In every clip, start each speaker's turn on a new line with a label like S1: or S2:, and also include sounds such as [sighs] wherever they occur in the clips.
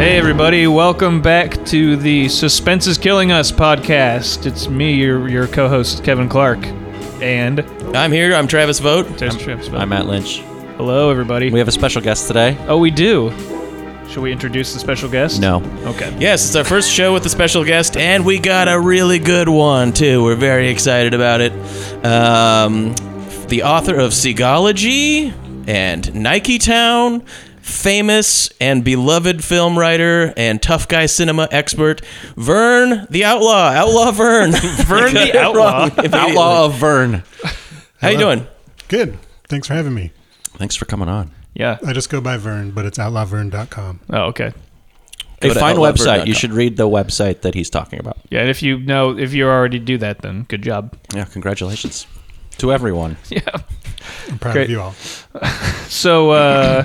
S1: Hey, everybody, welcome back to the Suspense is Killing Us podcast. It's me, your, your co host, Kevin Clark. And
S2: I'm here. I'm Travis Vote.
S1: there's Trips.
S3: I'm Matt Lynch.
S1: Hello, everybody.
S3: We have a special guest today.
S1: oh, we do. Should we introduce the special guest?
S3: No.
S1: Okay.
S2: Yes, it's our first show with a special guest, and we got a really good one too. We're very excited about it. Um, the author of Seagology and Nike Town, famous and beloved film writer and tough guy cinema expert, Vern the Outlaw, Outlaw Vern, Vern [laughs]
S1: the Outlaw.
S3: Outlaw of Vern.
S2: How you doing?
S4: Good. Thanks for having me.
S3: Thanks for coming on.
S1: Yeah.
S4: I just go by Vern, but it's outlawvern.com.
S1: Oh, okay.
S3: A
S2: to
S3: fine website.
S2: outlawvern.com.
S3: You should read the website that he's talking about.
S1: Yeah, and if you know, if you already do that, then good
S3: [laughs]
S1: job.
S3: Yeah, congratulations to everyone.
S1: Yeah.
S4: I'm proud
S1: Great.
S4: of you all.
S1: So, uh,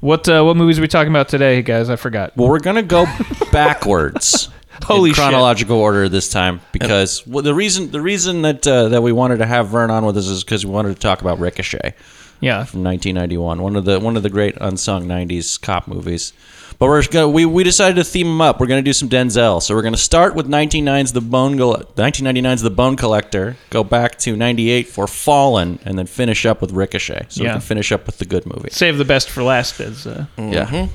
S1: what uh, what movies are we talking about today, guys? I forgot.
S3: Well, we're gonna go [laughs] backwards.
S1: Holy
S3: in
S1: shit.
S3: chronological order this time because well, the reason the reason that uh, that we wanted to have Vern on with us is because we wanted to talk about Ricochet.
S1: Yeah.
S3: from 1991, one of the one of the great unsung 90s cop movies. But we're gonna, we we decided to theme them up. We're going to do some Denzel. So we're going to start with 1999's The Bone Gol- 1999's The Bone Collector, go back to 98 for Fallen and then finish up with Ricochet. So
S1: Yeah.
S3: we can finish up with the good movie.
S1: Save the best for last is uh,
S3: Yeah.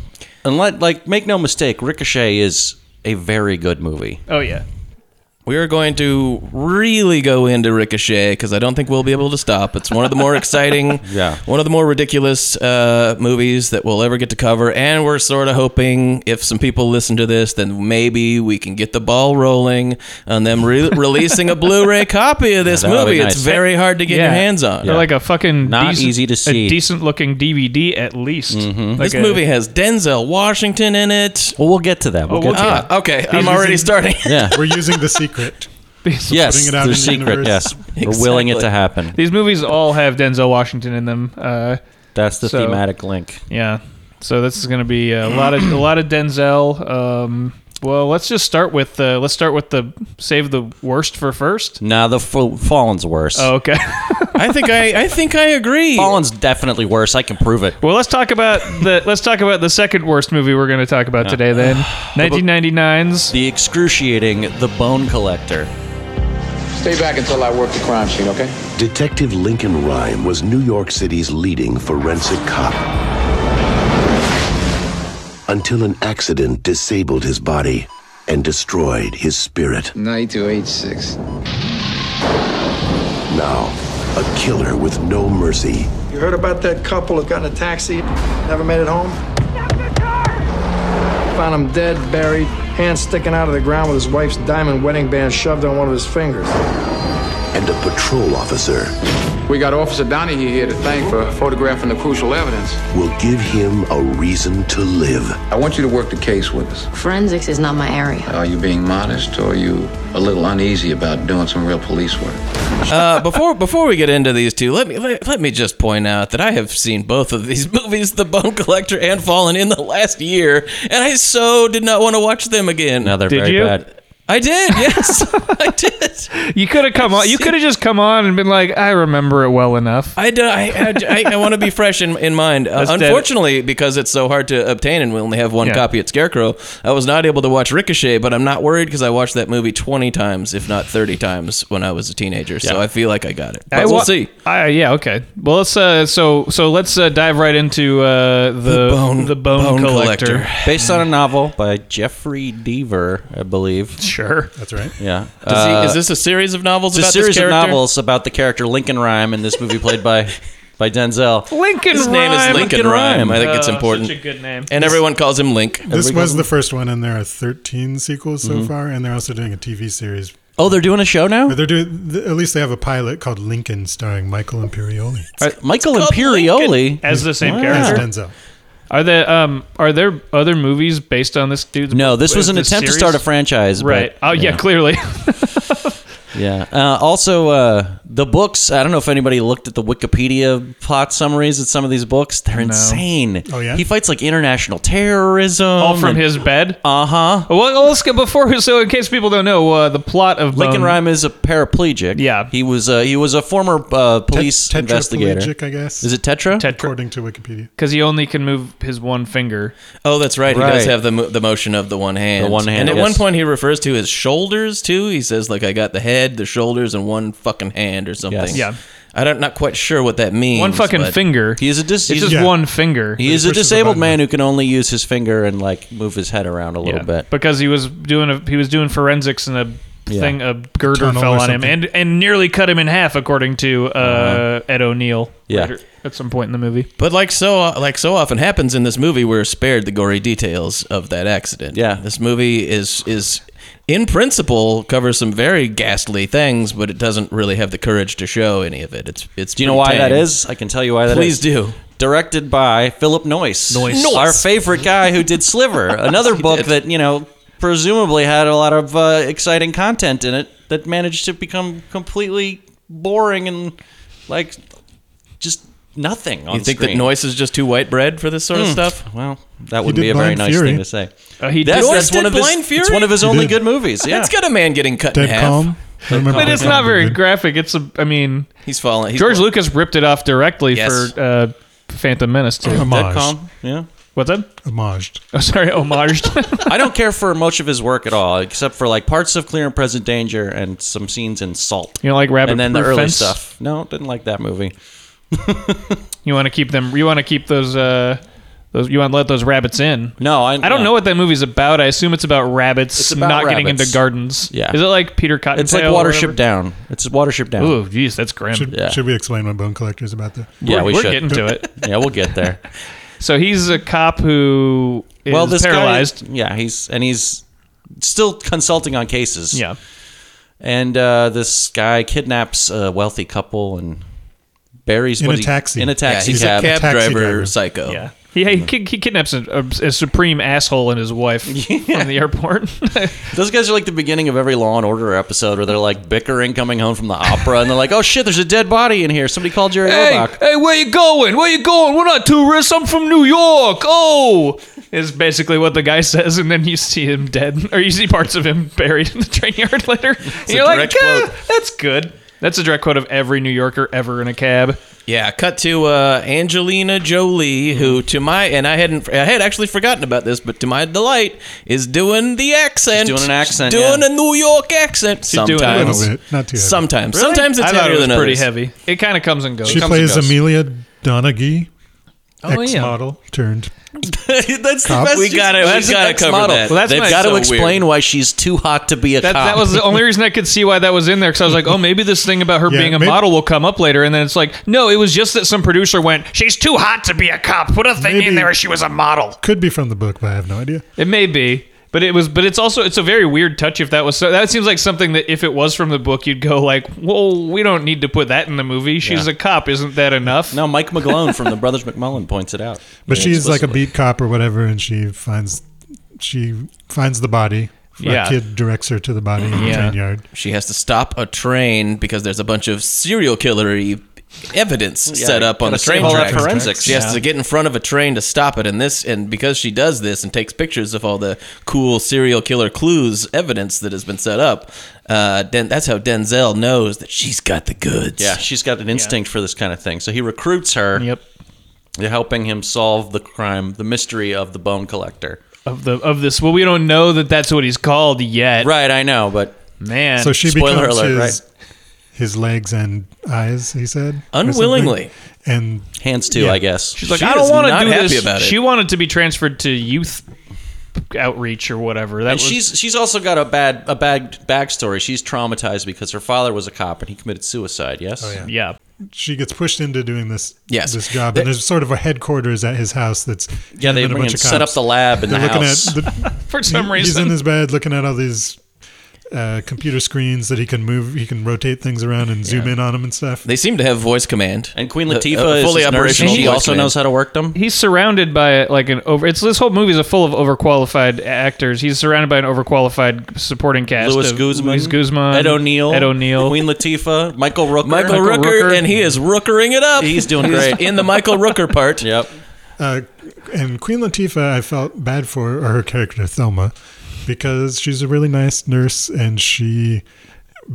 S3: And let like make no mistake, Ricochet is a very good movie.
S1: Oh yeah.
S2: We are going to really go into Ricochet because I don't think we'll be able to stop. It's one of the
S3: [laughs]
S2: more exciting,
S3: Yeah.
S2: one of the more ridiculous uh, movies that we'll ever get to cover. And we're sort of hoping if some people listen to this, then maybe we can get the ball rolling on them
S3: [laughs]
S2: re- releasing a Blu-ray copy of this
S3: that would
S2: movie.
S3: be
S2: It's
S3: nice.
S2: very hard to get
S1: yeah.
S2: your hands on.
S1: They're like a fucking
S3: Not
S1: decent-
S3: easy to see. Mm-hmm.
S1: A decent looking DVD at least. Like
S2: This
S1: a-
S2: movie has Denzel Washington in it.
S3: Well, we'll get to that. We'll
S1: we'll
S3: get to
S2: Ah, okay, I'm already starting.
S3: that. Yeah.
S4: We're using the secret.
S1: [laughs] These,
S3: [laughs] yes.
S4: it out
S3: The
S4: in the
S3: secret.
S4: universe.
S3: yes. We're willing it
S2: Exactly.
S3: to happen.
S1: these movies all have Denzel Washington in them. Uh,
S3: That's the
S1: So-
S3: thematic link.
S1: yeah. So this is going to be
S3: [clears throat]
S1: a lot of a lot of Denzel. Um, well, let's just start with uh, let's start with the save the worst for first.
S3: Now the f- Fallen's worse.
S1: Oh, okay.
S2: [laughs]
S1: [laughs]
S2: I think I, I think I agree.
S3: Fallen's definitely worse. I can prove it.
S1: Well, let's talk about the let's talk about the second worst movie we're going to talk about today.
S3: [sighs]
S1: Then, 1999's.
S3: The excruciating The Bone Collector.
S5: Stay back until I work the crime scene, okay?
S6: Detective Lincoln Rhyme was New York City's leading forensic cop. Until an accident disabled his body and destroyed his spirit.
S5: 9286.
S6: Now, a killer with no mercy
S7: You heard about that couple that got in a taxi, never made it home? Found him dead, buried, hand sticking out of the ground with his wife's diamond wedding band shoved on one of his fingers.
S6: and a patrol officer
S5: We got Officer Donahue here to thank for photographing the crucial evidence.
S6: will give him a reason to live.
S5: I want you to work the case with us.
S8: Forensics is not my area.
S5: Are you being modest or are you a little uneasy about doing some real police work?
S2: Uh, before before we get into these two, let me let, let me just point out that I have seen both of these [laughs] movies, The Bone Collector and Fallen, in the last year, and I so did not want to watch them again.
S3: Now they're
S1: Did
S3: very
S1: you?
S3: bad.
S2: I did, [laughs] yes, I did.
S1: You could have come on. You could have just come on and been like, I remember it well enough.
S2: I do, I, I, I, want to be fresh in, in mind. Uh,
S1: That's dead.
S2: unfortunately, because it's so hard to obtain, and we only have one
S1: Yeah.
S2: copy at Scarecrow, I was not able to watch Ricochet. But I'm not worried because I watched that movie 20 times, if not 30 times, when I was a teenager. So I feel like I got it. But
S1: I
S2: we'll
S1: wa-
S2: see.
S1: I, yeah, okay. Well, let's uh, so so let's uh, dive right into uh, the, the
S2: Bone- Bone
S1: collector.
S2: Collector.
S3: Based on a novel by Jeffrey Deaver, I believe.
S1: Sure.
S4: That's right.
S3: Yeah.
S2: Is, he-
S3: Uh,
S2: is this a series of novels
S3: it's
S2: about
S3: a series
S2: this
S3: of
S2: character?
S3: novels about the character Lincoln Rhyme in this movie played by by Denzel.
S1: Lincoln
S2: His name is
S1: Rhyme.
S2: Lincoln Rhyme. Uh, I think it's
S1: Oh,
S2: important.
S1: Such a good name.
S2: And everyone calls him Link.
S4: This was the first one, and there are 13 sequels so
S3: Mm-hmm.
S4: far, and they're also doing a TV series.
S3: Oh, they're doing a show now?
S4: But they're doing, th- at least they have a pilot called Lincoln starring Michael Imperioli.
S3: Michael Imperioli.
S1: as the same
S4: That's
S1: character.
S4: Denzel.
S1: Are there um are there other movies based on this dude?
S3: No, this was an attempt to start a franchise. but-
S1: Right. Oh yeah, clearly.
S3: Yeah. Uh, also, uh, the books. I don't know if anybody looked at the Wikipedia plot summaries of some of these books. They're insane.
S4: Oh, yeah?
S3: He fights like international
S1: [laughs]
S3: terrorism.
S1: All from his bed.
S3: Uh huh.
S1: Well, let's get before so in case people don't know uh, the plot of Bone-
S3: Lincoln Rhyme is a paraplegic.
S1: Yeah.
S3: He was. Uh, he was a former uh, police
S4: Tet-
S3: investigator.
S4: tetraplegic, I guess.
S3: Is it Tetra?
S1: Tetra
S4: according to Wikipedia?
S1: because he only can move his one finger.
S2: Oh, that's right. He does
S3: Right.
S2: have the mo- the motion of the one hand.
S3: The one hand,
S2: And at
S3: yes.
S2: one point, he refers to his shoulders too. He says like, "I got the head, the shoulders, and one fucking hand" or something.
S3: Yes.
S1: Yeah.
S2: I don't not quite sure what that means.
S1: One fucking
S2: but-
S1: finger.
S3: He is a dis-
S1: it's
S3: he's-
S1: just
S4: Yeah.
S1: one finger.
S3: He is a
S4: pushes the
S3: disabled
S4: button.
S3: man who can only use his finger and like move his head around a little
S1: Yeah.
S3: bit.
S1: because he was doing a, he was doing forensics and a
S3: Yeah.
S1: thing a girder
S4: Tunnel
S1: fell
S4: or
S1: on him
S4: something.
S1: and and nearly cut him in half according to uh, Ed O'Neill.
S3: Uh-huh. Yeah.
S1: later- at some point in the movie.
S2: But like so like so often happens in this movie, we're spared the gory details of that accident.
S3: Yeah.
S2: This movie is is in principle covers some very ghastly things, but it doesn't really have the courage to show any of it. It's it's
S3: Do you know why
S2: pretty
S3: that
S2: tame.
S3: is? I can tell you why that
S2: Please
S3: is.
S2: do.
S3: Directed by Philip Noyce.
S2: Noyce.
S3: Our favorite guy who did Sliver, another book that, you know, presumably had a lot of uh, exciting content in it that managed to become completely boring and, like, just nothing on
S2: You think that
S3: screen. Hmm.
S2: noise is just too white bread for this sort of stuff?
S3: Well, that would
S4: did
S3: be a very
S4: Blind
S3: nice
S4: Fury.
S3: thing to say.
S1: Uh, he
S3: That's,
S1: did-
S2: Noyce
S3: that's
S2: did
S3: one of his,
S2: Blind Fury?
S3: It's one of his only
S4: did.
S3: good movies. Yeah.
S2: That's got a man getting cut
S4: Dead
S2: in half.
S4: Calm. I remember
S1: but
S4: that
S1: it's
S4: was
S1: not very
S3: Mm-hmm.
S4: good.
S1: graphic. It's a I mean
S2: He's falling. He's
S1: George Lucas ripped it off directly
S2: Yes.
S1: for uh, Phantom Menace too.
S3: Dead
S4: Homage.
S3: calm. Yeah.
S1: [laughs] What's that?
S4: Homaged.
S1: Oh, sorry, [laughs] homaged.
S3: I don't care for much of his work at all, except for like parts of Clear and Present Danger and some scenes in Salt.
S1: You know, like Rabbit
S3: and then the
S1: Proof
S3: early
S1: Fence?
S3: stuff. No, didn't like that movie.
S1: You want to keep them. You want to keep those. Uh, those. You want to let those rabbits in.
S3: No, I,
S1: I don't
S3: yeah.
S1: know what that movie's about. I assume it's about rabbits
S3: It's about
S1: not getting
S3: rabbits.
S1: into gardens.
S3: Yeah.
S1: Is it like Peter Cottontail?
S3: It's like
S1: or
S3: Watership
S1: whatever?
S3: Down. It's Watership Down.
S1: Ooh, jeez, that's grim.
S4: Should,
S3: Yeah.
S4: should we explain what Bone Collector is about? There,
S3: yeah,
S1: we're,
S3: we
S1: we're
S3: should.
S1: getting to it.
S3: [laughs] Yeah, we'll get
S1: [laughs]
S3: there.
S1: So he's a cop who is
S3: well, this
S1: paralyzed.
S3: guy. Yeah, he's and he's still consulting on cases.
S1: yeah.
S3: and uh, this guy kidnaps a wealthy couple and buries
S4: In
S3: what
S4: a
S3: he-
S4: taxi.
S3: In a
S2: Yeah,
S3: taxi
S2: he's
S3: cab.
S2: a cab
S4: Taxi
S2: driver,
S4: driver.
S2: psycho.
S3: Oh.
S1: Yeah. He, he, ki- he kidnaps a, a, supreme asshole and his
S3: [laughs]
S1: wife from the airport. [laughs]
S3: Those guys are like the beginning of every Law and Order episode where they're like bickering coming home from the opera and they're like, "Oh shit, there's a dead body in here. Somebody called Jerry Orbach."
S1: hey, where you going? Where you going? We're not tourists. I'm from New York. Oh, is basically what the guy says, and then you see him dead, or you see parts of him buried in the train yard [laughs] later. And you're like,
S2: direct quote.
S1: "Ah, that's good. That's a direct quote of every New Yorker ever in a cab.
S2: Yeah, cut to uh, Angelina Jolie, who to my and I hadn't I had actually forgotten about this, but to my delight is doing the accent,
S3: She's doing an accent,
S2: She's doing
S3: yeah.
S2: a New York accent.
S1: doing it.
S4: a
S2: Sometimes,
S4: little bit, not too. heavy.
S2: sometimes, sometimes it's
S1: I thought
S2: heavier
S1: it was
S2: than
S1: pretty
S2: others. [laughs]
S1: heavy. It kind of comes and goes.
S4: She
S2: comes
S4: plays
S2: and goes.
S4: Amelia Donaghy,
S1: Oh, yeah.
S4: ex-model turned.
S3: That's
S4: Cop.
S3: best.
S2: We gotta- we
S3: She's an
S2: gotta
S3: ex-model.
S2: cover that.
S1: Well, that's
S3: They've
S1: my-
S3: got to
S1: so
S3: explain why she's too hot to be a
S1: That,
S3: cop.
S2: Ah.
S1: that was the only reason I could see why that was in there because I was like, oh, maybe this thing about her
S4: Yeah,
S1: being a
S4: maybe-
S1: model will come up later. And then it's like, no, it was just that some producer went, she's too hot to be a cop. Put a thing in
S4: Maybe-
S1: there. She was a model.
S4: Could be from the book, but I have no idea.
S1: It may be, but it was. But it's also it's a very weird touch. If that was so, that seems like something that if it was from the book, you'd go like, well, we don't need to put that in the movie. She's a cop. Isn't that enough?
S3: No, Mike McGlone from the Brothers McMullen points it out.
S4: But she's like a
S3: Explicitly.
S4: beat cop or whatever, and she finds she finds the body.
S1: Yeah.
S4: A kid directs her to the body in the
S1: Yeah.
S4: train yard.
S2: She has to stop a train because there's a bunch of serial killery evidence set up on
S3: gotta
S2: the train
S3: save all that
S2: tracks.
S3: forensics.
S2: She has to get in front of a train to stop it, and this and because she does this and takes pictures of all the cool serial killer clues evidence that has been set up, uh, Den- that's how Denzel knows that she's got the goods.
S3: Yeah, she's got an instinct for this kind of thing. So he recruits her.
S1: Yep.
S3: They're helping him solve the crime, the mystery of the bone collector.
S1: Of the of this, well, we don't know that that's what he's called yet.
S3: Right, I know, but
S1: Man.
S4: So she
S3: Spoiler
S4: becomes
S3: alert,
S4: his, his legs and eyes. He said or something.
S2: Unwillingly.
S4: and
S3: hands too, I guess.
S1: she's like,
S2: she
S1: I don't
S2: is
S1: want
S2: not
S1: to do
S2: happy
S1: this.
S2: about it.
S1: She wanted to be transferred to youth outreach or whatever. That
S3: and
S1: was,
S3: she's she's also got a bad a bad backstory. She's traumatized because her father was a cop and he committed suicide. Yes.
S4: yeah.
S1: yeah.
S4: she gets pushed into doing this
S2: Yes.
S4: this job.
S2: They-
S4: and there's sort of a headquarters at his house that's
S3: Yeah,
S4: him
S3: they
S4: and a
S3: bring him
S4: bunch of
S3: set up
S4: cops.
S3: the lab in
S4: They're
S3: the
S4: looking
S3: house.
S4: at the,
S1: For some
S4: he's in
S1: reason,
S4: his bed looking at all these uh, computer screens that he can move. He can rotate things around and zoom in on them and stuff.
S2: They seem to have voice command.
S3: And Queen
S2: A- a
S3: Latifah is
S2: fully
S3: his nurse,
S2: operational.
S3: and uh, She
S2: voice
S3: also
S2: command.
S3: knows how to work them.
S1: He's surrounded by like an over. It's this whole movie is full of overqualified actors. He's surrounded by an overqualified supporting cast.
S3: Louis
S1: of
S3: Guzman,
S1: Louis Guzman,
S3: Ed O'Neill,
S1: Ed O'Neill.
S2: [laughs]
S3: Queen Latifah, Michael Rooker.
S2: Michael, Rooker,
S1: Rooker.
S2: and he is rookering it up.
S3: He's doing great.
S2: in the Michael Rooker part.
S3: [laughs] Yep.
S4: Uh, and Queen Latifah, I felt bad for, or her character Thelma, because she's a really nice nurse and she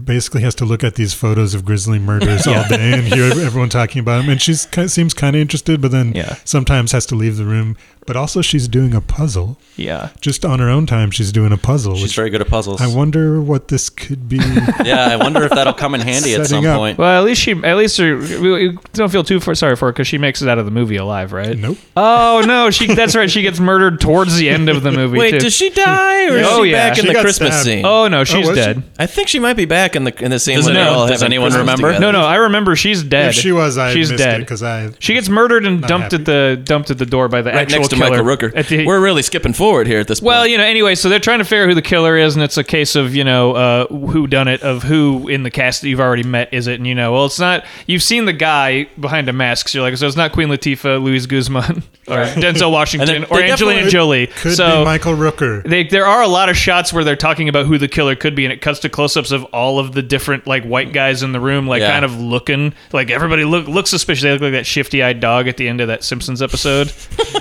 S4: basically has to look at these photos of
S3: [laughs]
S4: grisly murders all day and hear everyone talking about them. And she seems kind of interested, but then
S3: Yeah.
S4: sometimes has to leave the room. But also, she's doing a puzzle.
S1: yeah,
S4: Just on her own time, she's doing a puzzle.
S3: She's
S4: which
S3: very good at puzzles.
S4: I wonder what this could
S3: [laughs]
S4: be.
S3: yeah, I wonder if that'll
S4: [laughs]
S3: come in handy at
S4: Setting
S3: some
S4: up.
S3: point.
S1: Well, at least she, at least her, we we don't feel too for, sorry for her because she makes it out of the movie alive, right?
S4: nope.
S1: Oh no, she. That's right. She gets murdered towards the end of the movie.
S2: Wait,
S1: too.
S2: does she die or is
S1: Oh,
S2: she
S1: yeah.
S2: back
S1: She
S2: in the
S4: got
S2: Christmas
S4: stabbed.
S2: scene?
S1: Oh no, she's
S4: was she?
S1: dead.
S2: I think she might be back in the in the scene.
S3: Does
S2: when they're
S1: anyone-
S2: all
S3: does
S2: having
S3: anyone
S2: Christmas
S3: remember?
S2: together.
S1: No, no, I remember she's dead.
S4: If she was, I
S1: she's
S4: missed
S1: dead
S4: because I
S1: She gets murdered and
S4: Not
S1: dumped
S4: happy.
S1: at the dumped at the door by the
S2: Right
S1: actual
S2: next to
S1: killer.
S2: Michael Rooker.
S1: At the-
S2: We're really skipping forward here at this point.
S1: well, you know. Anyway, so they're trying to figure out who the killer is, and it's a case of you know uh, who done it of who in the cast that you've already met is it, and you know, well, it's not. You've seen the guy behind a mask, so you're like, so it's not Queen Latifah, Louise Guzman, [laughs] or
S2: [laughs]
S1: Denzel Washington,
S3: And they-
S1: or
S3: they
S1: Angelina
S3: definitely
S1: Jolie.
S4: could
S1: so
S4: be Michael Rooker.
S1: they, there are a lot of shots where they're talking about who the killer could be, and it cuts to close-ups of all of the different like white guys in the room, like
S3: Yeah.
S1: kind of looking like everybody look looks suspicious. They look like that shifty-eyed dog at the end of that Simpsons
S3: [laughs]
S1: episode.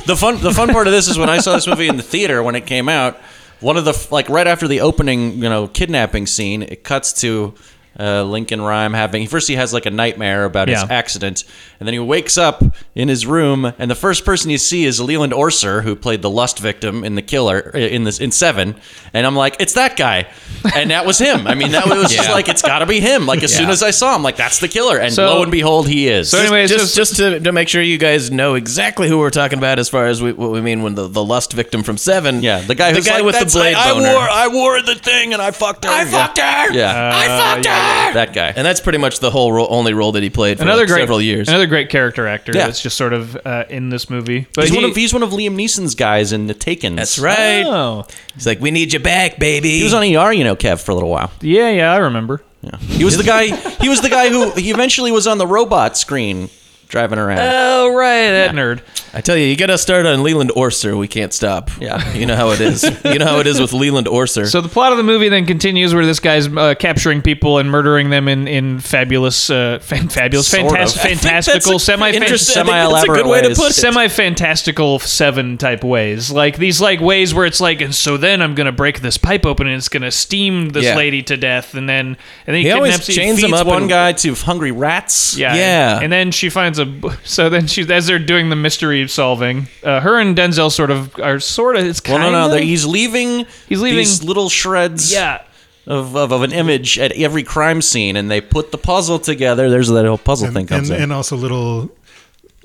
S3: The fun, the fun part of this is when I saw this movie in the theater when it came out. One of the f- like right after the opening, you know, kidnapping scene, it cuts to uh, Lincoln Rhyme having. First, he has like a nightmare about his
S1: Yeah.
S3: accident, and then he wakes up in his room, and the first person you see is Leland Orser, who played the lust victim in the killer uh, in this in Seven, and I'm like, it's that guy, and that was him. I mean,
S1: [laughs]
S3: that was just
S2: Yeah.
S3: like it's got to be him. Like as soon as I saw him, like that's the killer, and
S1: So-
S3: lo and behold, he is.
S1: So anyway, it's
S2: just, just to, to make sure you guys know exactly who we're talking about as far as we, what we mean when the, the lust victim from Seven.
S3: Yeah, the guy who's
S2: the guy
S3: like,
S2: with the
S3: "That's-
S2: blade
S3: I,
S2: boner. Uh,
S3: I wore, I wore the thing, and I fucked her. I fucked her. Yeah, I fucked her. That guy.
S2: and that's pretty much the whole role, only role that he played for
S1: another
S2: like
S1: great
S2: several years.
S1: another great character actor
S3: Yeah.
S1: that's just sort of uh, in this movie. But
S3: he's
S1: he-
S3: one of he's one of Liam Neeson's guys in The Taken.
S2: that's right.
S1: Oh.
S2: He's like, we need you back, baby.
S3: He was on ER, you know, Kev, for a little while.
S1: yeah, yeah, I remember.
S3: He was the guy. He was the guy who he eventually was on the robot screen driving around.
S1: Oh right, that nerd.
S2: I tell you, you got to start on Leland Orser. We can't stop.
S3: Yeah.
S2: you know how it is. you know how it is with Leland Orser.
S1: So the plot of the movie then continues where this guy's uh, capturing people and murdering them in in fabulous, uh, [laughs] fan, fabulous,
S3: Sort of.
S1: fantastic,
S3: I think
S2: that's
S1: fantastical,
S2: a-
S1: semi
S2: interesting- I think
S3: Semi-elaborate
S2: That's a good way to
S3: ways.
S2: put it.
S1: semi fantastical seven type ways. Like these like ways where it's like, and so then I'm gonna break this pipe open and it's gonna steam this
S2: Yeah.
S1: lady to death, and then and then he,
S2: He always
S1: kidnaps he
S2: chains
S1: feeds
S2: him up
S1: one
S3: One guy to hungry rats.
S1: Yeah.
S2: Yeah.
S1: And then she finds a. [laughs] So then she, as they're doing the mystery solving, uh, her and Denzel sort of are sort of. It's
S3: Well,
S1: kind
S3: Oh, no,
S1: of.
S3: no, they're- he's leaving.
S1: He's leaving-
S3: these little shreds.
S1: yeah.
S3: Of, of, of an image at every crime scene, and they put the puzzle together. There's that whole puzzle thing
S4: and,
S3: comes
S4: and,
S3: in.
S4: and also little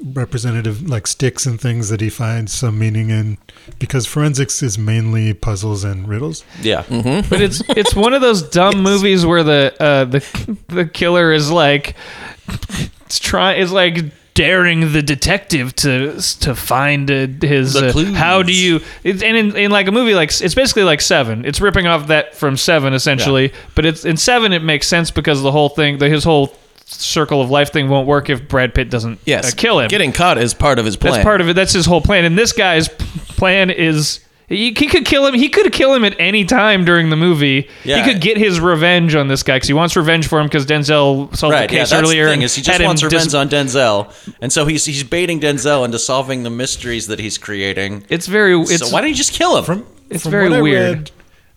S4: representative like sticks and things that he finds some meaning in because forensics is mainly puzzles and riddles
S3: yeah, Mm-hmm.
S1: But it's it's one of those dumb movies where the uh, the the killer is like, it's try is like daring the detective to to find uh, his
S3: The
S1: uh,
S3: clues.
S1: how do you it's, and in, in like a movie like it's basically like seven it's ripping off that from seven essentially but it's in seven it makes sense because the whole thing the, his whole circle of life thing won't work if brad pitt doesn't
S2: yes,
S1: uh, kill him
S2: Getting caught is part of his plan.
S1: that's part of it. That's his whole plan. And this guy's p- plan is he, he could kill him. He could kill him at any time during the movie.
S3: Yeah.
S1: He could get his revenge on this guy because he wants revenge for him because Denzel solved
S3: Right,
S1: the
S3: yeah,
S1: case
S3: that's
S1: earlier.
S3: the thing
S1: and
S3: is he
S1: had
S3: just
S1: him
S3: wants
S1: dis-
S3: revenge on Denzel, and so he's he's baiting Denzel into solving the mysteries that he's creating.
S1: It's very. It's,
S3: so why don't you just kill him?
S4: from
S1: It's
S4: from
S1: very
S4: what I
S1: weird.
S4: read,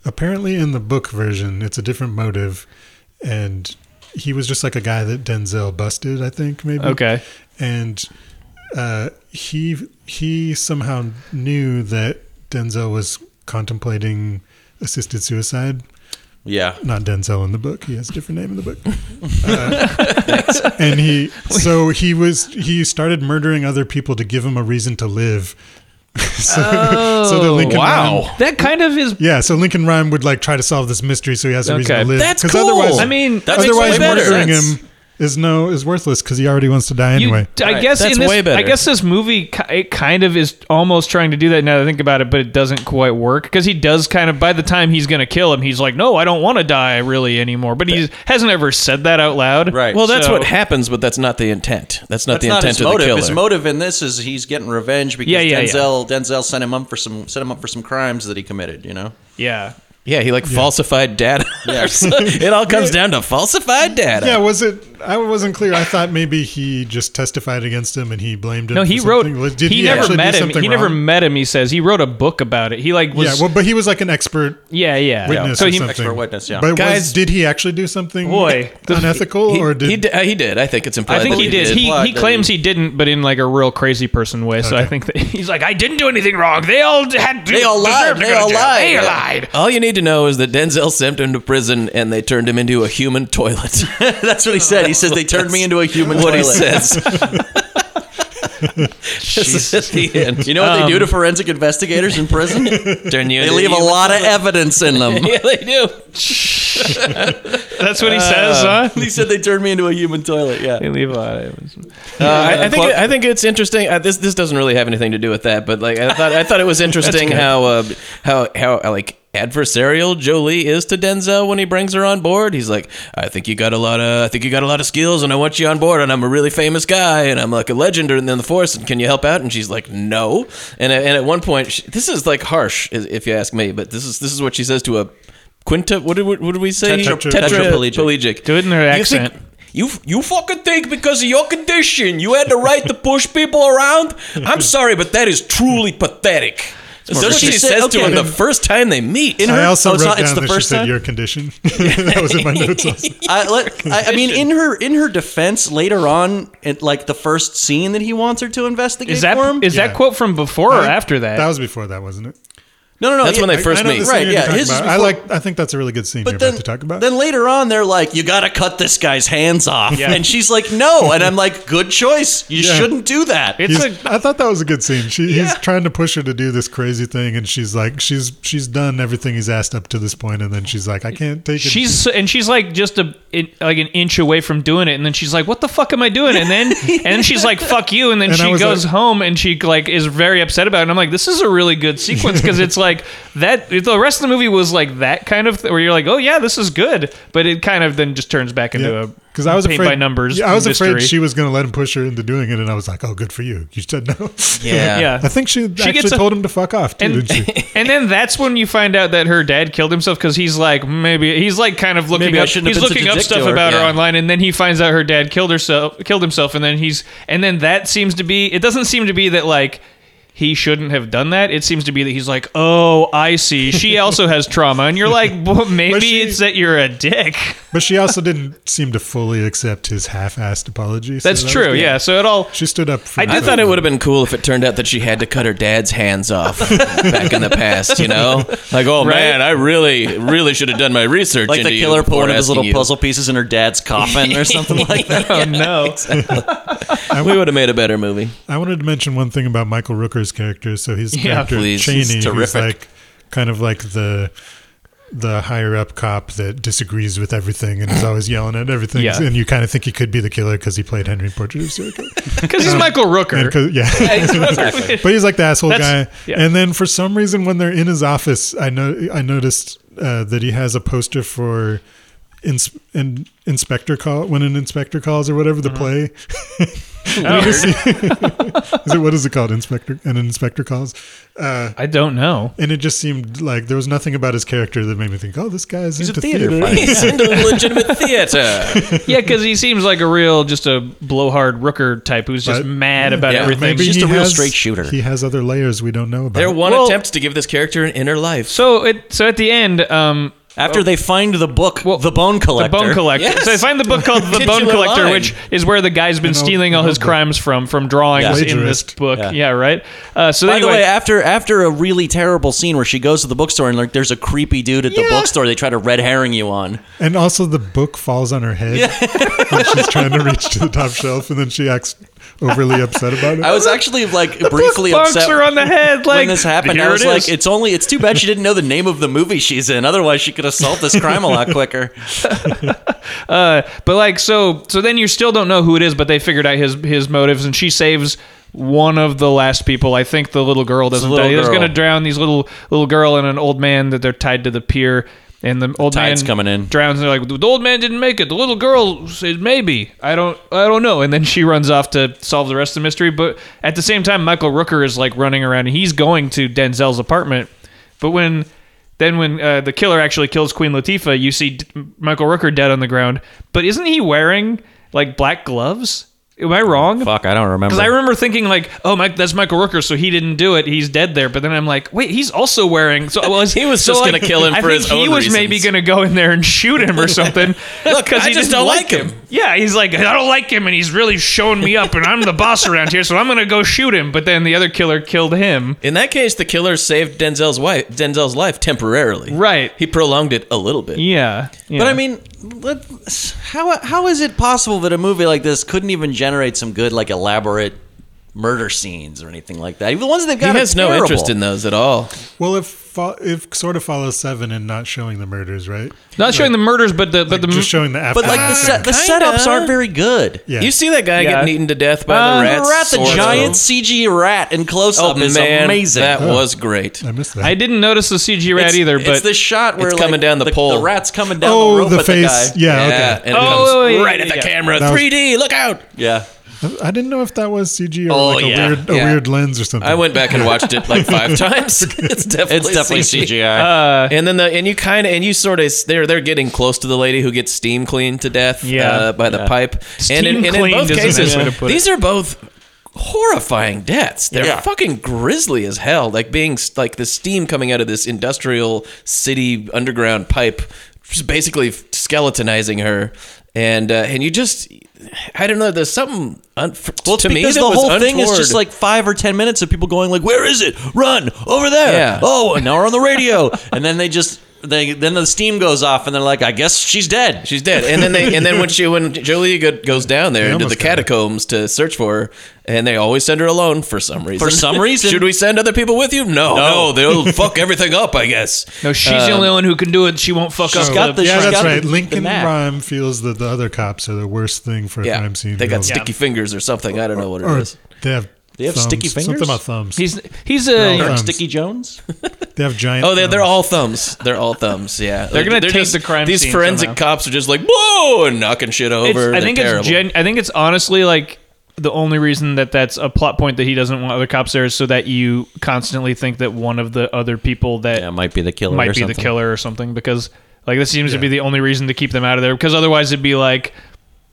S4: apparently in the book version it's a different motive and he was just like a guy that denzel busted i think maybe
S1: Okay.
S4: and uh, he he somehow knew that denzel was contemplating assisted suicide
S3: yeah,
S4: not Denzel in the book. He has a different name in
S1: [laughs]
S4: the book. Uh, and he, so he was, he started murdering other people to give him a reason to live. [laughs] so, so
S1: Oh,
S4: that Lincoln Rhyme,
S1: that kind of is.
S4: yeah, so Lincoln Rhyme would like try to solve this mystery so he has a reason
S1: Okay.
S4: to live.
S2: That's
S4: 'Cause
S2: cool.
S4: Otherwise,
S1: I mean,
S3: That makes
S4: otherwise
S3: way better.
S4: murdering
S2: sense.
S4: him is no is worthless because he already wants to die
S1: You-
S4: anyway.
S1: I
S2: Right,
S1: guess
S2: that's
S1: in this,
S2: way better.
S1: I guess this movie ki- it kind of is almost trying to do that now that I think about it, but it doesn't quite work because he does kind of by the time he's going to kill him, he's like, "No, I don't want to die really anymore." But he hasn't ever said that out loud.
S3: Right.
S2: Well, that's
S1: So-
S2: what happens, but that's not the intent. That's not
S3: That's
S2: the
S3: not
S2: intent
S3: his
S2: of
S3: motive.
S2: the killer.
S3: His motive in this is he's getting revenge because
S1: Yeah, yeah, yeah.
S3: Denzel Denzel sent him up for some set him up for some crimes that he committed. You know.
S1: Yeah.
S2: yeah, he like falsified data. [laughs] it all comes down to falsified data.
S4: yeah, was it? I wasn't clear. I thought maybe he just testified against him and he blamed him.
S1: No,
S4: for
S1: he wrote.
S4: something. Was-
S1: He, never
S4: actually do
S1: met him. He
S4: something
S1: never
S4: wrong?
S1: met him. He says he wrote a book about it. He like was.
S4: yeah, well, but he was like an expert
S1: yeah, yeah.
S4: witness
S1: so
S4: or
S1: he
S4: something.
S3: Expert witness, yeah.
S4: But was-
S2: Guys-
S4: did he actually do something
S1: Boy, the-
S4: [laughs] unethical,
S2: He,
S4: or did
S2: he, di- uh, he did. I think it's implied.
S1: I think
S2: that
S1: he did.
S3: did.
S1: He,
S3: Implied
S1: he
S3: that
S1: claims he didn't, but in like a real crazy person way. So I think that [laughs] he's like, I didn't do anything wrong. They all had.
S2: They all
S1: deserved to
S2: lied. They
S1: go to
S2: all
S1: jail.
S2: lied.
S1: They
S2: Yeah.
S1: lied.
S2: All you need to know is that Denzel sent him to prison and they turned him into a human toilet.
S3: [laughs] That's what he said. He says they turned me into a human.
S2: what he
S3: toilet."
S2: says. This is at the end.
S3: You know what they
S1: Um,
S3: do to forensic investigators
S1: [laughs]
S3: in prison? they
S2: Turn you into
S3: leave a
S2: human-
S3: lot of evidence in them.
S2: [laughs] Yeah, they do.
S1: That's what he says, huh?
S3: he said they turned me into a human
S1: [laughs]
S3: toilet. Yeah.
S1: Uh, They leave a lot of-
S2: Uh, I, I think I think it's interesting. Uh, this this doesn't really have anything to do with that, but like I thought I thought
S1: [laughs]
S2: it was interesting how uh, how how uh, like adversarial Jolie is to Denzel when he brings her on board. He's like, I think you got a lot of I think you got a lot of skills, and I want you on board, and I'm a really famous guy, and I'm like a legend in the force, and can you help out? And she's like, No. And at- and at one point, she, this is like harsh i- if you ask me, but this is this is what she says to a. Quinta, what did, we- what did we say?
S4: Tetra-
S2: Tetraplegic.
S1: Do it in her
S2: You think-
S1: accent.
S2: you you fucking think because of your condition you had the right to push people around?
S4: [laughs]
S2: I'm sorry, but that is truly pathetic. That's
S3: more
S2: what she
S3: British.
S2: says
S3: Okay.
S2: to him the first time they meet.
S3: In
S4: I
S3: her-
S4: also
S3: oh,
S4: wrote
S3: it's not- it's
S4: down
S3: the
S4: that
S3: first
S4: she said
S3: time?
S4: your condition. [laughs] that was in my notes. Also.
S3: I, let, I, I mean, in her in her defense, later on, it, like the first scene that he wants her to investigate
S1: Is that
S3: for him.
S1: is
S4: Yeah.
S1: that quote from before or after that?
S4: That was before that, wasn't it?
S3: no, no, no.
S2: That's when they
S3: I-
S2: first
S3: I know
S2: meet.
S3: the
S4: This
S3: scene
S4: scene
S3: Right?
S4: you're
S3: Yeah.
S4: talking
S3: His is
S4: about. I
S3: before-
S4: like. I think that's a really good scene you're
S3: But then,
S4: about to talk about.
S3: Then later on, they're like, "You gotta cut this guy's hands off,"
S1: Yeah.
S3: and she's like, "No," and I'm like, "Good choice. You
S4: Yeah.
S3: shouldn't do that."
S1: it's
S4: He's-
S1: a
S4: I thought that was a good scene. She, He's trying to push her to do this crazy thing, and she's like, she's she's done everything he's asked up to this point, and then she's like, I can't take it.
S1: she's and she's like just a in, like an inch away from doing it, and then she's like, "What the fuck am I doing?" And
S4: [laughs]
S1: then and then she's like, "Fuck you!" And then
S4: And I
S1: she
S4: was
S1: goes
S4: like-
S1: home and she like is very upset about it. And I'm like, "This is a really good sequence because it's like that." The rest of the movie was like that kind of th- where you're like, "Oh yeah, this is good," but it kind of then just turns back into a
S4: because I was
S1: paint
S4: afraid
S1: by numbers.
S4: Yeah, I was
S1: mystery.
S4: afraid she was going to let him push her into doing it, and I was like, oh, good for you. You said no.
S2: Yeah.
S1: yeah.
S4: [laughs] I think she, actually
S1: gets a-
S4: told him to fuck off too,
S1: And-
S4: didn't she?
S1: And then that's when you find out that her dad killed himself because he's like maybe he's like kind of looking
S3: Maybe I
S1: up
S3: shouldn't have
S1: he's
S3: been
S1: looking
S3: such a
S1: up
S3: dick to
S1: stuff
S3: her,
S1: about her
S3: yeah.
S1: online, and then he finds out her dad killed herself killed himself, and then he's and then that seems to be it doesn't seem to be that like he shouldn't have done that. It seems to be that he's like, oh, I see.
S3: [laughs]
S1: She also has trauma, and you're like, well, maybe
S4: she-
S1: it's that you're a dick.
S4: But she also didn't seem to fully accept his half-assed apology. so
S1: That's
S4: that was
S1: true.
S4: good.
S1: Yeah. So it
S4: [laughs]
S1: all.
S4: She stood up. For
S1: I
S2: I
S1: did
S2: thought it would have been cool if it turned out that she had to cut her dad's hands off [laughs] back in the past, you know? Like, oh
S1: Right?
S2: man, I really, really should have done my research.
S3: like
S2: into
S3: the
S2: you
S3: killer
S2: before
S3: pulling up his
S2: asking
S3: little
S2: you.
S3: puzzle pieces in her dad's coffin or [laughs] something like that.
S1: Oh no. [laughs]
S2: [laughs] We would have made a better movie.
S4: I wanted to mention one thing about Michael Rooker's character. So his character
S2: please.
S4: Cheney,
S2: He's
S4: who's
S2: terrific.
S4: like kind of like the the higher up cop that disagrees with everything and is always yelling at everything.
S1: Yeah.
S4: And you kind of think he could be the killer because he played Henry in Portrait of a Serial Killer.
S1: Because he's Michael
S4: And
S1: Rooker.
S4: [laughs] 'cause- [laughs] yeah.
S1: [laughs]
S4: but he's like the asshole
S1: That's-
S4: guy.
S1: yeah.
S4: And then for some reason, when they're in his office, I know I noticed uh, that he has a poster for. Ins- an inspector call when an inspector calls or whatever the
S1: Mm-hmm.
S4: play
S1: [laughs] Oh.
S4: [laughs] is it what is it called inspector and an inspector calls
S1: I don't know.
S4: and it just seemed like there was nothing about his character that made me think, oh, this guy's
S3: He's a
S4: into
S3: theater
S4: theater.
S3: fan.
S2: It's into legitimate theater.
S1: Yeah, because he seems like a real, just a blowhard rooker type who's just
S4: But-
S1: mad about
S2: Yeah,
S1: everything.
S4: Maybe
S3: just
S4: he
S3: a real
S4: has-
S3: straight shooter.
S4: He has other layers we don't know about.
S2: Their one
S1: Well-
S2: attempt to give this character an inner life.
S1: So it so at the end, um,
S3: After they find the book,
S1: Well,
S3: the Bone
S1: the
S3: Collector.
S1: bone collector.
S2: Yes.
S1: So I find the book
S3: [laughs]
S1: called The
S2: Titular
S1: Bone Collector,
S2: line.
S1: which is where the guy's been
S4: An old-
S1: stealing all
S4: an
S1: his
S4: old book.
S1: crimes from from drawings in this
S4: Plagiarist.
S1: book. Yeah,
S3: Yeah.
S1: right. Uh, so
S3: By
S1: anyway,
S3: the way, after after a really terrible scene where she goes to the bookstore and like there's a creepy dude at the
S1: Yeah.
S3: bookstore they try to red herring you on.
S4: [laughs] and also, the book falls on her head. and she's trying to reach to the top shelf, and then she acts overly upset about it.
S3: I was actually like briefly
S1: Book bonks
S3: upset
S1: her on the head. Like
S3: [laughs] when this happened.
S1: here
S3: I was
S1: it
S3: like,
S1: is.
S3: it's only it's too bad she didn't know the name of the movie she's in. Otherwise, she could have solved this crime a lot
S1: [laughs]
S3: quicker.
S1: But like so so then you still don't know who it is, but they figured out his his motives and she saves one of the last people. I think the little girl doesn't
S3: little
S1: die. He's
S3: girl.
S1: gonna drown these little little girl and an old man that they're tied to the pier and the old
S3: tide's
S1: man
S3: coming in.
S1: drowns and they're like the old man didn't make it. The little girl said maybe. I don't I don't know. And then she runs off to solve the rest of the mystery. But at the same time Michael Rooker is like running around and he's going to Denzel's apartment. But when then when uh, the killer actually kills Queen Latifah, you see D- Michael Rooker dead on the ground. But isn't he wearing like black gloves? Am I wrong?
S3: Fuck, I don't remember.
S1: Because I remember thinking like, oh, Mike, that's Michael Rooker, so he didn't do it. He's dead there. But then I'm like, wait, he's also wearing.
S2: [laughs]
S1: So well,
S2: He was just gonna kill him
S1: I
S2: for
S1: think
S2: his
S1: he
S2: own
S1: was maybe
S2: reasons.
S1: gonna go in there and shoot him
S2: [laughs]
S1: or something. Look,
S2: I just don't like him.
S1: Yeah, he's like, I don't like him, and he's really showing me up, and I'm the boss around here, so I'm gonna go shoot him. But then the other killer killed him.
S2: In that case, the killer saved Denzel's wife, Denzel's life temporarily.
S1: Right.
S2: He prolonged it a little bit.
S1: Yeah,
S3: But I mean, let- how how is it possible that a movie like this couldn't even generate some good like elaborate murder scenes or anything like that? Even the ones they've
S2: He
S3: got.
S2: has no interest in those at all.
S4: well, if fo- if sort of follows seven and not showing the murders, right?
S1: not showing the murders, but the but the
S4: just showing the after.
S3: But like the set, the
S2: kinda.
S3: setups aren't very good.
S4: yeah.
S2: You see that guy
S1: Yeah.
S2: getting eaten to death by
S1: Uh,
S2: the
S1: the
S2: rats?
S3: Rat, the
S2: sword.
S3: giant CG rat in close
S2: Oh
S3: up is
S2: man,
S3: amazing.
S2: that was great.
S4: I missed that.
S1: I didn't notice the CG rat
S2: It's-
S1: either,
S3: it's
S1: but
S3: the shot where
S2: It's
S3: like,
S2: coming down the pole.
S3: The rat's coming down the
S4: oh,
S3: rope
S4: the
S3: at
S4: face.
S3: the guy.
S4: yeah,
S2: Yeah,
S4: okay.
S2: and it
S1: Oh,
S2: comes
S1: wait, wait,
S2: right at the
S1: yeah.
S2: camera.
S4: That was-
S2: 3D, look out!
S3: Yeah.
S4: I didn't know if that was CG or
S2: Oh,
S4: like a
S2: yeah,
S4: weird
S2: yeah.
S4: a weird lens or something.
S2: I went back and watched it like
S3: [laughs]
S2: five times. [laughs] It's definitely
S3: It's definitely
S2: CG.
S3: CGI.
S1: Uh,
S2: And then the and you kind of and you sort of they're they're getting close to the lady who gets steam cleaned to death
S1: Yeah.
S2: uh, by the
S1: Yeah.
S2: pipe. and in,
S1: Steam
S2: and in both
S1: cleaned is a nice
S2: cases,
S1: way to put it.
S2: these are both horrifying deaths. They're
S3: Yeah.
S2: fucking grisly as hell. Like being like the steam coming out of this industrial city underground pipe, just basically skeletonizing her. And uh, and you just I don't know. There's something un-
S3: well,
S2: to me
S3: because
S2: that
S3: the
S2: was
S3: whole thing is
S2: untoward.
S3: just like five or ten minutes of people going like, "Where is it? Run over there!"
S2: Yeah.
S3: Oh, and now we're on the [laughs] radio, and then they just they then the steam goes off, and they're like, "I guess she's dead."
S2: She's dead. And then they and then when she when Julia go- goes down there
S4: They
S2: into the
S4: almost got her.
S2: catacombs to search for her, and they always send her alone for some reason. [laughs]
S3: For some reason.
S2: should we send other people with you? No, no, they'll [laughs] fuck everything up. I guess.
S1: no, she's the
S2: Um,
S1: only one who can do it. She won't fuck
S3: she's
S1: up.
S3: got the-
S4: yeah,
S3: she's
S4: that's
S3: got the-
S4: right.
S3: the
S4: Lincoln
S3: map.
S4: Rhyme feels that the other cops are the worst thing for a
S2: Yeah,
S4: crime scene.
S2: they got
S4: villain.
S2: sticky fingers or something. I don't know what it
S4: Or
S2: is.
S4: they have
S3: They have sticky
S4: thumbs.
S3: fingers?
S4: Something about thumbs.
S1: he's he's
S4: They're
S1: a.
S4: all
S3: Or
S4: thumbs.
S3: Sticky Jones.
S4: They have giant.
S2: Oh, they're, they're
S4: thumbs.
S2: all thumbs. They're all thumbs. Yeah,
S1: They're gonna take
S2: just-
S1: the crime
S2: These
S1: scene
S2: forensic
S1: somehow.
S2: cops are just like whoa and knocking shit over.
S1: It's- I
S2: They're
S1: think
S2: terrible.
S1: it's gen- I think it's honestly like the only reason that that's a plot point that he doesn't want other cops there is so that you constantly think that one of the other people that
S3: yeah, might be the killer.
S1: might
S3: or
S1: be
S3: something.
S1: the killer or something because like this seems to be the only reason to keep them out of there because otherwise it'd be like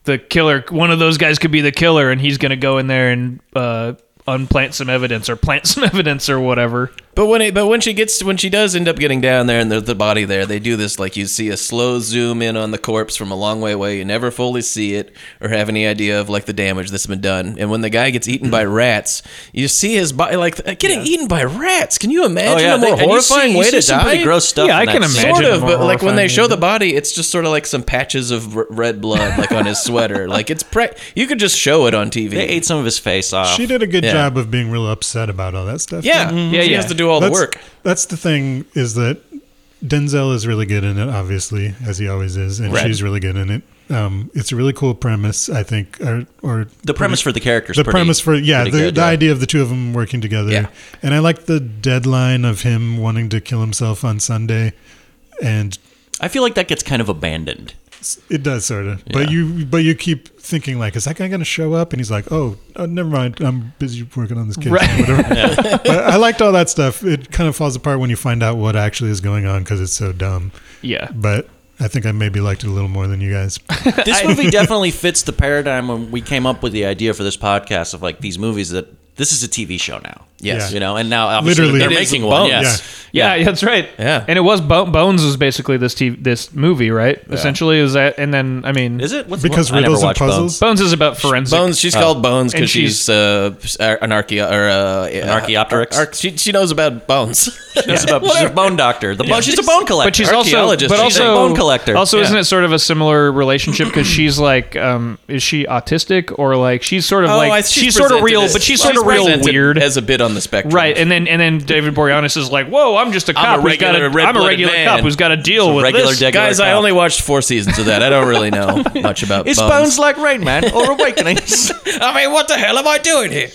S1: the killer one of those guys could be the killer and he's gonna go in there and uh unplant some evidence or plant [laughs] some evidence or whatever
S2: But when it, but when she gets when she does end up getting down there and there's the body there, they do this like you see a slow zoom in on the corpse from a long way away. You never fully see it or have any idea of like the damage that's been done. And when the guy gets eaten by rats, you see his body like uh, getting eaten by rats. Can you imagine
S3: Oh yeah,
S2: a more
S3: they,
S2: horrifying
S3: and you see,
S2: way
S3: you see
S2: to
S3: some
S2: die?
S3: Pretty gross stuff.
S1: Yeah,
S3: in
S1: I
S3: that
S1: can
S3: scene.
S1: imagine.
S2: Sort of,
S1: more
S2: but like when
S1: horrifying
S2: they show
S1: way
S2: the body, it's just sort of like some patches of r- red blood like
S3: [laughs]
S2: on his sweater. Like it's pre- you could just show it on TV.
S3: They ate some of his face off.
S4: She did a good
S2: Yeah.
S4: job of being real upset about all that stuff.
S2: yeah,
S1: Yeah,
S2: She
S1: yeah.
S2: has to do all the work.
S4: That's the thing is that Denzel is really good in it, obviously, as he always is, and
S2: Right.
S4: she's really good in it. Um, it's a really cool premise, I think, or, or
S3: the premise for the characters.
S4: the premise for yeah, the,
S3: pretty good,
S4: the
S3: yeah.
S4: idea of the two of them working together,
S2: Yeah.
S4: and I like the deadline of him wanting to kill himself on Sunday, and
S3: I feel like that gets kind of abandoned.
S4: it does sort of, but you but you keep thinking like, is that guy going to show up? And he's like, oh, oh, never mind, I'm busy working on this case. or
S1: Right.
S3: [laughs]
S4: Whatever. [laughs] but I liked all that stuff. It kind of falls apart when you find out what actually is going on because it's so dumb.
S1: yeah
S4: But I think I maybe liked it a little more than
S3: [laughs]
S4: you guys.
S3: This movie definitely fits the paradigm when we came up with the idea for this podcast of like these movies that this is a TV show now.
S2: Yes.
S4: Yeah.
S3: You know, and now obviously
S4: Literally.
S3: they're
S4: It
S2: is
S3: making
S2: a
S3: one.
S2: bump.
S3: Yes.
S1: Yeah, yeah, that's right.
S2: Yeah.
S1: and it was Bo- Bones was basically this TV, this movie, right? Essentially, is that? And then I mean,
S3: Is it? What's
S4: Because
S3: I never
S4: riddles and
S3: watched Bones.
S4: puzzles.
S1: Bones is about forensic.
S2: Bones. She's called Bones because
S1: And
S2: she's,
S1: she's-
S2: uh, an archaeo or uh, an
S3: archaeopteryx?
S2: she, she knows about bones.
S3: It's about- she's a bone doctor. The bone, She's a bone collector.
S1: but she's also,
S2: archaeologist,
S1: but
S2: she's
S1: also
S3: a bone collector.
S1: Also,
S3: Yeah.
S1: isn't it sort of a similar relationship because
S2: [clears throat]
S1: she's like, um, is she autistic or like she's sort of
S2: Oh, I-
S1: like she's, sort of
S2: presented
S1: real,
S2: as-
S1: but she's
S2: well,
S1: sort of real
S2: presented
S1: weird
S2: as a bit on the spectrum,
S1: Right, and then and then David Boreanaz is like, "Whoa, I'm just a
S2: I'm
S1: cop.
S2: a
S1: who's got
S2: regular
S1: I'm
S2: red-blooded
S1: a regular
S2: man.
S1: cop who's got to deal with
S3: regular
S1: this."
S3: dick-
S2: Guys, I
S3: cop.
S2: only watched four seasons of that. I don't really know [laughs] much about
S3: it's bones.
S2: bones.
S3: like Rain Man
S2: [laughs]
S3: or Awakenings.
S2: I mean, what the hell am I doing here?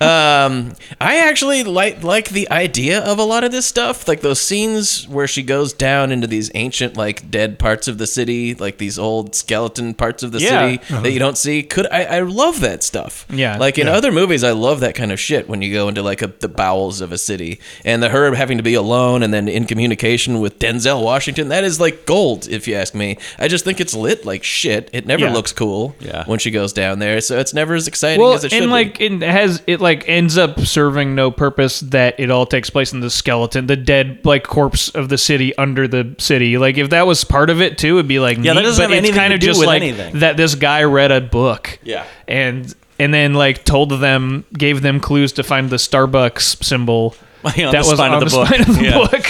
S2: Um, I actually like like the idea of a lot of this stuff, like those scenes where she goes down into these ancient, like dead parts of the city, like these old skeleton parts of the
S1: Yeah. Uh-huh.
S2: city that you don't see. Could I, I love that stuff?
S1: Yeah.
S2: like in other movies, I love that kind of shit when you go into like a, the bowels of a city and the her having to be alone and then in communication with Denzel Washington. That is like gold, if you ask me. I just think it's lit like shit. It never
S1: Yeah.
S2: looks cool
S3: Yeah.
S2: when she goes down there, so it's never as exciting
S1: well,
S2: as it should
S1: and like
S2: be.
S1: it has it like ends up serving no purpose that it all takes place in the skeleton, the dead like corpse of the city under the city. Like if that was part of it too, it'd be like
S3: Yeah, that
S1: neat,
S3: doesn't
S1: but
S3: have
S1: it's
S3: anything
S1: kind
S3: to
S1: of
S3: do
S1: just
S3: with
S1: like
S3: anything.
S1: that this guy read a book.
S3: Yeah.
S1: and and then like told them gave them clues to find the Starbucks symbol.
S3: Yeah, [laughs] on
S1: that
S3: the
S1: was
S3: spine
S1: on
S3: of the
S1: the
S3: book.
S1: spine of the
S3: Yeah.
S1: book.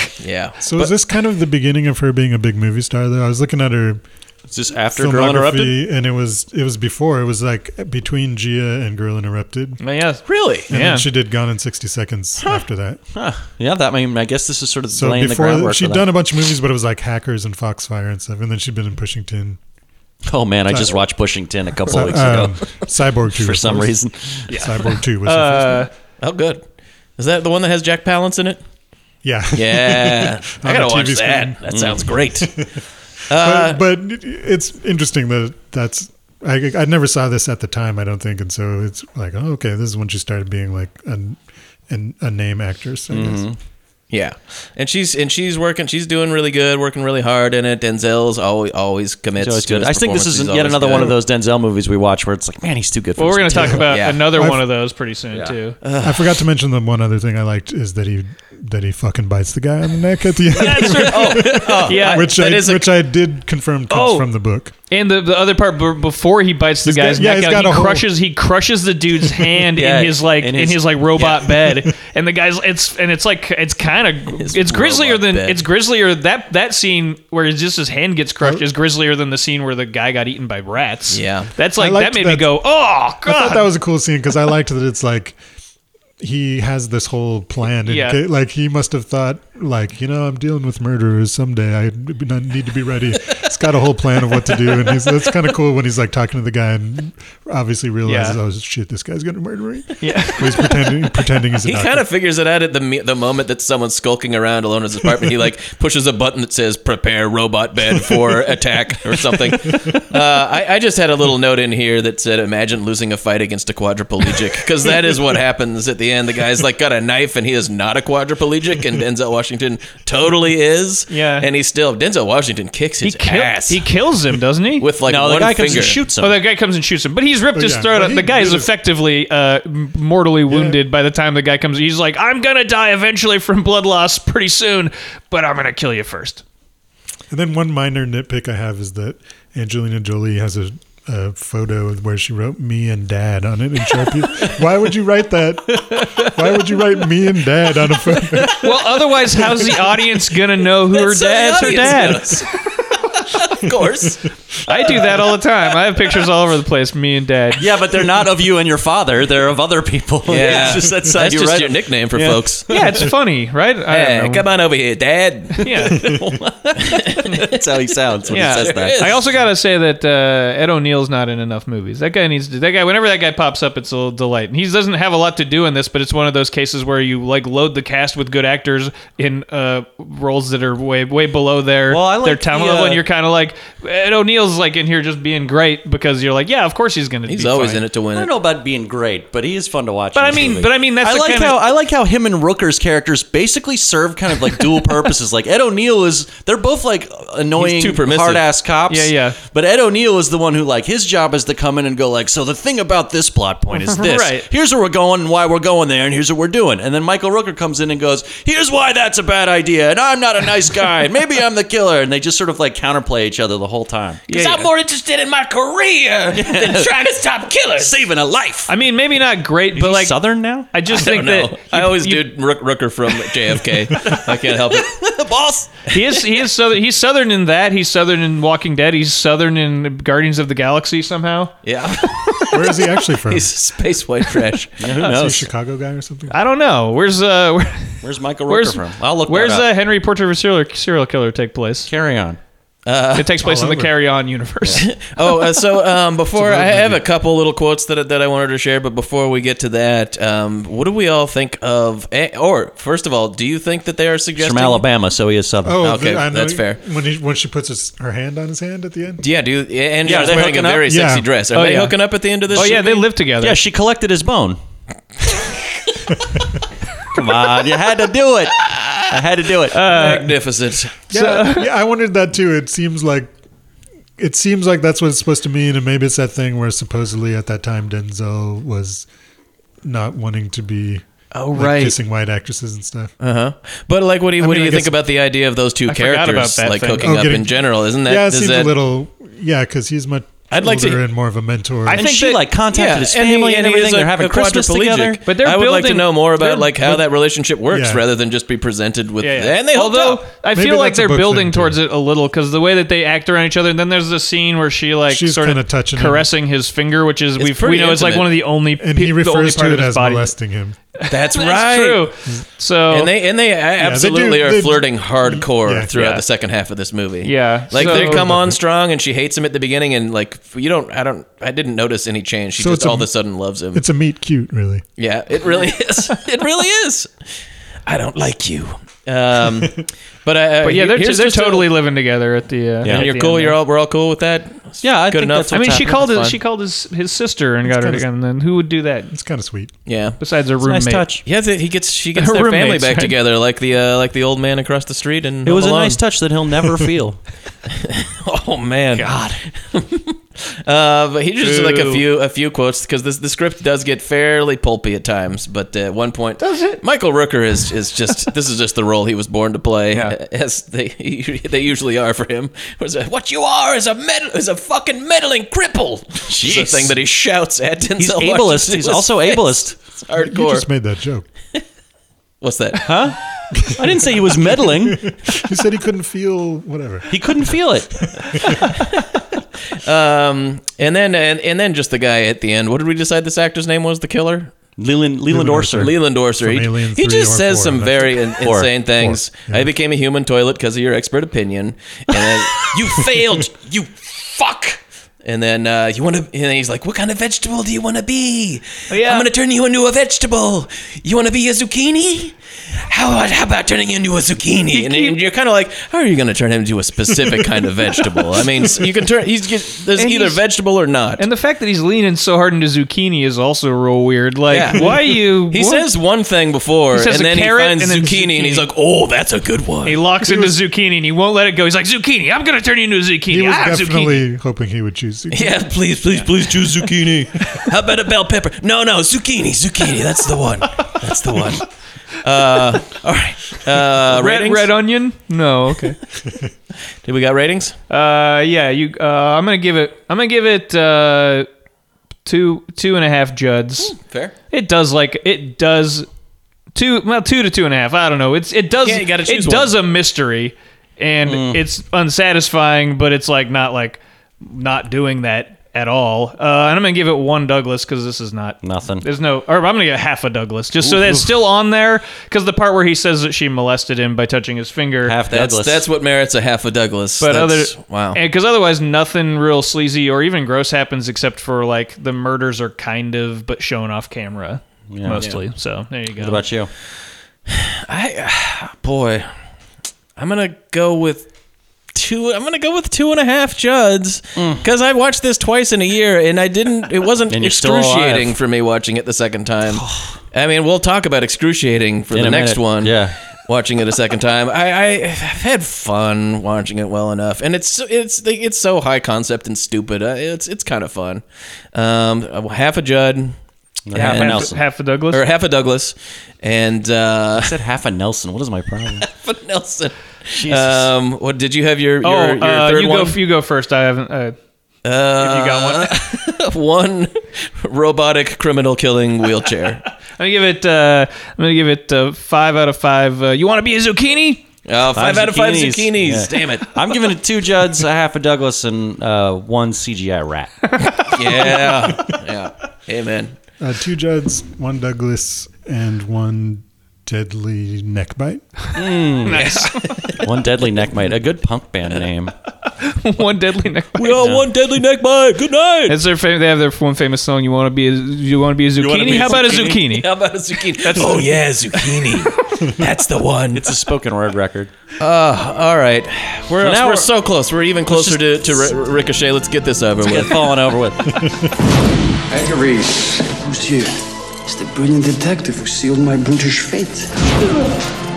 S2: Yeah.
S4: So is this kind of the beginning of her being a big movie star? Though I was looking at her
S3: It's just after Girl Interrupted.
S4: filmography, and it was it was before it was like between Gia and Girl Interrupted.
S1: But yes.
S2: Really?
S4: And
S1: Yeah.
S4: then she did Gone in 60 Seconds after that.
S3: Yeah, that. I mean, I guess this is sort of
S4: So
S3: laying the
S4: before
S3: groundwork.
S4: she'd
S3: for
S4: done
S3: that.
S4: a bunch of movies, but it was like Hackers and Foxfire and stuff. And then she'd been in Pushington,
S3: Oh man, I just watched Pushington a couple of weeks
S4: um,
S3: ago
S4: Cyborg 2
S3: [laughs] for
S4: of
S3: some
S4: course.
S3: reason.
S2: [laughs]
S4: Cyborg 2 was her first.
S1: Uh,
S2: Oh, good. Is that the one that has Jack Palance
S3: [laughs]
S2: in it?
S4: Yeah,
S2: Yeah. I
S4: On
S2: gotta
S4: the
S2: watch
S4: TV
S2: that.
S4: screen.
S2: That
S3: Mm.
S2: sounds
S3: [laughs]
S2: great.
S4: [laughs] but, but it's interesting that that's. I, I never saw this at the time, I don't think, and so it's like, oh, okay, this is when she started being like an, an, a name actress. I
S3: Mm-hmm.
S4: guess.
S2: Yeah, and she's and she's working. She's doing really good, working really hard in it. Denzel's always always commits.
S3: It's always
S2: to
S3: good.
S2: his
S3: I think this
S2: performance.
S3: is
S2: He's
S3: yet
S2: always
S3: another
S2: good.
S3: one
S2: [laughs]
S3: of those [laughs] Denzel movies we watch where it's like, man, he's too good for
S1: well, we're
S3: this.
S1: going to talk about
S2: Yeah.
S1: another
S4: I've-
S1: one of those pretty soon too.
S3: Uh,
S4: I forgot to mention the one other thing I liked is that he that he fucking bites the guy on the neck at
S2: [laughs]
S4: the end.
S3: Oh.
S1: yeah,
S4: which I
S2: That is a-
S4: which I did confirm comes
S1: Oh.
S4: from the book.
S1: and the, the other part b- before he bites the
S4: He's got-
S1: guy's
S4: yeah,
S1: neck
S4: he's
S1: out,
S4: got
S1: he
S4: a hole.
S1: crushes he crushes the
S4: [laughs]
S1: dude's hand
S3: Yeah,
S1: in his like
S3: in
S1: in
S3: his-
S1: his, like robot bed, and the guy's it's and it's like it's kind of it's grislier
S2: robot
S1: than
S2: bed.
S1: it's grislier that that scene where it's just his hand gets
S4: Oh.
S1: crushed is grislier than the scene where the guy got eaten by rats.
S2: Yeah.
S1: that's
S4: I
S1: like
S4: liked
S1: that made me
S4: that-
S1: go oh god.
S4: I thought that was a cool scene because I liked that it's like he has this whole plan. And
S1: Yeah.
S4: ca- like he must have thought, like you know, I'm dealing with murderers someday. I need to be ready. He's got a whole plan of what to do, and he's, that's kind of cool when he's like talking to the guy and obviously realizes,
S1: Yeah.
S4: oh shit, this guy's gonna murder me.
S1: Yeah.
S4: he's pretending pretending he's
S2: [laughs]
S4: a
S2: He
S4: doctor.
S2: kind of figures it out at the me- the moment that someone's skulking around alone in his apartment. He like [laughs] pushes a button that says "Prepare robot bed
S1: [laughs]
S2: for attack" or something. Uh, I, I just had a little note in here that said, "Imagine losing a fight against a quadriplegic," because that is what happens at the end. The guy's like got a knife, and he is not a quadriplegic, and Denzel Washington totally is.
S1: Yeah.
S2: and he still Denzel Washington kicks
S1: he,
S2: his
S1: kill-
S2: ass
S1: he kills him, doesn't he?
S2: with like
S3: no,
S2: one
S3: the guy
S2: finger.
S3: comes and shoots him.
S1: Oh, that guy comes and shoots him, but he's ripped his
S4: yeah.
S1: throat
S4: Well,
S1: out.
S4: he
S1: The guy is
S4: did it.
S1: effectively uh, m- mortally wounded by the time the guy comes. He's like, "I'm gonna die eventually from blood loss pretty soon, but I'm gonna kill you first.
S4: And then one minor nitpick I have is that Angelina Jolie has a, a photo where she wrote "me and dad" on it in Sharpie. Why would you write that? Why would you write "me and dad" on a photo?
S1: Well, otherwise, how's the audience gonna know who her
S2: So the
S1: dad's her dad?
S2: audience knows. [laughs] of course.
S1: I do that all the time. I have pictures all over the place, me and dad.
S3: yeah, but they're not of you and your father. They're of other people.
S2: Yeah,
S3: [laughs] it's just that's, how
S2: that's
S3: you
S2: just
S3: write
S2: your
S3: it.
S2: nickname for
S3: Yeah.
S2: folks.
S1: Yeah,
S3: [laughs]
S1: it's funny, right? I
S2: Hey,
S1: don't know.
S2: come on over here, Dad.
S1: Yeah,
S3: That's how he sounds when
S1: yeah.
S3: he says that.
S1: I also gotta say that uh, Ed O'Neill's not in enough movies. That guy needs to. That guy, whenever that guy pops up, it's a little delight. And he doesn't have a lot to do in this, but it's one of those cases where you like load the cast with good actors in uh, roles that are way way below their
S3: Well, I like
S1: their talent
S3: the, uh,
S1: level, and you're kind of like Ed O'Neill's Neil's like in here just being great because you're like, yeah, of course he's gonna.
S2: He's
S1: be
S2: always
S1: fine.
S2: in it to
S3: I
S2: win
S3: don't
S2: it.
S3: know about being great, but he is fun to watch.
S1: But
S3: in
S1: I
S3: this
S1: mean-
S3: movie.
S1: but I mean, that's
S3: I
S1: the
S3: like
S1: kind
S3: how
S1: of-
S3: I like how him and Rooker's characters basically serve kind of like
S1: [laughs]
S3: dual purposes. like Ed O'Neill is they're both like annoying,
S2: He's too permissive.
S3: hard ass cops.
S1: Yeah, yeah.
S3: But Ed O'Neill is the one who like his job is to come in and go like, so the thing about this plot
S1: [laughs]
S3: point is this.
S1: Right.
S3: Here's where we're going and why we're going there, and here's what we're doing. And then Michael Rooker comes in and goes, here's why that's a bad idea, and I'm not a
S1: [laughs]
S3: nice guy, and maybe I'm the killer, and they just sort of like counterplay each other the whole time.
S2: Because I'm more interested in my career than trying to stop killers.
S3: Saving a life.
S1: I mean, maybe not great, but like
S3: Southern now.
S1: I just
S2: I
S1: think
S2: don't know.
S1: that
S2: I always
S1: you-
S2: do Rook, Rooker from
S3: [laughs]
S2: JFK. I can't help it.
S4: [laughs]
S3: The boss.
S1: he is he is southern. He's southern in that. He's southern in Walking Dead. He's southern in Guardians of the Galaxy somehow.
S2: Yeah, [laughs]
S4: Where is he actually from?
S2: he's space white trash.
S3: Who
S4: Is he a
S3: knows?
S4: Chicago guy or something?
S1: I don't know. Where's uh [laughs] where,
S3: Where's Michael Rooker
S1: where's
S3: from? I'll look.
S1: where's
S3: that
S1: uh,
S3: up.
S1: Henry Portrait of a serial, serial Killer take place?
S3: Carry on.
S1: it takes place in the
S4: over.
S1: Carry On universe.
S2: [laughs] Oh, uh, so um, before I have a couple little quotes that that I wanted to share, but before we get to that, um, what do we all think of? eh, Or first of all, do you think that they are suggesting?
S3: From Alabama, so he is southern.
S4: Oh,
S2: Okay,
S4: the- I know
S2: that's fair.
S4: When he, when she puts his, her hand on his hand at the end,
S2: Yeah, do you, and yeah,
S3: Yeah, are
S2: was
S3: they
S2: wearing a
S3: hooking up?
S2: very sexy
S4: Yeah.
S2: dress. Are
S1: Oh,
S2: they
S1: yeah.
S2: hooking up at the end of this?
S1: oh yeah,
S2: movie?
S1: they live together.
S3: Yeah, she collected
S2: [laughs]
S3: his bone. Come on, you had to do it. I had to do it.
S1: uh,
S2: magnificent.
S4: yeah, yeah, I wondered that too. It seems like it seems like that's what it's supposed to mean, and maybe it's that thing where supposedly at that time Denzel was not wanting to be
S1: oh
S4: like,
S1: right.
S4: kissing white actresses and stuff.
S2: Uh huh. But like, what do you,
S4: I
S2: what
S4: mean,
S2: do
S4: I
S2: you think
S4: guess-
S2: about the idea of those two
S1: forgot
S2: characters
S1: about that
S2: like
S1: thing.
S2: hooking
S4: Oh,
S2: up
S4: getting-
S2: in general? Isn't that
S4: yeah, it
S2: does
S4: seems
S2: that-
S4: a little. Yeah, because he's much.
S2: I'd like to-
S4: older and more of a mentor.
S1: I
S3: and
S1: think
S3: she
S1: that-
S3: like contacted his
S2: he-
S3: family and,
S2: he is
S3: everything.
S2: a-
S3: They're having
S2: a
S3: Christmas
S2: quadriplegic.
S3: together.
S1: But they're
S2: I would like to
S1: building-
S2: know more
S1: they're-
S2: about like how that relationship works,
S4: Yeah.
S2: rather than just be presented with.
S1: Yeah, yeah.
S2: And they hooked
S1: although
S2: up.
S1: I
S4: Maybe
S1: feel like
S4: that's a
S1: they're
S4: book
S1: building
S4: thing,
S1: towards
S4: too.
S1: it a little because the way that they act around each other, and then there's the scene where she like
S4: She's
S1: sort
S4: kinda
S1: of
S4: touching him.
S1: caressing his finger, which is we we
S2: pretty
S1: know it's like
S2: intimate.
S1: one of the only
S4: and
S1: pe-
S4: he
S1: the only
S4: refers
S1: part of
S4: to it
S1: his
S4: as
S1: body.
S4: molesting him.
S2: That's
S1: That's
S2: right.
S1: true. So
S2: And they and they uh, absolutely
S4: do-
S2: are
S4: they-
S2: flirting hardcore
S4: Yeah.
S2: throughout
S1: Yeah.
S2: the second half of this movie.
S1: Yeah.
S2: like
S1: So-
S2: they come on strong, and she hates him at the beginning, and like you don't, I don't, I didn't notice any change. She
S4: So
S2: just
S4: it's a-
S2: all of a sudden loves him.
S4: [laughs] It's a meet cute, really.
S2: Yeah, it really is. It really is. I don't like you. Um, [laughs] but I, I-
S1: but yeah, they're,
S2: here's
S1: they're
S2: just a-
S1: totally living together at the. Uh,
S2: And
S1: at
S2: you're
S1: the
S2: cool.
S1: end
S2: You're
S1: there.
S2: all. We're all cool with that.
S3: Yeah, I
S2: Good
S3: think
S2: enough.
S3: that's
S1: I
S3: what's
S1: mean, she
S3: happening.
S1: called
S3: That's
S1: his
S3: fine.
S1: she called his his sister and got her
S4: kinda-
S1: together. And then who would do that
S4: It's kind of sweet.
S2: Yeah.
S1: besides a roommate?
S3: Nice touch.
S2: Yeah, they, he gets she gets
S1: Her
S2: their family
S1: roommates,
S2: back
S1: right?
S2: together, like the uh, like the old man across the street, and
S3: It was a nice touch that
S2: [laughs]
S3: he'll never feel.
S2: Oh man, God. [laughs] uh, but he just like a few a few quotes because this the script does get fairly pulpy at times. But at one point, does it? Michael Rooker is is
S3: [laughs]
S2: just this is just the role he was born to play, as they [laughs] they usually are for him. Was a, what you are is a med- is a fucking meddling cripple. It's the thing that he shouts at Denzel.
S3: He's
S2: Washington
S3: ableist.
S2: in
S3: He's
S2: his [laughs]
S3: also
S2: face.
S3: ableist.
S2: It's
S4: You
S2: hardcore.
S4: just made that joke.
S2: What's that?
S3: I didn't say he was meddling.
S4: He said he couldn't feel whatever.
S3: He couldn't feel it.
S2: Um, and then and, and then just the guy at the end. What did we decide this actor's name was? The killer.
S3: Leland, Leland Orser.
S2: Leland Orser.
S4: From
S2: He,
S4: Alien
S2: he
S4: 3
S2: just
S4: or
S2: says
S4: 4,
S2: some
S4: that's-
S2: very in,
S3: Four.
S2: insane things.
S4: Four, yeah.
S2: I became a human toilet because of your expert opinion.
S1: [laughs]
S2: And then, you failed, you fuck. And then uh, you want to, and then he's like, "What kind of vegetable do you want to be?
S1: Oh, yeah.
S2: I'm gonna turn you into a vegetable. You want to be a zucchini? How about, how about turning you into a zucchini?" And, then you're kind of like, "How are you gonna turn him into a specific kind of vegetable? I mean, you can turn. He's there's
S1: And
S2: either
S1: he's-
S2: vegetable or not."
S1: And the fact that he's leaning so hard into zucchini is also real weird. Like,
S2: Yeah.
S1: why you?
S2: He
S1: what-
S2: says one thing before,
S1: He says
S2: and
S1: a
S2: then he
S1: carrot
S2: finds
S1: and then
S2: zucchini, and he's
S1: zucchini.
S2: like, "Oh, that's a good one."
S1: he locks into zucchini and he won't let it go. He's like zucchini. I'm gonna turn you into a zucchini.
S4: He was
S1: ah, zucchini.
S4: definitely hoping he would choose. zucchini.
S2: [laughs] yeah, please, please, please choose zucchini. How about a bell pepper? No, no, zucchini, zucchini. That's the one. That's the one. Uh, all right. Uh,
S1: Red,
S2: ratings.
S1: red onion? No. Okay.
S2: Did we got ratings?
S1: Uh, yeah, you. Uh, I'm gonna give it. I'm gonna give it uh, two two and a half Juds.
S2: Fair.
S1: It does like it does two well two to two and a half. I don't know. It's it does
S2: Yeah, you gotta choose Mm.
S1: it does a mystery, and it's unsatisfying, but it's like not like not doing that at all. Uh, and I'm gonna give it one Douglas because this is not
S3: Nothing.
S1: There's no, or I'm gonna get half a Douglas just so that's still on there because the part where he says that she molested him by touching his finger.
S3: Half
S2: That's
S3: Douglas.
S2: that's what merits a half a Douglas.
S1: But
S2: That's-
S1: other
S2: wow.
S1: because otherwise nothing real sleazy or even gross happens except for like the murders are kind of but shown off camera mostly. So there you go.
S3: What about you?
S2: I, boy, I'm gonna go with two two. I'm gonna go with two and a half Juds because I watched this twice in a year, and I didn't. It wasn't
S3: Mm. [laughs] And you're still
S2: excruciating
S3: alive.
S2: for me watching it the second
S3: [sighs]
S2: time. I mean, we'll talk about excruciating for
S3: In
S2: the
S3: a
S2: next
S3: minute,
S2: one.
S3: yeah.
S2: Watching it a second time, I, I I've had fun watching it well enough, and it's it's it's so high concept and stupid. Uh, It's it's kind of fun. Um, half a Judd,
S3: half a
S2: and-
S3: Nelson.
S1: Half a Douglas.
S2: or half a Douglas, and uh,
S3: I said half a Nelson. What is
S2: [laughs]
S3: my problem?
S2: half a Nelson.
S3: Uh,
S2: Um, what did you have your your,
S1: oh,
S2: your
S1: uh,
S2: third
S1: you
S2: one? Uh.
S1: go. You go first. I haven't. Uh, if you got one,
S2: [laughs] one robotic criminal killing wheelchair.
S1: [laughs] I'm gonna give it. Uh, I'm gonna give it uh, five out of five. Uh, you want to be a
S2: [laughs]
S1: zucchini?
S2: Uh, five, out of five zucchinis.
S3: Yeah.
S2: Damn it! [laughs]
S3: I'm giving it two Judds, a half a Douglas, and uh, one CGI rat.
S2: Yeah, yeah. Amen.
S4: Uh, two Judds, one Douglas, and one deadly neck bite.
S3: one deadly neckmate. A good punk band name.
S1: [laughs] one deadly neck.
S2: We all one deadly neck bite. Good night.
S1: That's their fam- They have their one famous song. You want to be a. You want to be a
S2: wanna
S1: zucchini?
S2: be a
S1: How about a
S2: zucchini?
S1: zucchini?
S2: How about a zucchini? oh yeah, [laughs] zucchini. That's the one.
S3: It's a spoken word record.
S2: Uh, all right. We're
S3: So
S2: now
S3: now
S2: we're,
S3: we're-
S2: so close. We're even closer to, to Ri- Ricochet. Let's get this over
S3: Get
S2: with.
S3: fallen over
S2: [laughs]
S3: with.
S5: Agariz,
S9: Who's here? It's the brilliant detective who sealed my brutish fate.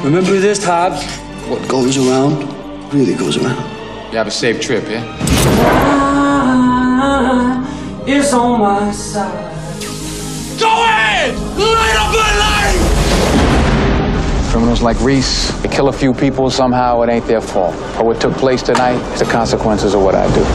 S9: Remember this, Hobbs? What goes around really goes around.
S5: you have a safe trip, yeah?
S9: Ah, It's on my side.
S5: Criminals like Reese, they kill a few people, somehow it ain't their fault. But what took place tonight is the consequences of what I do.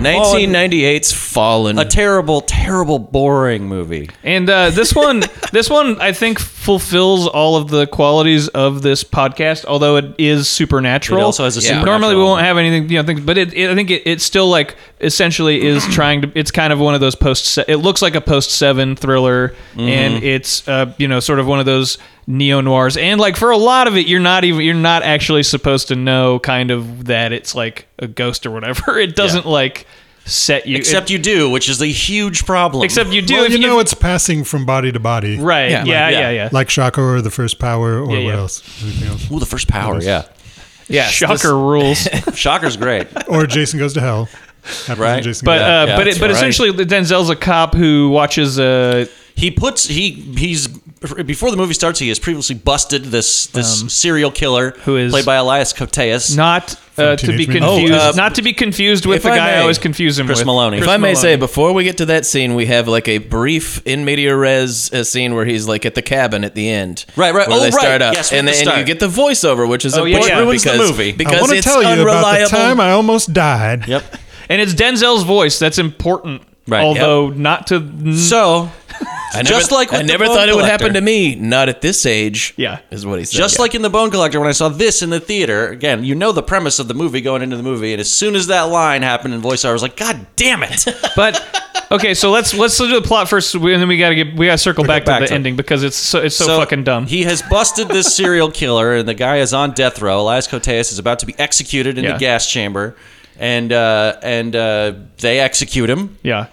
S2: 1998's Fallen.
S3: A terrible, terrible, boring movie.
S1: And uh, this
S4: [laughs]
S1: one, this one, I think fulfills all of the qualities of this podcast. Although it is supernatural,
S3: It also has a
S2: Yeah.
S3: supernatural
S1: normally we won't
S3: element.
S1: have anything, you know, things. But it, it I think it, it still like essentially
S4: [clears throat]
S1: is trying to. It's kind of one of those post. se- It looks like a post seven thriller,
S3: Mm-hmm.
S1: and it's uh, you know sort of one of those neo noirs. And like for a lot of it, you're not even you're not actually supposed to know kind of that it's like a ghost or whatever. [laughs] It doesn't like set you
S3: Except you do, which is a huge problem.
S1: except you do
S4: Well,
S1: if
S4: you
S1: if-
S4: know it's passing from body to body.
S1: right.
S2: Yeah.
S1: yeah,
S3: Yeah.
S1: yeah, yeah.
S4: Like Shocker or The First Power or
S1: Yeah,
S4: what
S1: yeah.
S4: else? Anything else?
S3: Ooh, the first power, Oh, yeah.
S1: Yeah, shocker rules.
S3: Shocker's great.
S4: Or Jason Goes to Hell. Happens in
S3: Right.
S4: Jason
S1: But
S4: Goes-
S1: uh,
S3: yeah,
S1: but
S3: that's
S1: it, but
S3: right.
S1: essentially, Denzel's a cop who watches. Uh,
S3: He puts he he's before the movie starts. He has previously busted this
S2: Um,
S3: this serial killer
S1: who is-
S3: played by Elias Coteas.
S1: not uh, to be
S4: Teenage Mutant Ninja
S1: confused.
S2: Turtles.
S1: not to be confused with
S2: If
S1: the
S2: I
S1: guy I
S2: may,
S1: always confuse him
S3: Chris
S1: with.
S3: Maloney.
S1: Chris
S2: if I may
S1: Maloney.
S2: say, before we get to that scene, we have like a brief in media res uh, scene where he's like at the cabin at the end.
S3: Right, right.
S2: Where
S3: Oh,
S2: they
S3: right.
S2: start up,
S3: Yes,
S2: and
S3: with the
S2: then and you
S3: start.
S2: get the voiceover, which is
S1: Oh, yeah, yeah.
S2: important
S1: Which ruins
S3: the
S2: because,
S3: movie. I
S4: I
S2: because
S4: want to
S2: it's
S4: tell you about
S2: unreliable.
S4: the time I almost died.
S3: Yep.
S1: and it's Denzel's voice that's important.
S3: Right,
S1: although not to.
S3: So
S2: [laughs] I never,
S3: Just like with
S2: I
S3: the
S2: never
S3: bone
S2: thought it would
S3: collector.
S2: happen to me. Not at this age.
S1: Yeah.
S2: is what he said.
S3: Just
S2: Yeah.
S3: like in The Bone Collector, when I saw this in the theater, again, you know the premise of the movie going into the movie, and as soon as that line happened in voiceover, I was like, God
S2: [laughs]
S3: damn it!
S1: But okay, so let's let's do the plot first, and then we gotta get we gotta circle back,
S3: back
S1: to the
S3: to it.
S1: ending because it's so it's so, fucking dumb.
S3: He has busted this serial killer, and the guy is on death row. Elias Coteas is about to be executed in
S1: Yeah.
S3: the gas chamber, and uh, and uh, they execute him.
S1: yeah,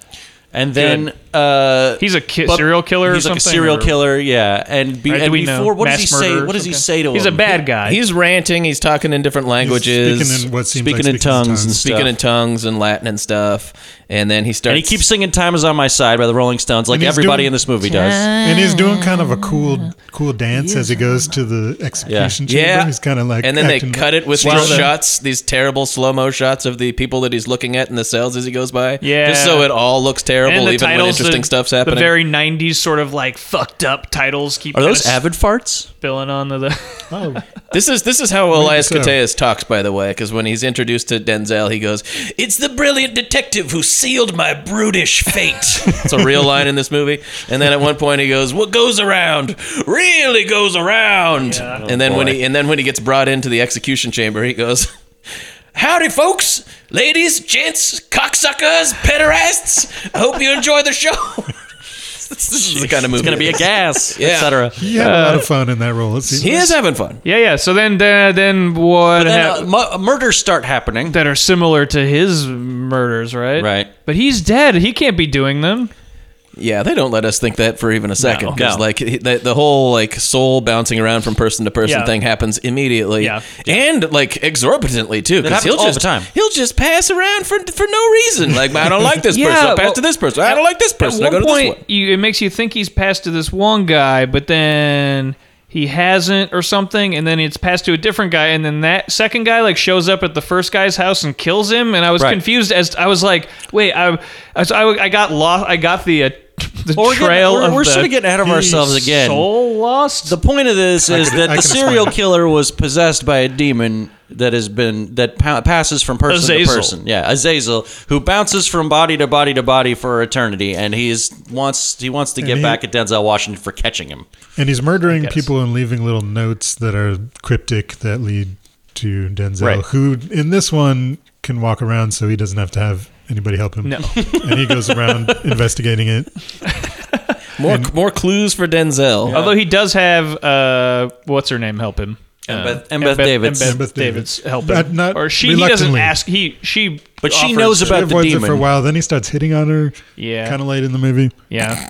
S3: And then uh,
S1: He's a ki-
S3: but-
S1: serial killer or
S3: He's like a
S1: something,
S3: serial
S1: or-
S3: killer, yeah. And, be,
S1: Or do
S3: and
S1: we know?
S3: before, what does he
S1: Mass
S3: say?
S1: murder or
S3: What does he
S1: something?
S3: say to him?
S1: He's a bad guy.
S2: he's ranting. He's talking in different
S4: He's
S2: languages.
S4: Speaking in what seems
S3: speaking
S4: like
S3: in tongues and
S2: speaking in
S3: stuff.
S2: tongues and Latin and stuff. And then he starts.
S3: And he keeps singing "Time Is on My Side" by the Rolling Stones, like
S4: And he's
S3: everybody
S4: doing-
S3: in this movie does.
S4: And he's doing kind of a
S1: Uh,
S4: cool cool dance as he goes to the execution chamber.
S2: Yeah,
S4: He's kind of like
S2: and then they
S4: acting
S2: cut it with
S4: Well,
S2: these
S4: then-
S2: shots, these terrible slow mo shots of the people that he's looking at in the cells as he goes by.
S1: Yeah.
S2: just so it all looks terrible,
S1: and the
S2: even when
S1: titles,
S2: interesting
S1: the,
S2: stuff's happening.
S1: The very '90s sort of like fucked up titles keep
S3: Are those
S1: kinda
S3: avid farts?
S1: spilling onto the. [laughs]
S4: Oh,
S2: this is this is how Elias
S4: so.
S2: Koteas talks, by the way, because when he's introduced to Denzel, he goes, "It's the brilliant detective who sealed my brutish fate." it's a real line in this movie. And then at one point he goes, "What goes around really goes around." and then when
S3: Oh, boy.
S2: he and then when he gets brought into the execution chamber, he goes. Howdy, folks, ladies, gents, cocksuckers, pederasts. I hope you enjoy the show. [laughs] this is the kind of movie.
S3: It's gonna be a gas,
S2: Yeah.
S3: etc.
S4: he had a lot of fun in that role. It seems.
S2: He is having fun.
S1: yeah, yeah. So then then, then what?
S3: Then
S1: hap-
S3: uh, mu- murders start happening.
S1: that are similar to his murders, right?
S3: Right.
S1: But he's dead. He can't be doing them.
S2: Yeah, they don't let us think that for even a second.
S1: No.
S2: Because
S3: No.
S2: like he- the, the whole like soul bouncing around from person to person
S1: Yeah.
S2: thing happens immediately.
S1: Yeah.
S2: and like exorbitantly too. Because
S3: happens
S2: he'll
S3: all
S2: just
S3: the time.
S2: he'll just pass around for for no reason. Like I don't like
S3: [laughs]
S2: this
S1: Yeah,
S2: person. I'll pass
S1: well,
S2: to this person. I don't like this person. I
S1: At
S2: go
S1: one
S2: to
S1: point,
S2: this one.
S1: you, it makes you think he's passed to this one guy, but then he hasn't or something, and then it's passed to a different guy, and then that second guy like shows up at the first guy's house and kills him, and I was
S3: Right.
S1: confused as I was like, wait, I, I, was- I, I got lost. I got the uh, [laughs] the
S3: Well, we're getting-
S1: trail
S3: we're-
S1: of
S3: we're
S1: the
S3: sorta getting ahead of ourselves again.
S1: Soul lost.
S3: The point of this is
S4: could-
S3: that the
S4: I can explain
S3: serial
S4: it.
S3: killer was possessed by a demon that has been that pa- passes from person
S1: Azazel.
S3: to person. Yeah, Azazel, who bounces from body to body to body for eternity, and he's wants he wants to get
S4: he-
S3: back at Denzel Washington for catching him.
S4: And he's murdering
S1: guess.
S4: people and leaving little notes that are cryptic that lead to Denzel,
S3: Right.
S4: who in this one can walk around so he doesn't have to have anybody help him.
S1: No.
S4: [laughs] and he
S1: [laughs]
S4: goes around investigating it.
S2: More more clues for Denzel.
S1: Although he does have uh, what's her name help him.
S3: Embeth-
S1: Uh,
S3: Embeth Davids.
S1: Embeth, Davids
S4: Embeth Davids.
S1: help him,
S4: But not
S1: or she. He doesn't
S4: reluctantly.
S1: ask. He she.
S3: But she
S1: offers
S3: knows
S1: to-
S4: He
S3: about the
S4: avoids it for a
S3: demon.
S4: while. Then he starts hitting on her
S1: Yeah.
S4: kind of late in the movie.
S3: [laughs]
S1: Yeah.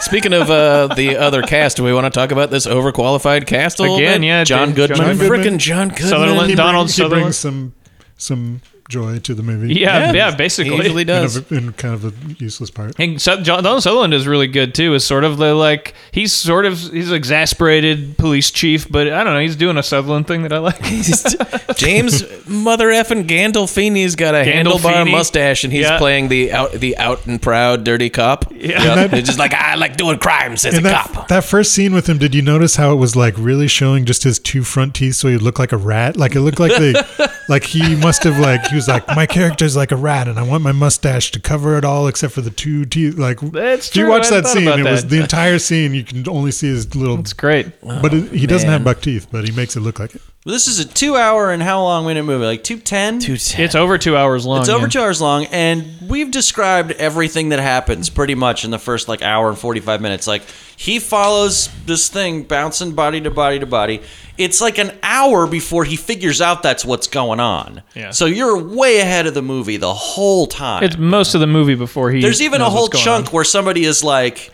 S2: Speaking of uh, [laughs] the other cast, do we want to talk about this overqualified cast a little
S1: Again,
S2: bit?
S1: yeah,
S2: John
S1: dude,
S2: Goodman,
S4: John Goodman.
S2: freaking John Goodman. [laughs]
S1: Sutherland.
S4: He,
S1: Donald
S4: bring, he
S1: Sutherland?
S4: brings some, some joy to the movie.
S1: Yeah, yeah,
S2: He
S1: basically.
S2: usually
S4: In,
S2: does.
S4: a, in kind of a useless part.
S1: [laughs] And Su- John, Donald Sutherland is really good too. Is sort of the like he's sort of he's exasperated police chief, but I don't know. He's doing a Sutherland thing that I like. [laughs]
S2: James mother effing Gandolfini's got a handlebar
S1: Gandolfini?
S2: mustache, and he's
S1: Yeah.
S2: playing the out the out and proud dirty cop. Yeah, they're just like I like doing crimes as a
S4: And that,
S2: cop.
S4: that first scene with him, did you notice how it was like really showing just his two front teeth so he looked like a rat? Like it looked like
S1: [laughs]
S4: they like he must have like he was like, My character's like a rat and I want my mustache to cover it all except for the two teeth like
S1: That's
S4: if you
S1: true. I
S4: watch
S1: hadn't
S4: that
S1: thought
S4: scene,
S1: about
S4: it was
S1: that.
S4: the entire scene you can only see his little
S1: it's great. Oh,
S4: but it, he doesn't
S2: man.
S4: have buck teeth, but he makes it look like it.
S3: Well, this is a two-hour and how long minute movie? Like two ten. Two
S1: It's over two hours long.
S3: It's over
S1: yeah.
S3: two hours long, and we've described everything that happens pretty much in the first like hour and forty five minutes. Like he follows this thing bouncing body to body to body. It's like an hour before he figures out that's what's going on.
S1: Yeah.
S3: So you're way ahead of the movie the whole time.
S1: It's most of the movie before he.
S3: There's even a
S1: knows
S3: whole
S1: what's going
S3: chunk
S1: on.
S3: where somebody is like,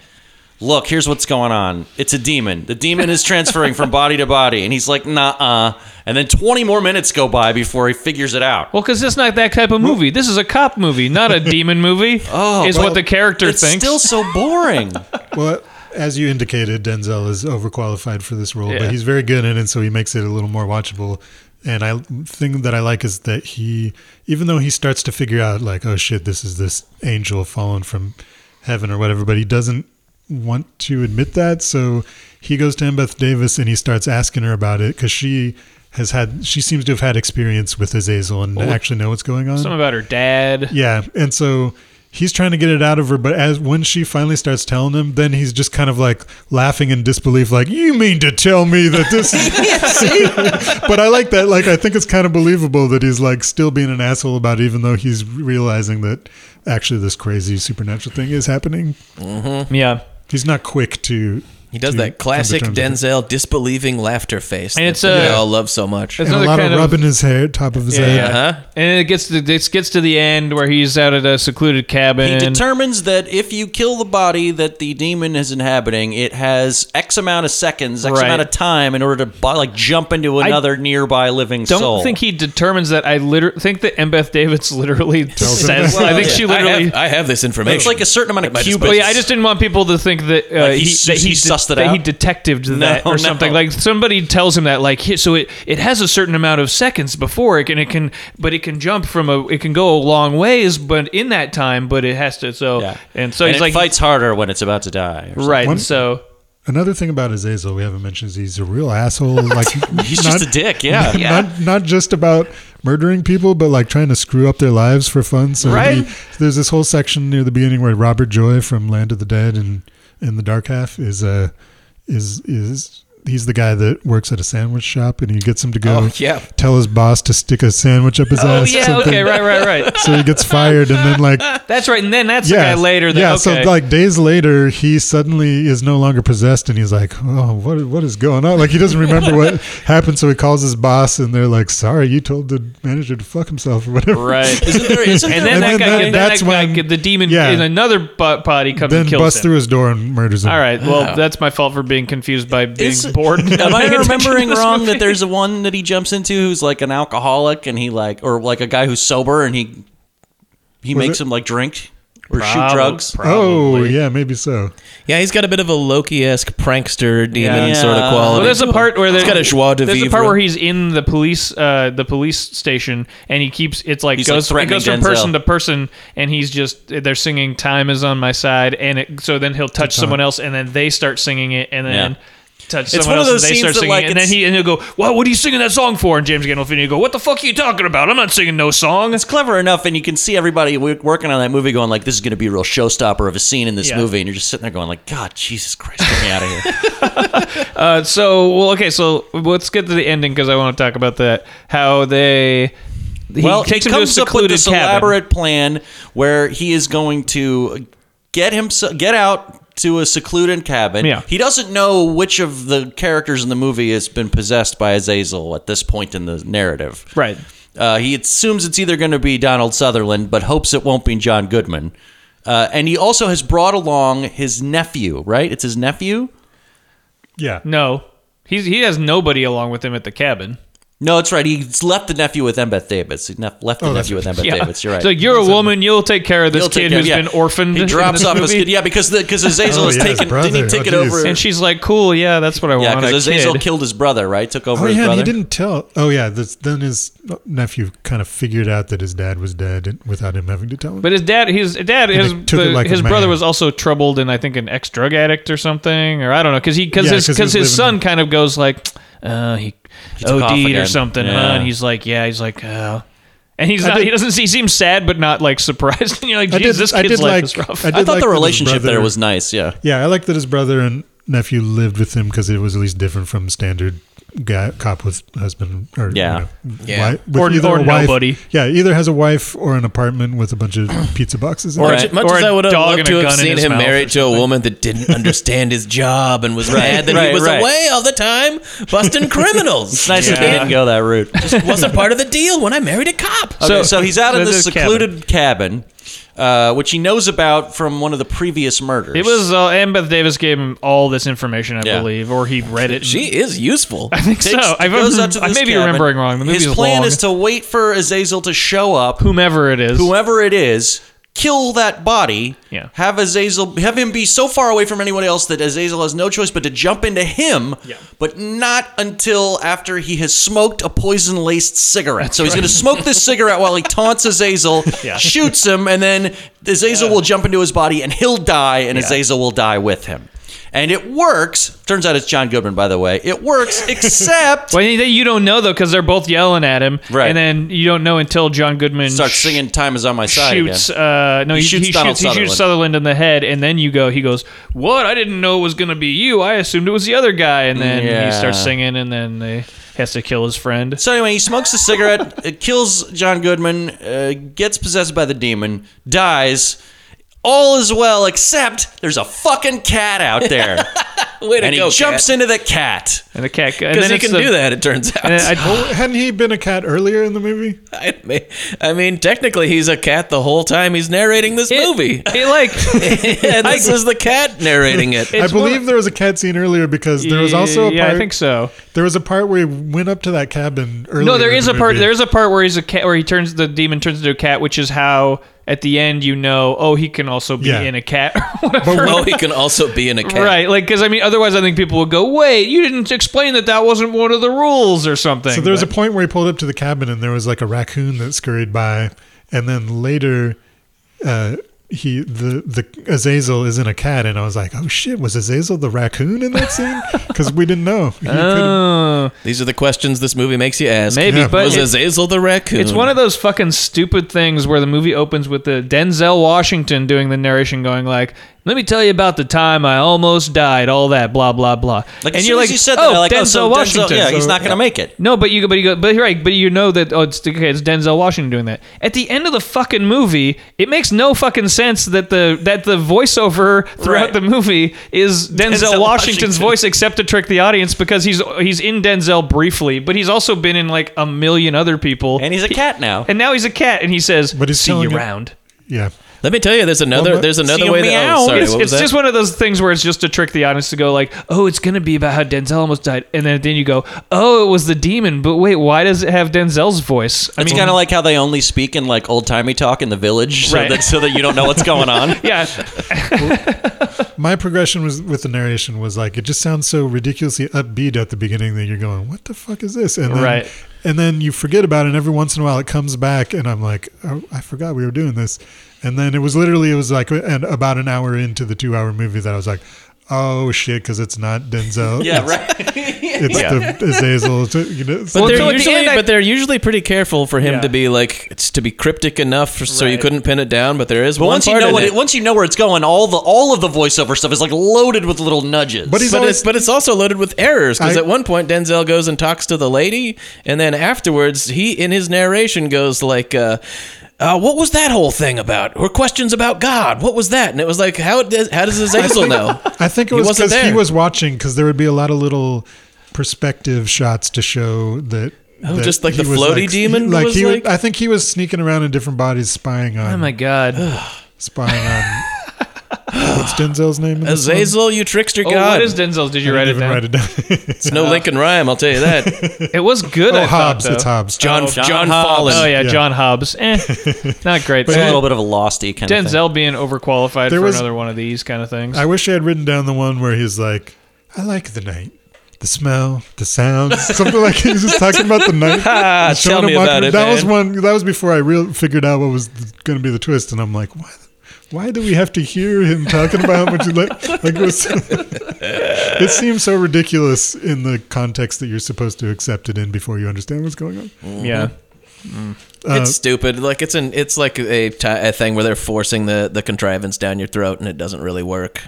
S3: "Look, here's what's going on. It's a demon. The demon is transferring from body to body," and he's like, "Nah." And then 20 more minutes go by before he figures it out.
S1: Well, because it's not that type of movie. This is a cop movie,
S4: [laughs]
S1: not a demon movie. oh, is what the character
S3: it's
S1: thinks.
S3: still so
S1: [laughs]
S3: boring.
S4: Well as you indicated, Denzel is overqualified for this role,
S1: Yeah.
S4: but he's very good in it, so he makes it a little more watchable. And I thing that I like is that he, even though he starts to figure out like, oh shit, this is this angel fallen from heaven or whatever, but he doesn't want to admit that. So he goes to Embeth Davis and he starts asking her about it because she has had, she seems to have had experience with Azazel and actually know what's going on.
S1: Something about her dad.
S4: Yeah, and so he's trying to get it out of her, but as when she finally starts telling him, then he's just kind of like laughing in disbelief, like, "You mean to tell me that this?" is... [laughs] but I like that. Like, I think it's kind of believable that he's like still being an asshole about it, even though he's realizing that actually this crazy supernatural thing is happening.
S1: Yeah.
S4: He's not quick to.
S2: He does
S4: to come
S2: that
S4: to
S2: classic
S4: terms with it.
S2: Denzel disbelieving laughter face,
S1: And
S2: that
S1: it's, uh,
S2: we all love so much.
S1: It's
S4: And a
S1: another
S4: lot
S1: kind
S4: of
S1: of-
S4: rubbing his hair, top of his head.
S2: Uh-huh.
S1: And it gets to this gets to the end where he's out at a secluded cabin.
S3: He determines that if you kill the body that the demon is inhabiting, it has X amount of seconds, X
S1: Right.
S3: amount of time in order to bo- like jump into another nearby living
S1: don't
S3: soul. [laughs]
S1: think he determines that. I liter- think that Embeth Davids
S4: [laughs]
S1: literally
S4: him.
S1: says. I think she
S2: I have-
S1: literally.
S2: I have, this information.
S3: it's like a certain amount of
S2: my
S3: cubits.
S1: Well, yeah, I just didn't want people to think that uh,
S3: Like he
S1: he,
S3: sus-
S1: that
S3: he
S1: he, de-
S3: sussed it
S1: that he
S3: out?
S1: detectived that
S3: No,
S1: or
S3: no.
S1: something. Like somebody tells him that, like, he- so it, it has a certain amount of seconds before it can, it can, but it can jump from a, it can go a long ways, but in that time, but it has to. So
S3: Yeah.
S1: and so he's
S3: it
S1: like,
S3: fights harder when it's about to die. or
S1: right?
S4: One-
S1: so
S4: Another thing about Azazel we haven't mentioned is he's a real asshole. [laughs] Like
S3: He's
S4: not-
S3: just a dick, yeah.
S4: not not just about murdering people, but like trying to screw up their lives for fun. So
S1: Right.
S4: he- there's this whole section near the beginning where Robert Joy from Land of the Dead and and the Dark Half is uh is is he's the guy that works at a sandwich shop and he gets him to go
S2: Oh, yeah.
S4: tell his boss to stick a sandwich up his
S1: Oh
S4: ass. or
S1: yeah,
S4: something.
S1: okay, right, right, right.
S4: [laughs] So he gets fired, and then like
S1: That's right. And then that's
S4: yeah,
S1: the guy later. That,
S4: yeah.
S1: Okay.
S4: So like days later, he suddenly is no longer possessed, and he's like, "Oh, what what is going on?" Like he doesn't
S1: [laughs]
S4: remember what happened, so he calls his boss, and they're like, "Sorry, you told the manager to fuck himself or whatever."
S1: right.
S2: Isn't there? Isn't
S1: [laughs] And
S2: there?
S1: then
S4: And
S1: that
S4: then
S1: guy,
S4: that-
S1: and then
S4: that's
S1: that guy,
S4: when-
S1: the demon
S4: yeah.
S1: in another bu- body comes
S4: [laughs] Then
S1: and kills
S4: busts
S1: him.
S4: through his door and murders him.
S1: All right. Well, that's my fault for being confused by being
S2: Is-
S1: bored.
S3: [laughs]
S1: [laughs]
S3: Am I remembering wrong that there's a one that he jumps into who's like an alcoholic and he like or like a guy who's sober and he he
S4: Was
S3: makes
S4: it-
S3: him like drink or
S1: Prob-
S3: shoot drugs.
S4: Oh
S1: probably.
S4: yeah, maybe so.
S2: Yeah, he's got a bit of a Loki-esque prankster demon
S3: Yeah.
S2: sort of
S1: Well,
S2: quality.
S1: there's a part where
S2: He's
S1: there's,
S2: got a joie de
S1: there's a
S2: vivre.
S1: part where he's in the police, uh, the police station, and he keeps it's like
S3: He's, like,
S1: goes it
S3: threatening
S1: goes from
S3: Denzel.
S1: person to person, and he's just they're singing "Time Is on My Side," and it, so then he'll touch someone else, and then they start singing it, and then.
S3: Yeah.
S1: Touch
S3: It's
S1: someone
S3: one of
S1: else
S3: those
S1: and they
S3: scenes
S1: start
S3: that,
S1: singing,
S3: like,
S1: it, and then
S3: it's-
S1: he and he'll go, "Wow, what are you singing that song for?" And James Gandolfini will go, "What the fuck are you talking about? I'm not singing no song."
S3: It's clever enough, and you can see everybody wo- working on that movie going like, "This is going to be a real showstopper of a scene in this
S1: Yeah.
S3: movie," and you're just sitting there going like, "God, Jesus Christ, get me out of
S1: [laughs]
S3: here!"
S1: Uh, so well, okay, so let's get to the ending because I want to talk about that. How they he
S3: well,
S1: takes
S3: he
S1: him to a
S3: comes up with
S1: secluded
S3: this
S1: cabin.
S3: elaborate plan where he is going to get him get out to a secluded cabin.
S1: Yeah.
S3: He doesn't know which of the characters in the movie has been possessed by Azazel at this point in the narrative.
S1: Right.
S3: Uh, he assumes it's either going to be Donald Sutherland, but hopes it won't be John Goodman. Uh, and he also has brought along his nephew, right? It's his nephew.
S4: Yeah.
S1: No, he's he has nobody along with him at the cabin.
S3: No, that's right. He's left the nephew with Embeth Davis. He nef- left the
S4: Oh, that's
S3: nephew with Embeth Davis. You're right.
S1: It's like you're a woman, you'll take care of this
S3: He'll take
S1: kid
S3: care-
S1: who's
S3: yeah.
S1: been orphaned.
S3: He
S1: in
S3: drops
S1: this
S3: off his
S1: movie.
S3: kid, yeah, because the because Azazel
S4: [laughs] Oh,
S3: is
S4: yeah, his
S3: taken. Didn't he
S4: brother.
S3: take
S4: Oh,
S3: it over?
S4: geez.
S1: and she's like, "Cool, yeah, that's what I
S3: yeah,
S1: want."
S3: because
S1: a
S3: Azazel
S1: kid.
S3: killed his brother, right? Took over
S4: Oh
S3: his
S4: yeah, and
S3: brother.
S4: he didn't tell. Oh yeah, this, then his nephew kind of figured out that his dad was dead without him having to tell him.
S1: But his dad, his dad, his
S4: they took it
S1: the-
S4: like a
S1: his brother
S4: man.
S1: was also troubled, and I think an ex drug addict or something, or I don't know, because he because
S4: Yeah,
S1: his
S4: 'cause he
S1: because
S4: was
S1: his son
S4: living-
S1: kind of goes like, uh, he,
S3: took off
S1: OD'd or
S3: again.
S1: something, huh?
S3: Yeah.
S1: And he's like, yeah, he's like, uh. And he's
S4: I
S1: not,
S4: did-
S1: he doesn't. He seems sad, but not like surprised. [laughs] And you're like,
S4: I
S1: "Geez,
S4: did-
S1: this
S4: I
S1: kid's
S4: did
S1: life
S4: like-
S1: is rough."
S4: I
S3: I thought
S4: did like
S3: the
S4: that his
S3: relationship there
S4: brother-
S3: was
S1: [laughs]
S3: nice. Yeah,
S4: Yeah, I like that his brother and nephew lived with him because it was at least different from standard guy, cop with husband or
S3: Yeah.
S4: you know,
S2: Yeah.
S4: wi- with
S1: Or-
S4: either
S1: or
S4: a wife-
S1: nobody.
S4: Yeah, either has a wife or an apartment with a bunch of pizza boxes. in
S2: Or
S4: it.
S2: as much
S1: Or
S2: as
S1: a
S2: I would have
S1: dog
S2: loved
S1: and a
S2: to
S1: gun
S2: have
S1: in
S2: seen
S1: his
S2: him
S1: mouth or
S2: married to a woman that
S1: [laughs]
S2: didn't understand his job and was mad that he
S3: right,
S2: was
S3: right.
S2: away all the time
S1: [laughs]
S2: busting criminals.
S3: it's nice that he didn't go that route.
S2: It wasn't part of the deal when I married a cop.
S3: Okay, so, he's out in
S1: so
S3: this
S1: the cabin.
S3: secluded cabin, uh, which he knows about from one of the previous murders.
S1: It was uh, Annabeth Davis gave him all this information, I
S3: Yeah.
S1: believe, or he read it. and-
S2: She is useful.
S1: I think [laughs] so.
S3: Takes-
S1: I,
S3: goes out to
S1: I
S3: this
S1: may be
S3: cabin.
S1: remembering wrong. The movie's
S3: His plan
S1: long.
S3: is to wait for Azazel to show up,
S1: whomever it is.
S3: whoever it is, kill that body.
S1: Yeah.
S3: Have Azazel have him be so far away from anyone else that Azazel has no choice but to jump into him.
S1: Yeah.
S3: But not until after he has smoked a poison laced cigarette. so he's going to smoke this
S1: [laughs]
S3: cigarette while he taunts Azazel,
S1: Yeah.
S3: shoots him, and then Azazel will jump into his body and he'll die, and Azazel will die with him. And it works. Turns out it's John Goodman, by the way.
S1: [laughs]
S3: It works, except
S1: Well, you you don't know though because they're both yelling at him,
S3: Right.
S1: And then you don't know until John Goodman
S3: starts
S1: sh-
S3: singing "Time Is on My Side." again.
S1: shoots. Uh, no, he, he
S3: shoots
S1: shoots. He
S3: Donald
S1: shoots, Sutherland. in the head, and then you go. He goes, "What? I didn't know it was gonna be you. I assumed it was the other guy." And then
S3: Yeah.
S1: he starts singing, and then they has to kill his friend.
S3: So anyway, he smokes a cigarette, it kills John Goodman, uh, gets possessed by the demon, dies. All is well except there's a fucking cat out
S1: [laughs]
S3: there,
S2: Way to
S3: and he
S2: go,
S3: jumps into the cat.
S1: And the cat.
S2: because he can do that. It turns out.
S1: I,
S4: Well, hadn't he been a cat earlier in the movie?
S2: [laughs] I mean, I mean, technically, he's a cat the whole time he's narrating this
S1: it, [laughs]
S2: movie, [laughs]
S1: It
S4: [laughs]
S1: like
S2: and this is the cat
S1: [laughs]
S2: narrating it.
S4: I
S1: It's one
S4: believe
S1: of-
S4: there was a cat scene earlier because there was also a
S1: [laughs]
S4: part.
S1: yeah, I think so.
S4: There was a part where he went up to that cabin earlier.
S1: No, there
S4: in
S1: is
S4: the
S1: a part.
S4: movie.
S1: There is a part where he's a cat, where he turns the demon turns into a cat, which is how at the end you know, oh, he can also be
S4: Yeah.
S1: in a cat. or [laughs] whatever.
S2: [laughs] oh, he can also be in a cat.
S1: Right, like because I mean, otherwise I think people would go, wait, you didn't explain that that wasn't one of the rules or something.
S4: So there was a
S1: But-
S4: point where he pulled up to the cabin and there was like a raccoon that scurried by, and then later, uh, he the the Azazel isn't a cat, and I was like, oh shit, was Azazel the raccoon in that scene? Because we didn't know. He could've-
S1: Oh,
S2: These are the questions this movie makes you ask.
S1: maybe,
S4: Yeah,
S1: but
S2: was
S1: it-
S2: Azazel the raccoon?
S1: it's one of those fucking stupid things where the movie opens with the Denzel Washington doing the narration, going like, "Let me tell you about the time I almost died," all that blah blah blah.
S3: Like,
S1: and
S3: as
S1: you're
S3: soon
S1: like,
S3: as you said
S1: "Oh,
S3: that, like,
S1: Denzel
S3: oh, so
S1: Washington."
S3: Denzel, yeah, he's
S1: So-
S3: not gonna make it.
S1: No, but you go, but you go, but you're right, but you know that oh, it's okay, it's Denzel Washington doing that. At the end of the fucking movie, it makes no fucking sense that the that the voiceover throughout
S3: Right.
S1: the movie
S3: [laughs]
S1: is Denzel,
S3: Denzel
S1: Washington's
S3: Washington.
S1: voice, except to trick the audience because he's he's in Denzel briefly, but he's also been in like a million other people,
S3: And he's a cat now.
S1: and now he's a cat, and he says,
S4: But he's
S1: "See you
S4: telling you-
S1: round."
S4: yeah.
S2: Let me tell you, there's another.
S4: Well,
S2: there's
S3: see
S2: another
S3: you
S2: way that.
S3: meow.
S2: Oh, sorry,
S1: it's
S2: what was
S1: it's
S2: that?
S1: just one of those things where it's just to trick the audience to go like, oh, it's gonna be about how Denzel almost died, and then then you go, oh, it was the demon, but wait, why does it have Denzel's voice? I
S3: It's
S1: mean- [laughs]
S3: kind of like how they only speak in like old timey talk in the village, so
S1: Right.
S3: that so that you don't know what's going on.
S1: [laughs] yeah,
S4: My progression was with the narration was like it just sounds so ridiculously upbeat at the beginning that you're going, what the fuck is this? And then,
S1: Right.
S4: And then you forget about it, and every once in a while it comes back, and I'm like, oh, I forgot we were doing this. And then it was literally it was like and about an hour into the two hour movie that I was like, oh shit, because it's not Denzel,
S3: Yeah, right.
S4: it's the Azazel. it's- You know,
S2: But
S1: Well,
S2: they're
S1: so at the
S2: usually,
S1: end I-
S2: but they're usually pretty careful for him
S1: Yeah.
S2: to be like it's to be cryptic enough for, so you
S1: Right.
S2: couldn't pin it down. But there is
S3: But
S2: one
S3: once you
S2: part
S3: know
S2: in
S3: what
S2: it.
S3: it, once you know where it's going, all the all of the voiceover stuff is like loaded with little nudges.
S4: But he's
S2: but
S4: always-
S2: it's but it's also loaded with errors because
S4: I-
S2: at one point Denzel goes and talks to the lady, and then afterwards he in his narration goes like. Uh, uh, what was that whole thing about? Or questions about God? What was that? And it was like, how does how does Azazel know?
S4: [laughs] I think it
S2: He
S4: was
S2: wasn't
S4: because he
S2: there.
S4: was watching because there would be a lot of little perspective shots to show that.
S2: Oh,
S4: that
S2: just like
S4: he
S2: the
S4: was,
S2: floaty demon
S4: like
S2: was
S4: he,
S2: like-
S4: I think he was sneaking around in different bodies, spying on,
S1: oh my god,
S4: spying on.
S2: [laughs]
S4: what's Denzel's name? In this one?
S2: Azazel, you trickster
S1: oh,
S2: god!
S1: what is Denzel's? Did you
S4: I
S1: write
S4: didn't
S1: it
S4: even
S1: down?
S4: write it down. [laughs]
S2: it's no Lincoln rhyme, I'll tell you that.
S1: It was good.
S4: oh,
S1: I
S4: Hobbs.
S1: Thought,
S4: It's
S1: though.
S4: Hobbs.
S2: John
S3: John
S2: John
S3: Hobbs.
S2: Holland.
S1: Oh yeah,
S4: Yeah.
S1: John Hobbs.
S4: [laughs]
S1: Eh, not great.
S3: it's a
S1: Eh,
S3: little bit of a losty kind of thing.
S1: Denzel being overqualified
S4: There
S1: for
S4: was-
S1: another one of these kind of things.
S4: I wish I had written down the one where he's like, "I like the night." The smell,
S2: [laughs]
S4: the sounds, something like he's just talking about the night.
S2: Ah,
S4: Showing
S2: tell
S4: him
S2: me
S4: walking-
S2: about it.
S4: That
S2: man.
S4: was one. That was before I real figured out what was going to be the twist, and I'm like, why? Why do we have to hear him talking about how much he like? like it, was, [laughs] it seems so ridiculous in the context that you're supposed to accept it in before you understand what's going on.
S2: Mm.
S1: yeah,
S2: it's stupid. Like it's an it's like a, ti- a thing where they're forcing the the contrivance down your throat and it doesn't really work.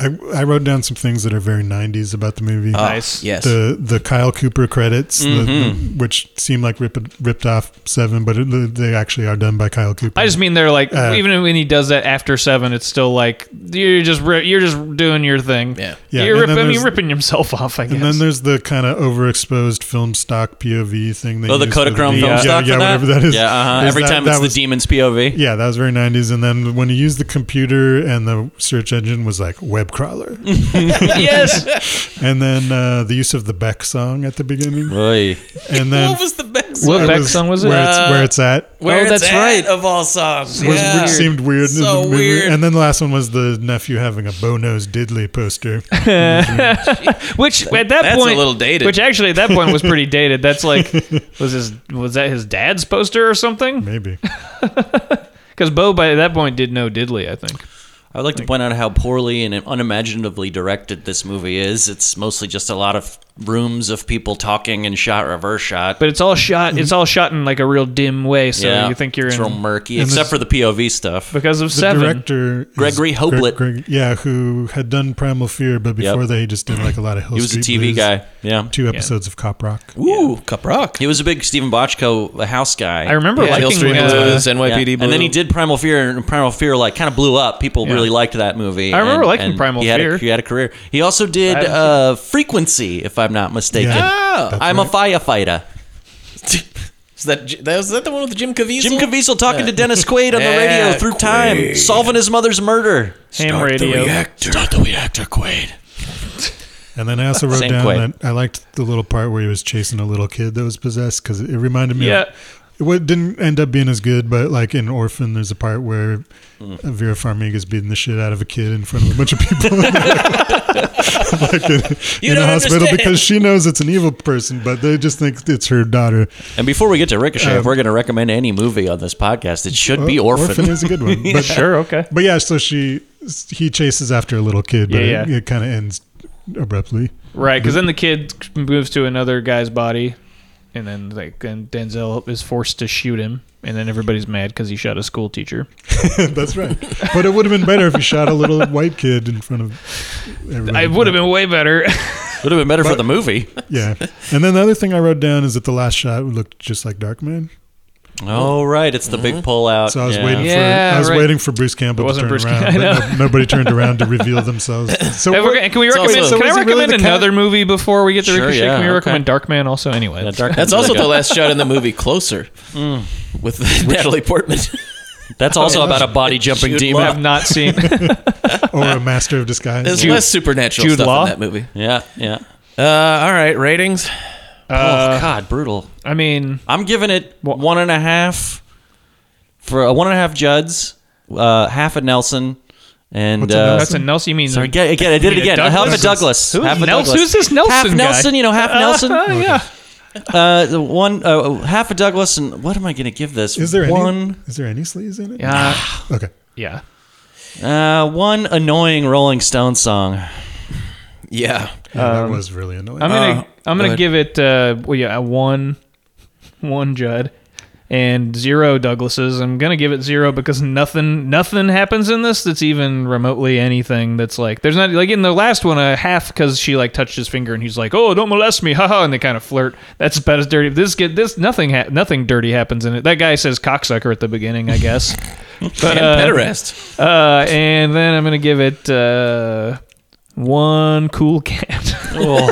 S4: I, I wrote down some things that are very 90s about the movie.
S1: nice.
S2: Oh, Yes.
S4: [laughs] The the Kyle Cooper credits, the-
S3: Mm-hmm.
S4: the- which seem like rip, ripped off Seven, but it, they actually are done by Kyle Cooper.
S1: I just mean they're like
S4: Uh,
S1: even when he does that after seven, it's still like you're just ri- you're just doing your thing.
S2: Yeah.
S4: Yeah,
S1: you're
S4: and
S1: rip-
S4: then
S1: I mean,
S4: there's-
S1: ripping himself off. I guess.
S4: And then there's the kind of overexposed film stock POV thing. They
S3: Oh, the
S4: use for
S3: Kodachrome film
S4: the- yeah,
S3: stock
S4: yeah,
S3: for that?
S4: whatever that is.
S3: Yeah, uh-huh.
S4: There's
S3: every
S4: that-
S3: time
S4: that
S3: it's
S4: was-
S3: the demon's POV.
S4: Yeah, that was very 90s. And then when you use the computer and the search engine was like web
S3: [laughs]
S4: crawler,
S1: [laughs] yes,
S4: and then uh, the use of the Beck song at the beginning,
S3: Oy.
S4: and then
S2: what was the best?
S1: What
S4: it
S1: Beck song was it? Uh,
S4: Where it's,
S3: Uh,
S4: where it's at.
S2: Where
S1: Oh,
S2: it's
S1: that's
S2: at
S1: right.
S2: of all songs.
S4: Was,
S2: yeah.
S4: Which seemed weird. in
S2: So
S4: the movie.
S2: weird.
S4: And then the last one was the nephew having a bow nose diddley poster.
S1: which at that
S2: That's a
S1: point
S2: little dated.
S1: Which actually at that point was pretty dated. That's
S4: [laughs]
S1: like was his was that his dad's poster or something?
S4: Maybe.
S1: Because Bo by that point did know Diddley, I think.
S3: I would like to point out how poorly and unimaginatively directed this movie is. It's mostly just a lot of rooms of people talking and shot reverse shot.
S1: But it's all shot. It's all shot in like a real dim way, so
S3: yeah,
S1: you think you're
S3: it's
S1: in
S3: real murky,
S4: And
S3: except for
S4: this-
S3: the POV stuff.
S1: because of
S4: The
S1: [laughs] seven.
S4: director is
S3: Gregory Hoblit.
S4: yeah, who had done Primal Fear, but before that he just did like a lot of Hill
S3: He was a
S4: Street
S3: TV
S4: Blues,
S3: guy. Yeah,
S4: Two episodes of Cop Rock.
S2: Ooh, Cup Rock.
S3: he was a big Stephen Bochco house guy.
S1: I remember
S2: Yeah, Hill
S1: liking
S2: Street
S1: uh,
S2: Blues, NYPD
S3: Yeah.
S2: Blue.
S3: And then he did Primal Fear, and Primal Fear like kind of blew up. People
S1: Yeah.
S3: really liked that movie.
S1: I remember
S3: and-
S1: liking
S3: and
S1: Primal
S3: he had
S1: Fear.
S3: A, he had a career. He also did
S1: I haven't
S3: uh, Frequency, if I'm not mistaken.
S1: Oh.
S4: Yeah, that's
S3: I'm
S4: right.
S3: a firefighter.
S2: [laughs] Is that, J- that was that the one with Jim Caviezel?
S3: Jim Caviezel talking to Dennis Quaid on the radio
S2: Yeah,
S3: through time, solving his mother's murder.
S1: ham radio.
S3: Start the reactor, Quaid.
S4: And then I also wrote
S3: Same
S4: down
S3: quote.
S4: that I liked the little part where he was chasing a little kid that was possessed because it reminded me
S1: Yeah.
S4: of. It wa- didn't end up being as good, but like in Orphan, there's a
S2: Mm.
S4: part where Vera Farmiga's beating the shit out of a kid in front of a bunch of people. [laughs] like in,
S2: [laughs] You
S4: in a
S2: don't
S4: hospital
S2: understand.
S4: because she knows it's an evil person, but they just think it's her daughter.
S3: And before we get to Ricochet, if we're going to recommend any movie on this podcast, it should be
S4: Uh, Well,
S3: Orphan.
S4: is a
S1: [laughs]
S4: good one. But,
S1: Sure, okay.
S4: But yeah, so she he chases after a little kid, but
S1: Yeah,
S4: it,
S1: yeah.
S4: it kind of ends abruptly. [laughs]
S1: Right, because then the kid moves to another guy's body, and then like then Denzel is forced to shoot him, and then everybody's mad because he shot a school teacher.
S4: That's right. But it would have been better if he shot a little white kid in front of. Everybody.
S1: I would have been way better. [laughs]
S3: Would have been better for the
S4: [laughs]
S3: movie.
S4: Yeah. And then the other thing I wrote down is that the last shot looked just like Darkman.
S3: Oh, right. It's the big
S2: Mm-hmm.
S3: pullout.
S4: So I was
S3: Yeah.
S4: waiting for
S1: Yeah,
S4: I was
S1: right.
S4: waiting for Bruce
S1: It
S4: Campbell to
S1: wasn't
S4: turn
S1: Bruce
S4: around.
S1: Campbell, [laughs] I
S4: but no- nobody turned
S1: [laughs]
S4: around to reveal themselves. So
S1: Hey,
S4: what-
S1: we're gonna- can we recommend?
S3: also-
S1: can I
S4: was it really
S1: recommend
S4: the cat?
S1: another movie before we get to
S3: Sure,
S1: Ricochet?
S3: yeah,
S1: can we
S3: okay.
S1: recommend Darkman also? Anyway,
S3: Yeah,
S1: [laughs]
S3: Dark-
S2: That's also the last shot in the movie Closer with [laughs] Natalie
S3: [laughs]
S2: Portman. [laughs]
S3: That's also about a body jumping
S2: Jude
S3: demon.
S1: I have not seen.
S4: or a master of disguise.
S2: There's
S4: Yeah.
S2: less supernatural
S1: Jude
S2: stuff
S1: Law?
S2: in that movie.
S3: Yeah, yeah.
S2: Uh, all right, ratings.
S4: Uh,
S3: oh God, brutal.
S1: Uh, I mean,
S3: I'm giving it one and a half for a one and a half Juds, uh, half a Nelson, and
S4: What's a
S3: uh,
S1: that's a Nelson. You mean
S3: Sorry, again, again, I did it
S1: You mean a
S3: again. Half a
S1: Douglas?
S3: Douglas.
S1: Who's
S3: half a
S1: Nelson? Who's
S3: Douglas.
S1: this Nelson
S3: Half
S1: guy?
S3: Nelson, you know, half Nelson.
S1: Uh, [laughs] yeah.
S3: Uh, the one, uh, half a Douglas, and what am I going to give this?
S4: Is there any,
S3: one?
S4: Is there any sleaze in it?
S1: Yeah.
S4: Okay.
S1: yeah.
S3: Uh, one annoying Rolling Stone song.
S2: Yeah.
S4: Yeah, that was really annoying.
S1: Um, I'm gonna
S2: Uh,
S1: I'm
S2: go
S1: gonna
S2: ahead.
S1: give it uh well, yeah a one [laughs] one Judd and zero Douglases. I'm gonna give it zero because nothing nothing happens in this that's even remotely anything that's like there's not like in the last one a half because she like touched his finger and he's like oh don't molest me [laughs] haha and they kind of flirt. That's about as dirty. This get this nothing ha- nothing dirty happens in it. That guy says cocksucker at the beginning, I guess.
S2: [laughs]
S1: but
S2: and
S1: uh,
S2: Pederast.
S1: uh, and then I'm gonna give it uh one cool cat.
S2: Oh.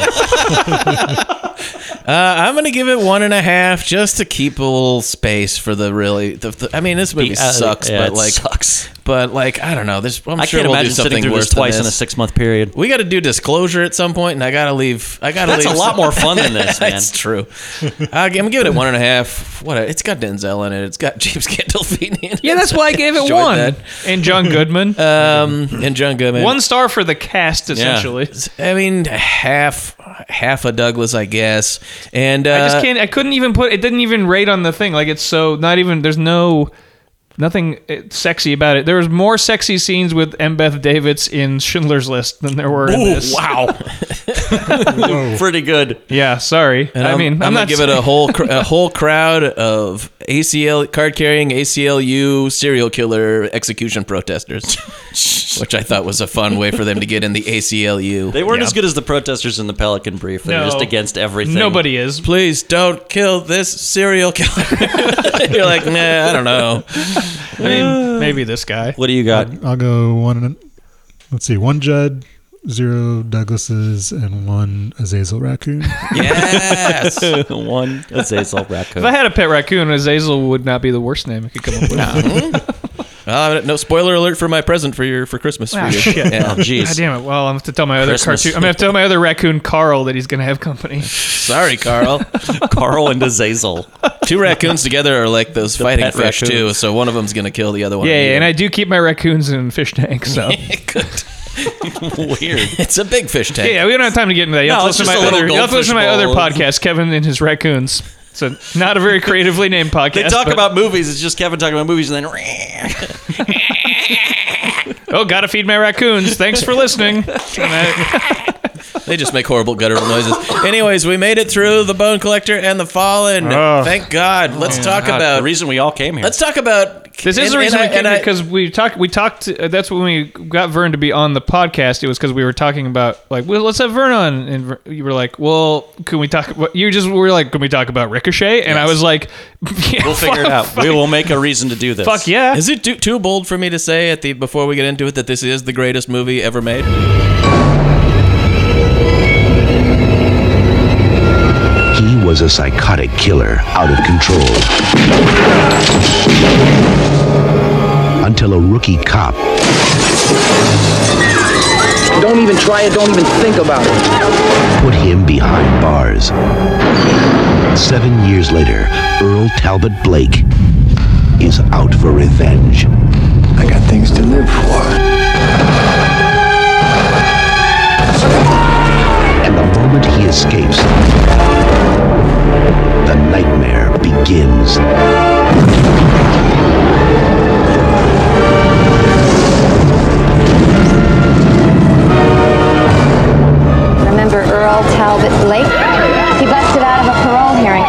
S1: [laughs]
S2: Uh, I'm gonna give it one and a half just to keep a little space for the really. The, the- I mean, this movie
S3: The, uh,
S2: sucks,
S3: yeah,
S2: but
S3: it
S2: like,
S3: sucks.
S2: but like, I don't know. There's, I'm
S3: I
S2: sure
S3: can't
S2: we'll
S3: imagine
S2: do something
S3: sitting through
S2: worse
S3: this twice
S2: than
S3: in a
S2: this.
S3: six month period.
S2: We got to do disclosure at some point, and I gotta leave. I gotta.
S3: That's a
S2: leave
S3: lot
S2: some-
S3: more fun than this,
S2: [laughs]
S3: man.
S2: That's true. I, am giving it one and a half. What? A, it's got Denzel in it. It's got [laughs] James Gandolfini in it.
S1: Yeah, that's why I gave it
S2: Enjoyed
S1: one. Uh,
S2: that.
S1: And John [laughs] Goodman.
S2: Um, and John Goodman.
S1: one star for the cast, essentially.
S2: I mean, half half a Douglas, I guess. And uh,
S1: I just can't. I couldn't even put. It didn't even rate on the thing. Like it's so not even. There's no nothing eh, sexy about it. There was more sexy scenes with M. Beth Davids in Schindler's List than there were in this.
S3: [laughs]
S2: wow.
S3: Pretty good.
S1: Yeah, sorry.
S2: And
S1: I mean, I'm,
S2: I'm,
S1: not
S2: gonna give it a
S1: saying- [laughs]
S2: whole cr- a whole crowd of ACL card carrying ACLU serial killer execution protesters,
S1: [laughs]
S2: which I thought was a fun way for them to get in the ACLU.
S3: They weren't as good as the protesters in the Pelican Brief. They were
S1: No.
S3: just against everything.
S1: Nobody is.
S2: Please don't kill this serial killer. [laughs] You're like, nah, I don't know.
S1: I [sighs] mean, maybe this guy.
S3: What do you got?
S4: I'll go one. and Let's see. One Judd, zero Douglases, and one Azazel raccoon.
S2: [laughs] Yes.
S3: [laughs] One Azazel raccoon.
S1: If I had a pet raccoon, Azazel would not be the worst name I could come [laughs] up with.
S2: Uh, no spoiler alert for my present for your for Christmas for
S1: Ah, [laughs]
S2: you.
S1: shit.
S2: Yeah.
S3: Oh, jeez.
S1: God damn it! Well, I'm gonna have to tell my other
S3: Christmas.
S1: cartoon. I'm gonna have to tell my other raccoon Carl that he's gonna have company.
S2: Sorry, Carl.
S3: Carl and Azazel.
S2: Two raccoons together are like those fighting
S3: pet
S2: fish
S3: raccoon.
S2: too. So one of them's gonna kill the other one.
S1: Yeah, yeah, and
S2: [laughs]
S1: I do keep my raccoons in fish tanks.
S3: [laughs]
S1: So yeah,
S2: Good.
S1: [laughs]
S3: Weird.
S2: It's a big fish tank.
S1: yeah, we don't have time to get into that. You have
S3: No,
S1: to
S3: it's
S1: listen to
S3: just
S1: my
S3: a little
S1: other, you have to listen to my other
S3: goldfish bowl.
S1: podcast, Kevin and his raccoons. So not a
S3: [laughs]
S1: very creatively named podcast.
S3: They talk
S1: but-
S3: about movies. It's just Kevin talking about movies and then. [laughs]
S1: oh, gotta feed my raccoons. Thanks for
S3: [laughs]
S1: listening. And I-
S2: They just make horrible guttural noises. Anyways, we made it through the Bone Collector and the Fallen.
S1: Ugh.
S2: Thank God.
S1: Oh,
S2: Let's talk
S3: God,
S2: about.
S3: the reason we all came here.
S2: let's talk about.
S1: this is
S2: and-
S1: the reason
S2: and
S1: we came
S2: and
S1: here because we talked. We talked. Uh, that's when we got Vern to be on the podcast. It was because we were talking about like, well, let's have Vern on, and Ver- you were like, well, can we talk? About, you just were like, can we talk about Ricochet? And I was like, [laughs] yeah,
S3: [laughs] we'll figure
S1: [laughs]
S3: it out. We will make a reason to do this.
S1: Fuck yeah!
S2: Is it too, too bold for me to say at the before we get into it that this is the greatest movie ever made?
S6: He was a psychotic killer out of control. Until a rookie cop
S9: Don't even try it, don't even think about it.
S6: put him behind bars. Seven years later, Earl Talbot Blake is out for revenge.
S9: I got things to live for.
S6: The moment he escapes, the nightmare begins.
S10: Remember Earl Talbot Blake? He busted out of a parole hearing.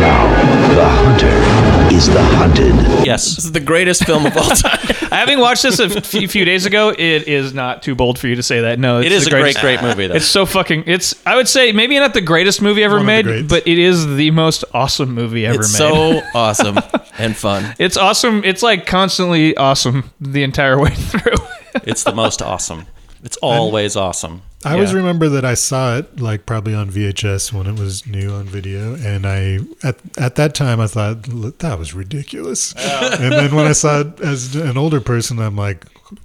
S6: Now, the hunter is the hunted.
S2: This
S3: Yes.
S2: is the greatest
S1: [laughs]
S2: film of all time.
S1: Having watched this a few, few days ago, it is not too bold for you to say that. No, it's
S2: It is
S1: the
S2: a great,
S1: greatest-
S2: great movie, though.
S1: It's so fucking. It's. I would say maybe not the greatest movie ever
S4: One of the
S1: made,
S4: greats.
S1: but it is the most awesome movie ever
S2: It's
S1: made.
S2: so awesome and fun.
S1: it's awesome. It's like constantly awesome the entire way [laughs] through.
S3: It's the most awesome. It's always awesome.
S4: I always
S1: Yeah.
S4: remember that I saw it like probably on VHS when it was new on video, and I at at that time I thought "Look, that was ridiculous, and then when I saw it as an older person, I'm like.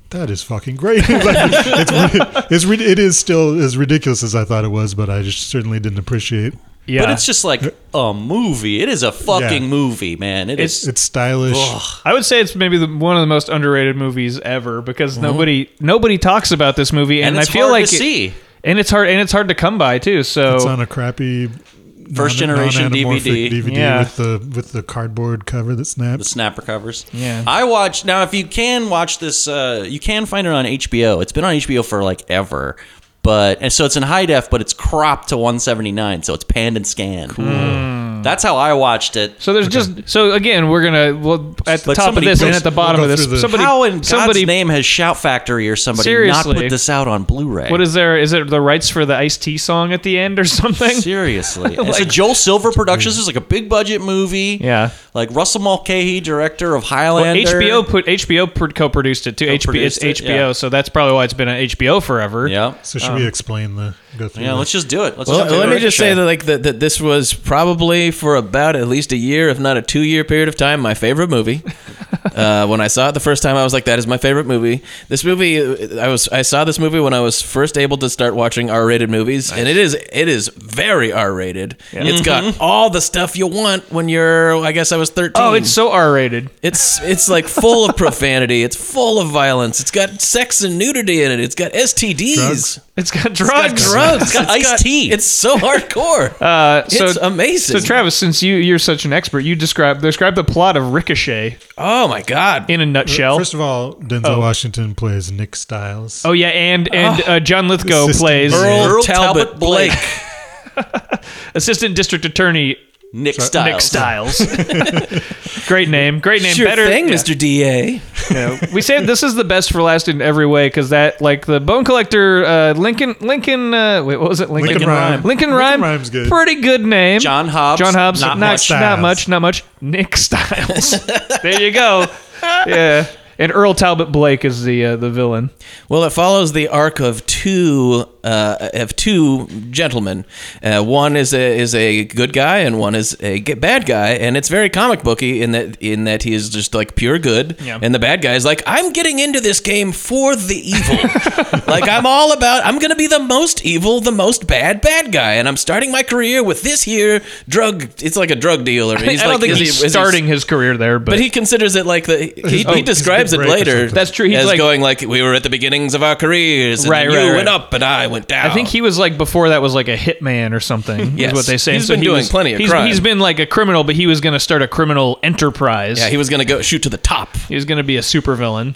S4: That is fucking great. [laughs] Like, it's, rid- it's rid- it is still as ridiculous as I thought it was, but I just certainly didn't appreciate.
S1: yeah,
S3: But it's just like a movie. It is a fucking
S4: Yeah.
S3: movie, man. It
S1: It's-
S3: is.
S4: It's stylish.
S1: I would say it's maybe the, one of the most underrated movies ever because nobody nobody talks about this movie, and,
S3: Mm-hmm. and it's
S1: I feel
S3: hard
S1: like
S3: to
S1: it-
S3: see.
S1: and it's hard and it's hard to come by too. So
S4: It's on a crappy
S3: First
S4: non-
S3: generation DVD.
S4: non-anamorphic DVD
S1: Yeah.
S4: with the with the cardboard cover that
S3: the
S4: snaps.
S3: snapper covers.
S1: Yeah.
S3: I watched now. If you can watch this, uh, you can find it on HBO. It's been on HBO for like ever, but and so it's in high def, but it's cropped to 179, so it's panned and scanned.
S1: Hmm.
S3: That's how I watched it.
S1: So there's just so again we're gonna well at the
S3: But
S1: top of
S3: somebody
S1: this and
S3: goes-
S1: at the bottom
S4: we'll go
S1: of this
S4: through the-
S1: somebody
S3: how in God's
S1: somebody
S3: name has Shout Factory or somebody not
S1: Seriously.
S3: put this out on Blu-ray?
S1: what is there is it the rights for the Ice Tea song at the end or [laughs] something? [laughs]
S3: Seriously, it's a
S1: Like-
S3: Joel Silver Productions. It's like a big budget movie.
S1: Yeah.
S3: like Russell Mulcahy, director of
S1: Well,
S3: Highlander.
S1: HBO put HBO pro- co-produced it too. HBO, it's
S3: Co-produced it,
S1: HBO,
S3: yeah.
S1: so that's probably why it's been on HBO forever.
S3: Yeah,
S4: So should we explain the go through?
S3: Oh. yeah.
S4: the-
S3: Let's just do it. Let's
S2: Well,
S3: just do
S2: let
S3: it.
S2: me just say
S3: Ricochet.
S2: that like that, that this was probably for about at least a year, if not a two-year period of time, my favorite
S3: [laughs]
S2: movie. uh, when I saw it the first time, I was like, "That is my favorite movie." This movie, uh, I was I saw this movie when I was first able to start watching R-rated movies, and it is it is very R-rated. It's
S3: Mm-hmm.
S2: got all the stuff you want when you're. I guess I was thirteen.
S1: Oh, it's so R-rated.
S2: It's it's like full of profanity. It's full of violence. It's got sex and nudity in it. It's got STDs.
S4: Drugs.
S1: It's got drugs.
S2: Drugs. It's
S3: got iced tea.
S2: It's so hardcore.
S1: Uh, so,
S2: It's amazing.
S1: So Travis, since you you're such an expert, you describe describe the plot of Ricochet
S2: oh my god.
S1: in a nutshell.
S4: First of all, Denzel Washington plays Nick Styles.
S1: oh yeah, and and uh, John Lithgow
S4: Assistant
S1: plays
S4: Earl
S2: Earl Talbot,
S3: Talbot
S2: Blake.
S1: assistant district attorney
S3: Nick Styles.
S2: Oh.
S1: Nick Styles. Great name. Great name.
S2: Sure
S1: Better
S2: thing,
S1: yeah.
S2: Mr. DA.
S1: We say this is the best for last in every way because that, like the Bone Collector, uh, Lincoln, Lincoln, uh, wait, what was it? Lincoln,
S4: Lincoln Rhyme.
S1: Lincoln
S4: Lincoln
S1: Rhyme.
S4: Rhyme's good.
S1: Pretty good name.
S3: John Hobbs.
S1: John Hobbs. Not,
S3: Not
S1: not
S4: much.
S1: much. Not much. Nick Styles.
S2: [laughs]
S1: there you go. Yeah. And Earl Talbot Blake is the uh, the villain.
S2: Well, it follows the arc of two uh, of two gentlemen. Uh, one is a is a good guy, and one is a g- bad guy, and it's very comic booky in that in that he is just like pure good,
S1: Yeah.
S2: and the bad guy is like, I'm getting into this game for the evil. [laughs] like I'm all about, I'm gonna be the most evil, the most bad bad guy, and I'm starting my career with this here drug. It's like a drug dealer. and
S1: I don't
S2: like,
S1: think
S2: is he-
S1: he's
S2: is he-
S1: starting his career there, but,
S2: But he considers it like the he, he
S4: oh,
S2: describes
S4: he's a
S2: it
S4: big break or
S2: later.
S4: something.
S1: That's true. He's
S2: as
S1: like-
S2: going like we were at the beginnings of our careers. And
S1: Right,
S2: then
S1: right,
S2: You
S1: right.
S2: went up and I went down.
S1: I think he was like before that was like a hitman or something.
S2: Yes.
S1: is what they say.
S2: He's
S1: so
S2: been
S1: he
S2: doing
S1: was-
S2: plenty of
S1: he's-
S2: crime.
S1: He's been like a criminal, but he was going to start a criminal enterprise.
S2: yeah he was gonna go shoot to the top.
S1: He was going to be a supervillain.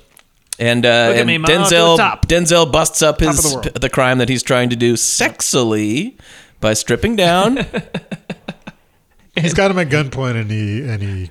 S2: And, uh,
S1: at
S2: and
S1: me, Ma, to the
S2: Denzel
S1: top.
S2: Denzel busts up his
S1: of the
S2: the,
S1: world.
S2: crime that he's trying to do sexily by stripping
S3: [laughs]
S2: down.
S4: He's got him at gunpoint, and he and he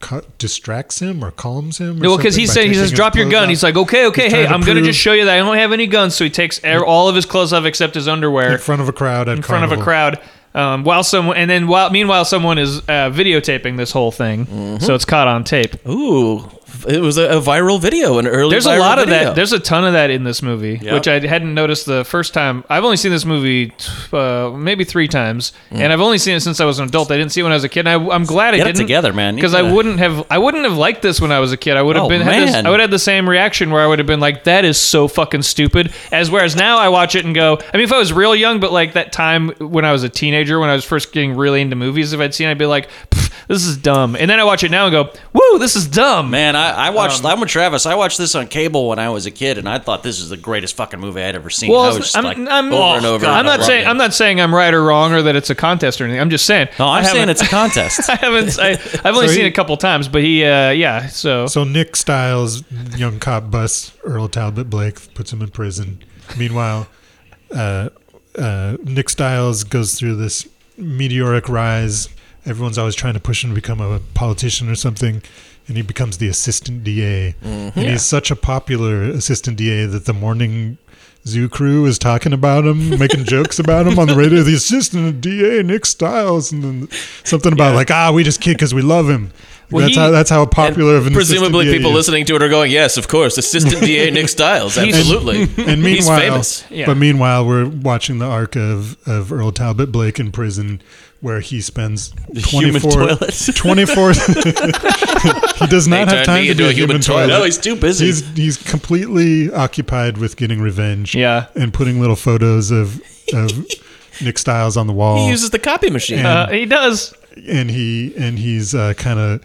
S4: cu- distracts him or calms him. Or
S1: Well, because
S4: something
S1: he
S4: by
S1: said he
S4: taking
S1: says
S4: his
S1: drop your
S4: clothes
S1: gun.
S4: off.
S1: He's like, okay, okay,
S4: He's
S1: hey,
S4: trying to
S1: I'm going to
S4: prove-
S1: just show you that I don't have any guns. So he takes air, all of his clothes off except his underwear
S4: in front of a crowd at
S1: in front of a crowd. Um, while someone, and then while meanwhile someone is uh, videotaping this whole thing,
S4: Mm-hmm.
S1: so it's caught on tape.
S2: Ooh, it was a, a viral video, an early.
S1: There's a
S2: viral
S1: lot of
S2: video.
S1: that. There's a ton of that in this movie, which I hadn't noticed the first time. I've only seen this movie uh, maybe three times, and I've only seen it since I was an adult. I didn't see it when I was a kid. And I, I'm glad I
S3: Hmm. Get it
S1: didn't
S3: together, man. You
S1: Because I
S3: gotta-
S1: wouldn't have I wouldn't have liked this when I was a kid. I would have
S3: Oh,
S1: been had this,
S3: man.
S1: I would have had the same reaction where I would have been like, "That is so fucking stupid." As whereas now I watch it and go, I mean, if I was real young, but like that time when I was a teenager, when I was first getting really into movies, if I'd seen, it, I'd be like, "Pff, "This is dumb," and then I watch it now and go, "Woo, this is dumb."
S3: Man, I I, I
S2: um,
S3: watched. I'm with Travis. I watched this on cable when I was a kid, and I thought this is the greatest fucking movie I'd ever seen. I was just
S1: I'm,
S3: like
S1: I'm- oh,
S3: over and over.
S1: I'm
S3: and
S1: not
S3: over
S1: saying
S3: again.
S1: I'm not saying I'm right or wrong or that it's a contest or anything. I'm just saying.
S3: No,
S1: I
S3: I'm saying
S1: haven't-
S3: it's
S1: [laughs]
S3: a contest.
S1: I haven't. I, I've only
S4: So
S1: seen
S4: he-
S1: it a couple times, but he, uh, yeah. So,
S4: So Nick Styles, young cop, busts Earl Talbot Blake, puts him in prison. Meanwhile, uh, uh, Nick Styles goes through this meteoric rise. Everyone's always trying to push him to become a politician or something, and he becomes the assistant DA.
S2: Mm-hmm.
S4: And
S11: Yeah.
S4: he's such a popular assistant DA that the morning zoo crew is talking about him, making jokes about him on the radio. The assistant DA, Nick Styles, and then something about like, ah, we just kid because we love him.
S2: Well,
S4: that's
S2: he-
S4: how that's how popular of an assistant
S2: Presumably,
S4: DA
S2: people
S4: is.
S2: listening to it are going, "Yes, of course, Assistant
S4: [laughs]
S2: DA Nick Styles,
S4: And-
S2: absolutely."
S4: [laughs] And meanwhile,
S2: he's famous.
S4: but meanwhile, we're watching the arc of, of Earl Talbot Blake in prison, where
S2: [laughs]
S4: he spends
S2: human
S4: 24,
S2: toilet.
S4: [laughs]
S2: [laughs]
S4: 24 he does not
S2: They
S4: have
S2: turned
S4: time
S2: me
S4: to
S2: into
S4: do
S2: a
S4: a
S2: human
S4: human
S2: toilet.
S4: toilet.
S2: No, he's too busy.
S4: He's he's completely occupied with getting revenge.
S1: Yeah,
S4: and putting little photos of of Nick Styles on the wall
S2: He uses the copy machine.
S1: uh,
S4: Hmm.
S1: he does.
S4: and he and he's uh, kind of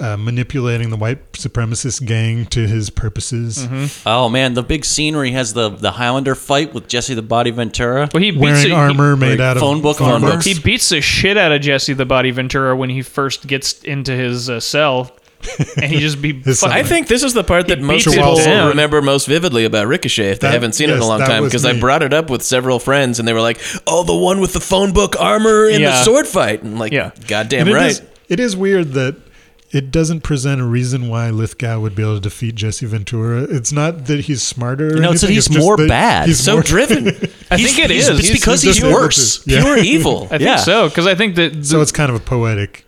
S4: uh, manipulating the white supremacist gang to his purposes.
S3: Oh man, the big scene where he has the the Highlander fight with Jesse the Body Ventura.
S1: Well, he beats
S4: Wearing
S1: he-
S4: armor made out of
S3: phone book
S4: phone
S3: armor.
S4: books.
S1: He beats the shit out of Jesse the Body Ventura when he first gets into his uh, cell, and he just
S4: [laughs]
S1: be.
S4: His
S1: fucking-
S2: I think this is the part that most
S1: beats
S2: people
S1: it down.
S2: remember most vividly about Ricochet if they
S4: That-
S2: haven't seen it in a
S4: yes,
S2: long
S4: that
S2: time
S4: was
S2: because I
S4: me.
S2: brought it up with several friends and they were like, "Oh, the one with the phone book armor and the
S1: Yeah.
S2: sword fight," and like,
S1: Yeah.
S2: "Goddamn
S4: And it
S2: right."
S4: is- it is weird that it doesn't present a reason why Lithgow would be able to defeat Jesse Ventura. It's not that he's smarter. or
S3: No, it's that
S4: anything,
S3: he's
S4: just
S3: more
S4: that
S3: bad.
S4: He's
S2: so
S4: more- [laughs]
S2: driven.
S1: I
S2: He's-
S1: think it
S2: he's-
S1: is.
S2: It's because
S4: he's
S2: he's,
S4: just
S2: worse.
S4: able to- [laughs] yeah.
S2: Pure evil.
S1: I think
S3: yeah.
S1: so because I think that.
S4: So it's kind of a poetic.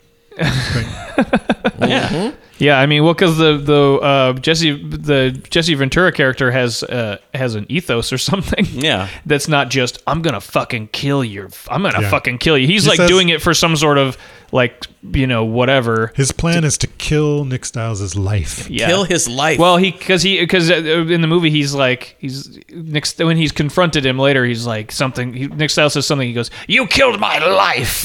S1: yeah, I mean, well, because the the uh, Jesse the Jesse Ventura character has uh, has an ethos or [laughs] something.
S3: Yeah.
S1: that's not just I'm gonna fucking kill you. I'm gonna
S4: Yeah.
S1: fucking kill you. He's
S4: He
S1: like
S4: says-
S1: doing it for some sort of like you know whatever.
S4: His plan is to kill Nick Styles' life.
S1: Yeah.
S2: Kill his life.
S1: Well, he because he because in the movie he's like he's Nick when he's confronted him later he's like something he, Nick Styles says something he goes you killed my
S3: [laughs]
S1: life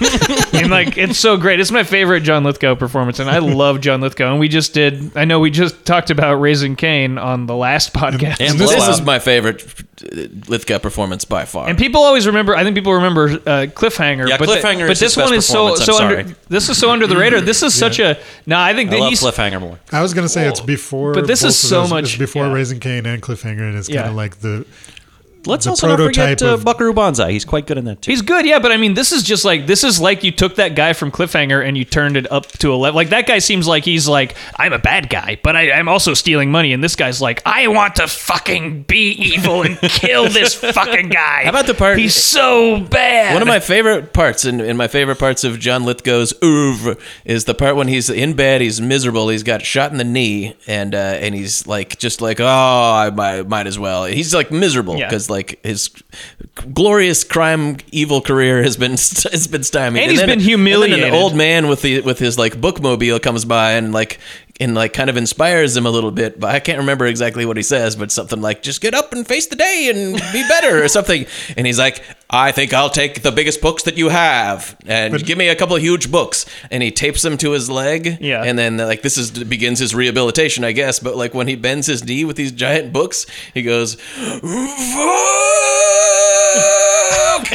S1: and like it's so great it's my favorite John Lithgow performance and I love John Lithgow and we just did I know we just talked about Raising Cain on the
S3: [laughs]
S1: last podcast
S2: and
S4: And
S2: this
S4: blowout.
S2: is my favorite uh, Lithgow performance by far.
S1: And people always remember. I think people remember uh, Cliffhanger.
S3: Yeah,
S1: but the-
S3: Cliffhanger
S1: but
S3: is
S1: this
S3: his best
S1: one is so
S3: performance, I'm
S1: so
S3: sorry.
S1: under. This is so under the radar. This
S3: [laughs]
S1: is such a. No, I think
S3: I
S1: that
S3: love
S1: he's.
S3: Cliffhanger more.
S4: I was going to say it's before.
S1: But this
S4: both
S1: is
S4: of
S1: so
S4: those-
S1: much-
S4: It's before
S1: yeah.
S4: Raising Cain and Cliffhanger, and it's
S1: Yeah.
S4: kind of like the.
S3: Let's
S4: The
S3: also not forget
S4: prototype
S3: uh,
S4: of-
S3: Buckaroo Banzai. He's quite good in that too.
S1: He's good, yeah, but I mean, this is just like this is like you took that guy from Cliffhanger and you turned it up to eleven. Like that guy seems like he's like I'm a bad guy, but I, I'm also stealing money, and this guy's like I want to fucking be evil and kill
S2: [laughs]
S1: this fucking guy.
S2: How about the part-
S1: He's so bad.
S2: One of my favorite parts, and, and my favorite parts of John Lithgow's oeuvre, is the part when he's in bed, he's miserable, he's got shot in the knee, and uh, and he's like just like, oh, I might, might as well. He's like miserable
S1: Yeah.
S2: because like his glorious crime evil career has been [laughs] st- has been stymied,
S1: And he's been
S2: And then
S1: humiliated.
S2: an old man with the with his like bookmobile comes by and like. And like kind of inspires him a little bit, but I can't remember exactly what he says, but something like "just get up and face the day and be better" or something. And he's like, "I think I'll take the biggest books that you have, and give me a couple of huge books." And he tapes them to his leg,
S1: Yeah.
S2: And then like this is begins his rehabilitation, I guess. But like when he bends his knee with these giant books, he goes, "Fuck!"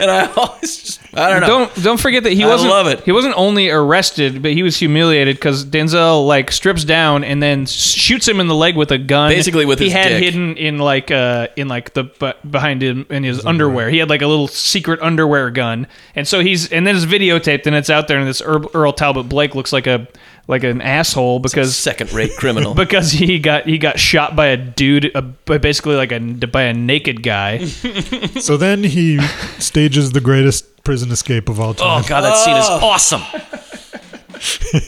S2: and I always, just, I don't
S1: [laughs]
S2: know.
S1: Don't don't forget that he
S2: I
S1: wasn't.
S2: love it.
S1: He wasn't only arrested, but he was humiliated because Denzel like strips down and then shoots him in the leg with a gun.
S2: Basically with
S1: he
S2: his
S1: had
S2: dick.
S1: hidden in like uh in like the bu- behind him in his underwear. He had like a little secret underwear gun, and so he's and then it's videotaped and it's out there. And this Earl, Earl Talbot Blake looks like a like an asshole because
S2: second-rate criminal.
S1: because he got he got shot by a dude, a, by basically like a by a naked
S2: [laughs]
S1: guy.
S4: So then he stages the greatest prison escape of all time.
S3: Oh,
S2: Oh.
S3: God, that scene is awesome.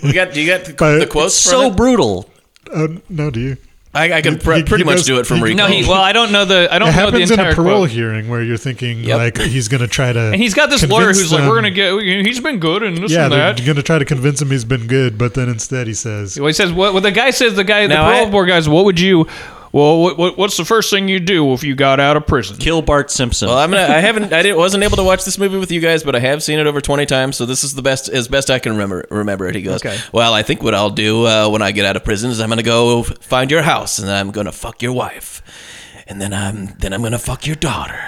S2: you got, you got the,
S4: But
S2: the quotes. from
S3: So
S2: it?
S3: brutal.
S4: Oh, no, do you?
S2: I, I can
S4: He-
S2: pre-
S4: he-
S2: pretty
S4: he
S2: much
S4: goes-
S2: do it from
S4: he-
S1: No,
S2: recall.
S1: he well, I don't know the I don't
S4: It
S1: know the
S4: happens in
S1: entire
S4: a parole
S1: quote.
S4: hearing where you're thinking
S2: Yep.
S4: like he's going to try to.
S1: And he's got this lawyer
S4: convince
S1: who's like, we're
S4: them-
S1: gonna get. He's been good and this
S4: Yeah,
S1: and
S4: they're
S1: that.
S4: going to try to convince him he's been good, but then instead he says,
S1: Well, he says, "What?" Well, the guy says, "The guy,
S2: Now
S1: the
S2: I-
S1: parole board guys, what would you?" Well, what, what, what's the first thing you do if you got out of prison?
S3: Kill Bart Simpson.
S2: Well, I'm gonna. I haven't. I didn't, wasn't able to watch this movie with you guys, but I have seen it over 20 times. So this is the best, as best I can remember. Remember it. He goes.
S1: Okay.
S2: Well, I think what I'll do uh, when I get out of prison is I'm gonna go find your house and I'm gonna fuck your wife, and then I'm then I'm gonna fuck your daughter,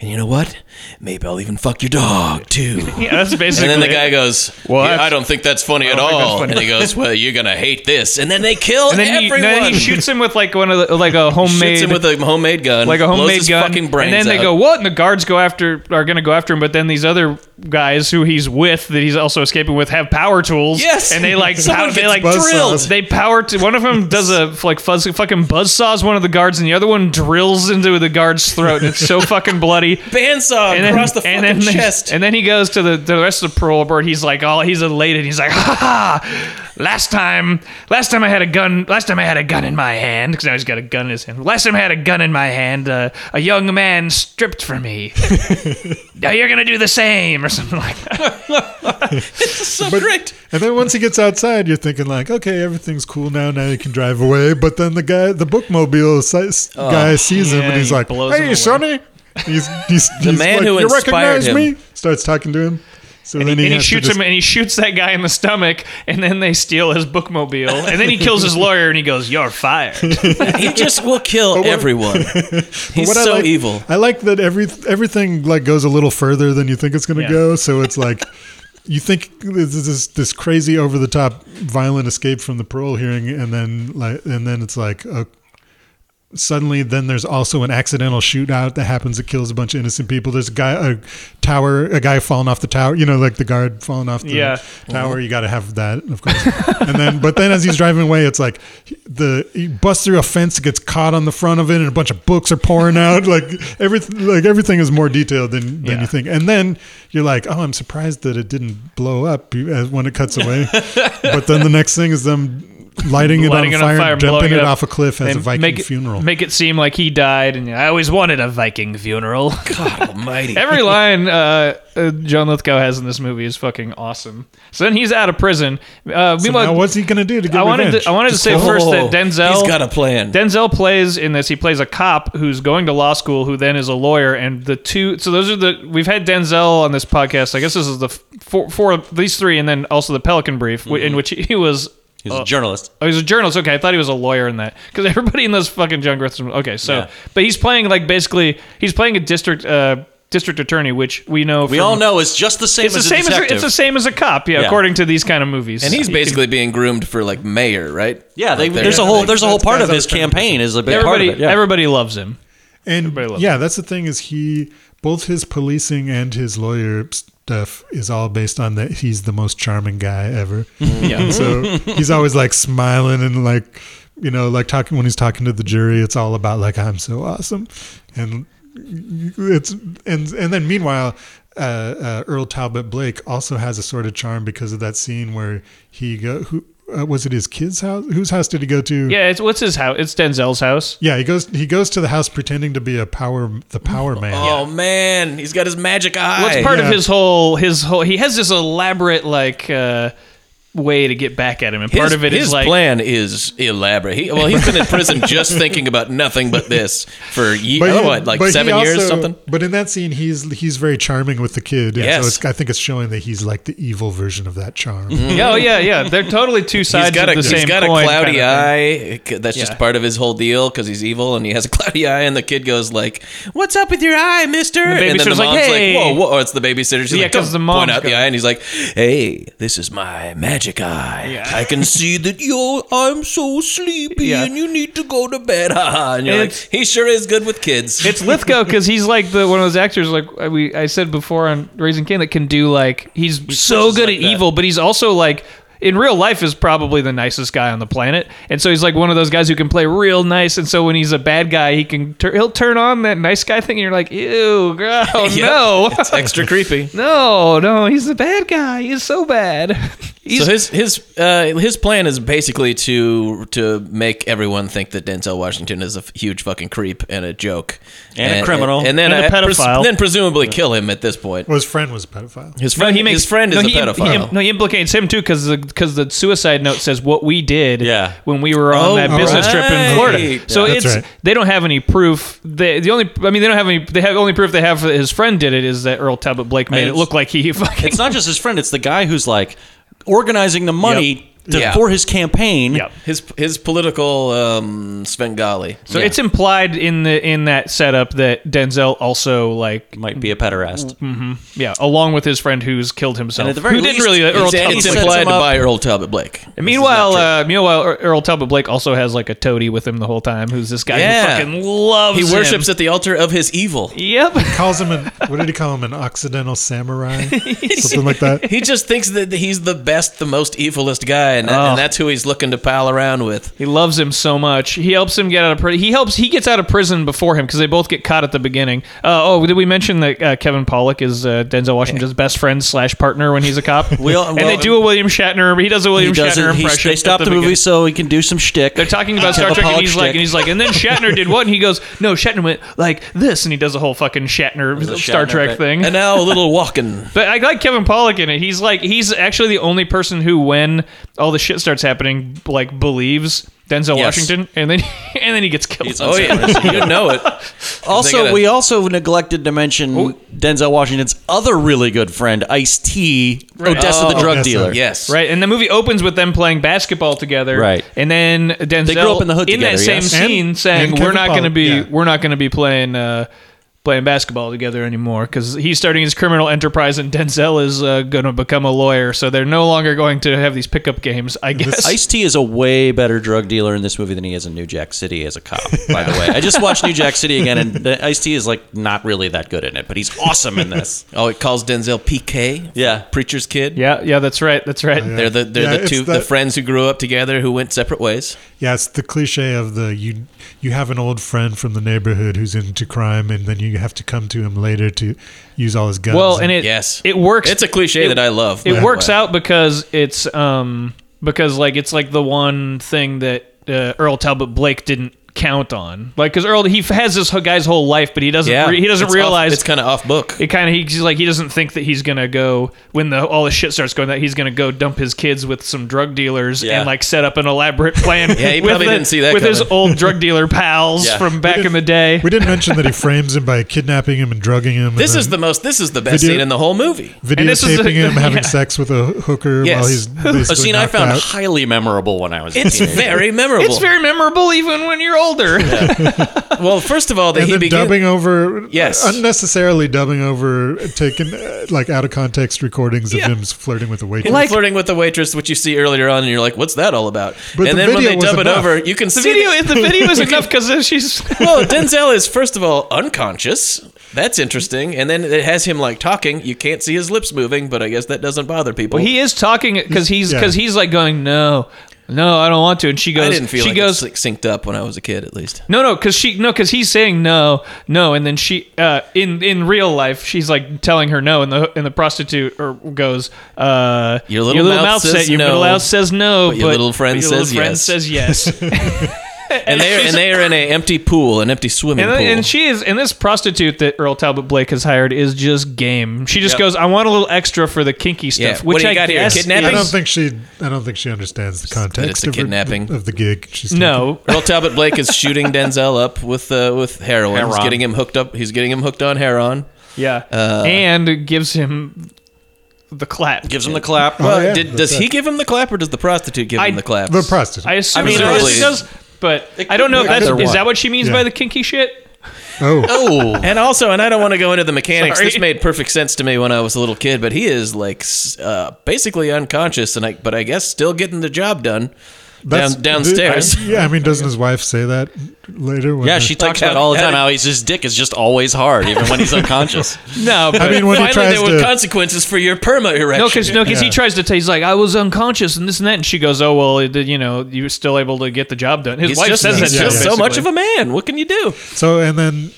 S2: and you know what? Maybe I'll even fuck your dog too.
S1: yeah, that's
S2: [laughs] And
S1: basically.
S2: then the
S1: it.
S2: guy goes,
S1: Well,
S2: "Yeah,
S1: that's-
S2: I don't think that's funny at
S1: don't think that's
S2: all."
S1: funny.
S2: And he goes, "Well, you're gonna hate this." And then they kill
S1: And then he,
S2: everyone.
S1: then he shoots him with like one of the, like a homemade
S2: [laughs] Shoots him with a homemade gun,
S1: like a
S2: blows
S1: homemade
S2: his
S1: gun.
S2: fucking brains
S1: and then they
S2: out.
S1: go, "What?" And the guards go after are going to go after him, but then these other guys who he's with that he's also escaping with have power tools.
S2: Yes!
S1: and they like
S2: [laughs] Someone
S1: pow- they
S2: gets
S1: like
S4: buzzsawed.
S1: drills. They power to one of them does a like fuzz fucking buzz saws one of the guards, and the other one drills into the guard's throat, and it's so fucking bloody.
S2: bandsaw
S1: And then,
S2: across the
S1: and
S2: fucking
S1: then they-
S2: chest.
S1: and then he goes to the, the rest of the parole board. He's like, all he's elated. He's like, [laughs] ha ha! Last time, last time I had a gun. Last time I had a gun in my hand because now he's got a gun in his hand. Last time I had a gun in my hand, uh, a young man stripped from me. now you're gonna do the same or something like that. [laughs]
S2: so correct.
S4: And then once he gets outside, you're thinking like, okay, everything's cool now. Now you can drive away. But then the guy, the bookmobile si- guy, sees him
S1: Oh, yeah,
S4: and he's
S1: he
S4: like,
S1: blows him
S4: "Hey,
S1: away."
S4: Sonny!" He's, he's, the
S2: man
S4: like,
S2: who
S4: you
S2: inspired
S4: recognize
S2: him."
S4: me starts talking to him. So
S1: And
S4: then
S1: he, and he
S4: has to
S1: shoots
S4: just-
S1: him, and he shoots that guy in the stomach, and then they steal his bookmobile, and then he kills his lawyer, and he goes, "You're fired."
S2: He just will
S1: [laughs]
S2: kill everyone. [laughs] He's
S4: What I
S2: so
S4: like-
S2: evil.
S4: I like that every everything like goes a little further than you think it's going to
S1: Yeah.
S4: go. So it's like you think this is this, this crazy over the top violent escape from the parole hearing, and then like and then it's like. Uh, Suddenly, then there's also an accidental shootout that happens that kills a bunch of innocent people. There's a guy, a tower, a guy falling off the tower. You know, like the guard falling off the
S1: Yeah.
S4: tower. You got to have that, of course. [laughs] and then, but then as he's driving away, it's like he- the he busts through a fence, gets caught on the front of it, and a bunch of books are pouring out. Like everything, like everything is more detailed than, than
S1: Yeah.
S4: you think. And then you're like, oh, I'm surprised that it didn't blow up you- as- when it
S1: [laughs]
S4: cuts away. but then the next thing is them lighting it
S1: lighting
S4: on
S1: it on
S4: fire,
S1: fire, blowing
S4: jumping
S1: it
S4: it,
S1: up,
S4: off a cliff as
S1: And
S4: a Viking
S1: make it-
S4: funeral.
S1: Make it seem like he died, and I always wanted a Viking funeral.
S2: [laughs] God almighty.
S1: Every line uh, uh, John Lithgow has in this movie is fucking awesome. So then he's out of prison. Uh,
S4: so
S1: meanwhile-
S4: now what's he gonna do to get
S1: I wanted
S4: revenge?
S1: to, I wanted to say first
S2: Oh,
S1: that Denzel
S2: he's got a plan.
S1: Denzel plays in this. He plays a cop who's going to law school, who then is a lawyer, and the two. So those are the we've had Denzel on this podcast. I guess this is the f- four, four these three, and then also the Pelican Brief, wh-
S2: Mm-hmm.
S1: in which he was
S3: He's a journalist.
S1: Oh, he's a journalist. Okay, I thought he was a lawyer in that because everybody in those fucking John Grisham. Okay, so
S3: Yeah.
S1: but he's playing like basically he's playing a district uh, district attorney, which we know
S3: We
S1: from-
S3: all know it's just the same
S1: it's the
S3: as
S1: same
S3: a
S1: as
S3: detective.
S1: it's the same as a cop. Yeah,
S3: Yeah.
S1: according to these kind of movies.
S2: and he's
S1: You can-
S2: basically being groomed for like mayor, right?
S3: yeah, they,
S2: Like, they're-
S3: there's a whole
S2: like,
S3: there's a whole
S4: that's-
S3: part of
S4: that's
S3: his campaign is a big
S1: everybody
S3: part of it. Yeah.
S1: everybody loves him.
S4: And
S1: Everybody loves
S4: yeah, that's the thing is he both his policing and his lawyer stuff is all based on that he's the most charming guy ever.
S1: Mm-hmm.
S4: Yeah. so he's always like smiling and like you know like talking when he's talking to the jury it's all about like I'm so awesome and it's and and then meanwhile uh, uh, Earl Talbot Blake also has a sort of charm because of that scene where he go who uh, was it his kid's house whose house did he go to
S1: Yeah, it's what's his house? It's Denzel's house.
S4: yeah, he goes. He goes to the house pretending to be a power, the power man.
S2: Oh man, he's got his magic eye.
S1: What's part of
S4: Yeah.
S1: his whole his whole he has this elaborate like uh, way to get back at him, and
S2: his,
S1: part of it
S2: his
S1: is like
S2: plan is elaborate. He, well, he's been in prison just thinking about nothing but this for years,
S4: he-
S2: what, like
S4: but he
S2: seven years,
S4: also-
S2: something.
S4: But in that scene, he's he's very charming with the kid. And
S2: Yes.
S4: So it's, I think it's showing that he's like the evil version of that charm.
S2: Mm-hmm.
S1: Oh yeah, yeah. They're totally two sides
S2: He's got
S1: of
S2: a
S1: the
S2: he's
S1: same
S2: got a
S1: coin kind
S2: cloudy
S1: of thing.
S2: eye. That's just
S1: Yeah.
S2: part of his whole deal because he's evil and he has a [laughs] cloudy eye. And the kid goes like, "What's up with your eye, Mister?" And,
S1: the
S2: then the
S1: babysitter's
S2: mom's
S1: like,
S2: like,
S1: "Hey."
S2: "Whoa, whoa!" It's the babysitter. She's
S1: Yeah,
S2: like, "Don't
S1: 'cause the
S2: point
S1: mom's
S2: out the
S1: got-
S2: eye." And he's like, "Hey, this is my magic eye. I can see that you. I'm so sleepy
S1: Yeah.
S2: and you need to go to bed." [laughs] Ha, ha. and you're
S1: And
S2: like,
S1: it's-
S2: "He sure is good with kids."
S1: It's Lithgow because he's like the one of those actors like I- we I said before on Raising Cain that can do like he's so
S2: switches
S1: good
S2: like
S1: at
S2: that.
S1: evil, but he's also like in real life is probably the nicest guy on the planet, and so he's like one of those guys who can play real nice, and so when he's a bad guy, he can tur- he'll turn on that nice guy thing, and you're like, ew, girl,
S2: [laughs] Yep.
S1: no, [laughs]
S2: It's extra creepy.
S1: no, no, he's the bad [laughs] guy, he's so bad.
S2: so his his uh, his plan is basically to to make everyone think that Denzel Washington is a f- huge fucking creep and a joke
S3: And a criminal.
S2: and, then
S1: And a
S2: I- pres-
S1: pedophile.
S2: then presumably kill him at this point.
S4: Well, his friend was a pedophile.
S2: His friend,
S1: he makes-
S2: his friend is
S1: no,
S2: a
S1: he- he-
S2: pedophile.
S1: no, he implicates him too because because the, suicide note says what we did
S3: Yeah.
S1: when we were on
S2: Oh,
S1: that business trip in
S2: right.
S1: Florida. So
S4: That's
S1: it's
S4: right.
S1: they don't have any proof. They, the only I mean they don't have any. They have only proof they have that his friend did it is that Earl Talbot Blake made it
S3: it's-
S1: look like he [laughs] fucking.
S3: It's not just his friend; it's the guy who's like organizing the money to,
S2: Yeah.
S3: for his campaign.
S1: Yep.
S2: his his political um, Svengali.
S1: so it's implied in the in that setup that Denzel also like
S3: Might be a pederast.
S1: yeah along with his friend who's killed himself
S3: And at the very
S1: who
S3: least,
S1: didn't really uh, Earl
S2: it's,
S1: Talbot
S2: it's
S1: Blake.
S2: implied
S3: him up.
S2: by Earl Talbot Blake.
S1: Meanwhile, uh, meanwhile, Ear- Earl Talbot Blake also has like a toady with him the whole time, who's this guy
S2: Yeah.
S1: who fucking loves.
S2: He
S1: him.
S2: worships at the altar of his evil.
S1: Yep.
S4: Calls him an what did he call him? An
S2: [laughs]
S4: Occidental samurai, something like that.
S2: He just thinks that he's the best, the most evilest guy, and, that,
S1: Oh.
S2: and that's who he's looking to pal around with.
S1: [laughs] He loves him so much. He helps him get out of prison. He helps. He gets out of prison before him because they both get caught at the beginning. Uh, oh, did we mention that uh, Kevin Pollock is uh, Denzel Washington's best friend slash partner when he's a cop?
S3: [laughs] We all-
S1: and
S3: well,
S1: they do a William Shatner. He does a
S3: He
S1: William
S3: does
S1: Shatner
S3: it. He,
S1: impression.
S3: they stop
S1: at
S3: the, movie
S1: beginning.
S3: so he can do some shtick.
S1: They're talking about Star
S3: Have a
S1: Trek, and
S3: Pollock
S1: he's like,
S3: shtick.
S1: and he's like, and then Shatner did what? And he goes, no, Shatner went like this, and he does a whole fucking Shatner
S3: a
S1: Star
S3: Shatner
S1: Trek
S3: bit.
S1: thing.
S2: And now a little [laughs] walking.
S1: But I like Kevin Pollock in it. He's like he's actually the only person who, when all the shit starts happening, like believes Denzel
S2: Yes.
S1: Washington, and then [laughs] and then he gets killed.
S3: He's
S2: Oh yeah,
S1: [laughs]
S2: you know it.
S3: Also,
S2: They gotta-
S3: we also neglected to mention
S1: Oh.
S3: Denzel Washington's other really good friend, Ice T, Odessa the
S2: Oh,
S3: drug
S4: Odessa.
S3: dealer.
S2: Yes,
S1: Right, and the movie opens with them playing basketball together.
S3: Right.
S1: and then Denzel
S3: They grew up in the hood
S1: that
S3: together,
S1: same
S3: yes.
S1: scene,
S4: And-
S1: saying
S4: and
S1: we're
S4: Kevin
S1: not going to
S4: Pollak,
S1: be
S4: yeah.
S1: we're not going to be playing uh, playing basketball together anymore because he's starting his criminal enterprise and Denzel is uh, going to become a lawyer, so they're no longer going to have these pickup games. I guess [laughs]
S3: Ice T is a way better drug dealer in this movie than he is in New Jack City as a cop. By the way, I just watched New Jack City again, and Ice T is like not really that good in it, but he's awesome in this.
S2: [laughs] Oh, it calls Denzel PK.
S3: Yeah.
S2: preacher's kid.
S1: yeah, yeah, that's right, that's right.
S2: They're the they're
S4: Yeah,
S2: the
S4: it's
S2: two the
S4: that-
S2: friends who grew up together who went separate ways.
S4: Yeah, it's the cliche of the you you have an old friend from the neighborhood who's into crime, and then you have to come to him later to use all his guns.
S1: Well, and it
S2: Yes.
S1: it works.
S2: It's a cliche
S1: it-
S2: that I love. by
S1: It
S2: the
S1: works
S2: way.
S1: out because it's um because like it's like the one thing that uh, Earl Talbot Blake didn't count on. Like because Earl he f- has this ho- guy's whole life, but he doesn't
S2: Yeah,
S1: re- he doesn't
S2: It's off-
S1: realize
S2: it's kind of off book.
S1: it kind of he's like he doesn't think that he's gonna go when the all the shit starts going that he's gonna go dump his kids with some drug dealers
S3: Yeah.
S1: and like set up an elaborate [laughs] plan.
S2: [laughs] Yeah, he
S1: with
S2: probably
S1: the-
S2: didn't see that
S1: with his
S2: coming. [laughs]
S1: old drug dealer pals
S3: Yeah.
S1: from back in the day.
S4: we didn't mention that he frames him by kidnapping him and drugging him.
S2: This
S4: and
S2: is the
S4: then
S2: most. This is the best
S4: Video-
S2: scene in the whole movie.
S1: and this is the-
S4: videotaping him
S1: [laughs]
S4: having
S1: yeah.
S4: sex with a hooker
S2: Yes.
S4: while he's
S3: A
S4: basically
S3: scene I
S4: knocked
S3: found
S4: out.
S3: highly memorable when I was. a
S2: It's
S3: teenager.
S2: very memorable.
S1: It's very memorable even when you're
S4: [laughs]
S1: older.
S2: well. First of all, that
S4: And
S2: he
S4: then
S2: begins.
S4: dubbing over, uh,
S2: Yes.
S4: unnecessarily dubbing over, taken uh, like out of context recordings of
S2: Yeah.
S4: him flirting with a waitress.
S2: like, flirting with the waitress, which you see earlier on, and you're like, "What's that all about?"
S4: But
S2: and
S4: the
S2: then when
S4: video
S2: they
S4: was
S2: dub it
S4: enough.
S2: over, you can see
S1: the video
S2: that-
S1: the video is enough because she's
S2: [laughs] well, Denzel is first of all unconscious. That's interesting, and then it has him like talking. You can't see his lips moving, but I guess that doesn't bother people.
S1: he is talking because he's
S4: Yeah.
S1: because he's like going no no I don't want to and she goes
S2: I didn't feel
S1: she
S2: like it
S1: goes
S2: syn- synced up when I was a kid, at least.
S1: no no because she no because he's saying no no and then she uh in in real life she's like telling her no and the and the prostitute or goes uh
S2: Your little mouth says
S1: your little
S2: no,
S1: mouth says no but
S2: your little friend
S1: but your little
S2: says
S1: friend
S2: yes."
S1: says
S2: [laughs]
S1: yes
S2: And they are, and they are in a empty pool, an empty swimming
S1: and,
S2: pool.
S1: and she is and this prostitute that Earl Talbot Blake has hired is just game she just
S2: Yep.
S1: goes I want a little extra for the kinky
S2: Yeah,
S1: stuff
S2: what
S1: which
S2: do you
S1: I
S2: got here,
S1: guess
S2: kidnapping?
S4: I
S1: is-
S4: don't think she. I don't think she understands the
S2: that
S4: context
S2: it's a
S4: of her-
S2: kidnapping.
S4: of the gig. She's
S1: no
S2: Earl Talbot Blake is shooting Denzel up with uh, with heroin. He's
S3: Heron.
S2: getting him hooked up. He's getting him hooked on heroin.
S1: Yeah.
S2: Uh,
S1: and it gives him the clap.
S3: Gives him the clap.
S4: Oh, yeah,
S2: Did, does
S4: that's
S2: he
S4: it.
S2: give him the clap or does the prostitute give
S1: I-
S2: him the clap?
S4: The prostitute.
S1: I assume
S2: I mean,
S1: the prostitute
S2: really-
S1: does, but
S3: It
S1: I don't know. If
S3: could
S1: that's,
S3: be either
S1: is
S3: one.
S1: that what she means
S4: Yeah.
S1: by the kinky shit?
S2: [laughs]
S4: oh,
S2: Oh, and also, and I don't want to go into the mechanics. This
S1: Sorry.
S2: made perfect sense to me when I was a little kid, but he is like s- uh, basically unconscious, and I but I guess still getting the job done
S4: that's-
S2: down, downstairs.
S4: yeah, I
S2: [laughs]
S4: mean, doesn't his wife say that later? when
S3: Yeah,
S4: they're-
S3: she talks
S2: Like, uh,
S3: about all the
S2: how-
S3: time how he's his dick is just always hard, even when he's unconscious.
S1: No, but.
S4: I mean, when [laughs] he
S2: Finally,
S4: tries
S2: there were
S4: to.
S2: consequences for your perma erection.
S1: no, because he
S4: Yeah.
S1: tries to tell. He's like, I was unconscious and this and that, and she goes, "Oh well, it, you know, you were still able to get the job done." His
S2: he's
S1: wife
S2: just,
S1: says
S2: he's
S1: that
S4: yeah,
S1: to
S2: just
S1: him,
S2: so much of
S1: basically.
S2: a man. What can you do?
S4: So and then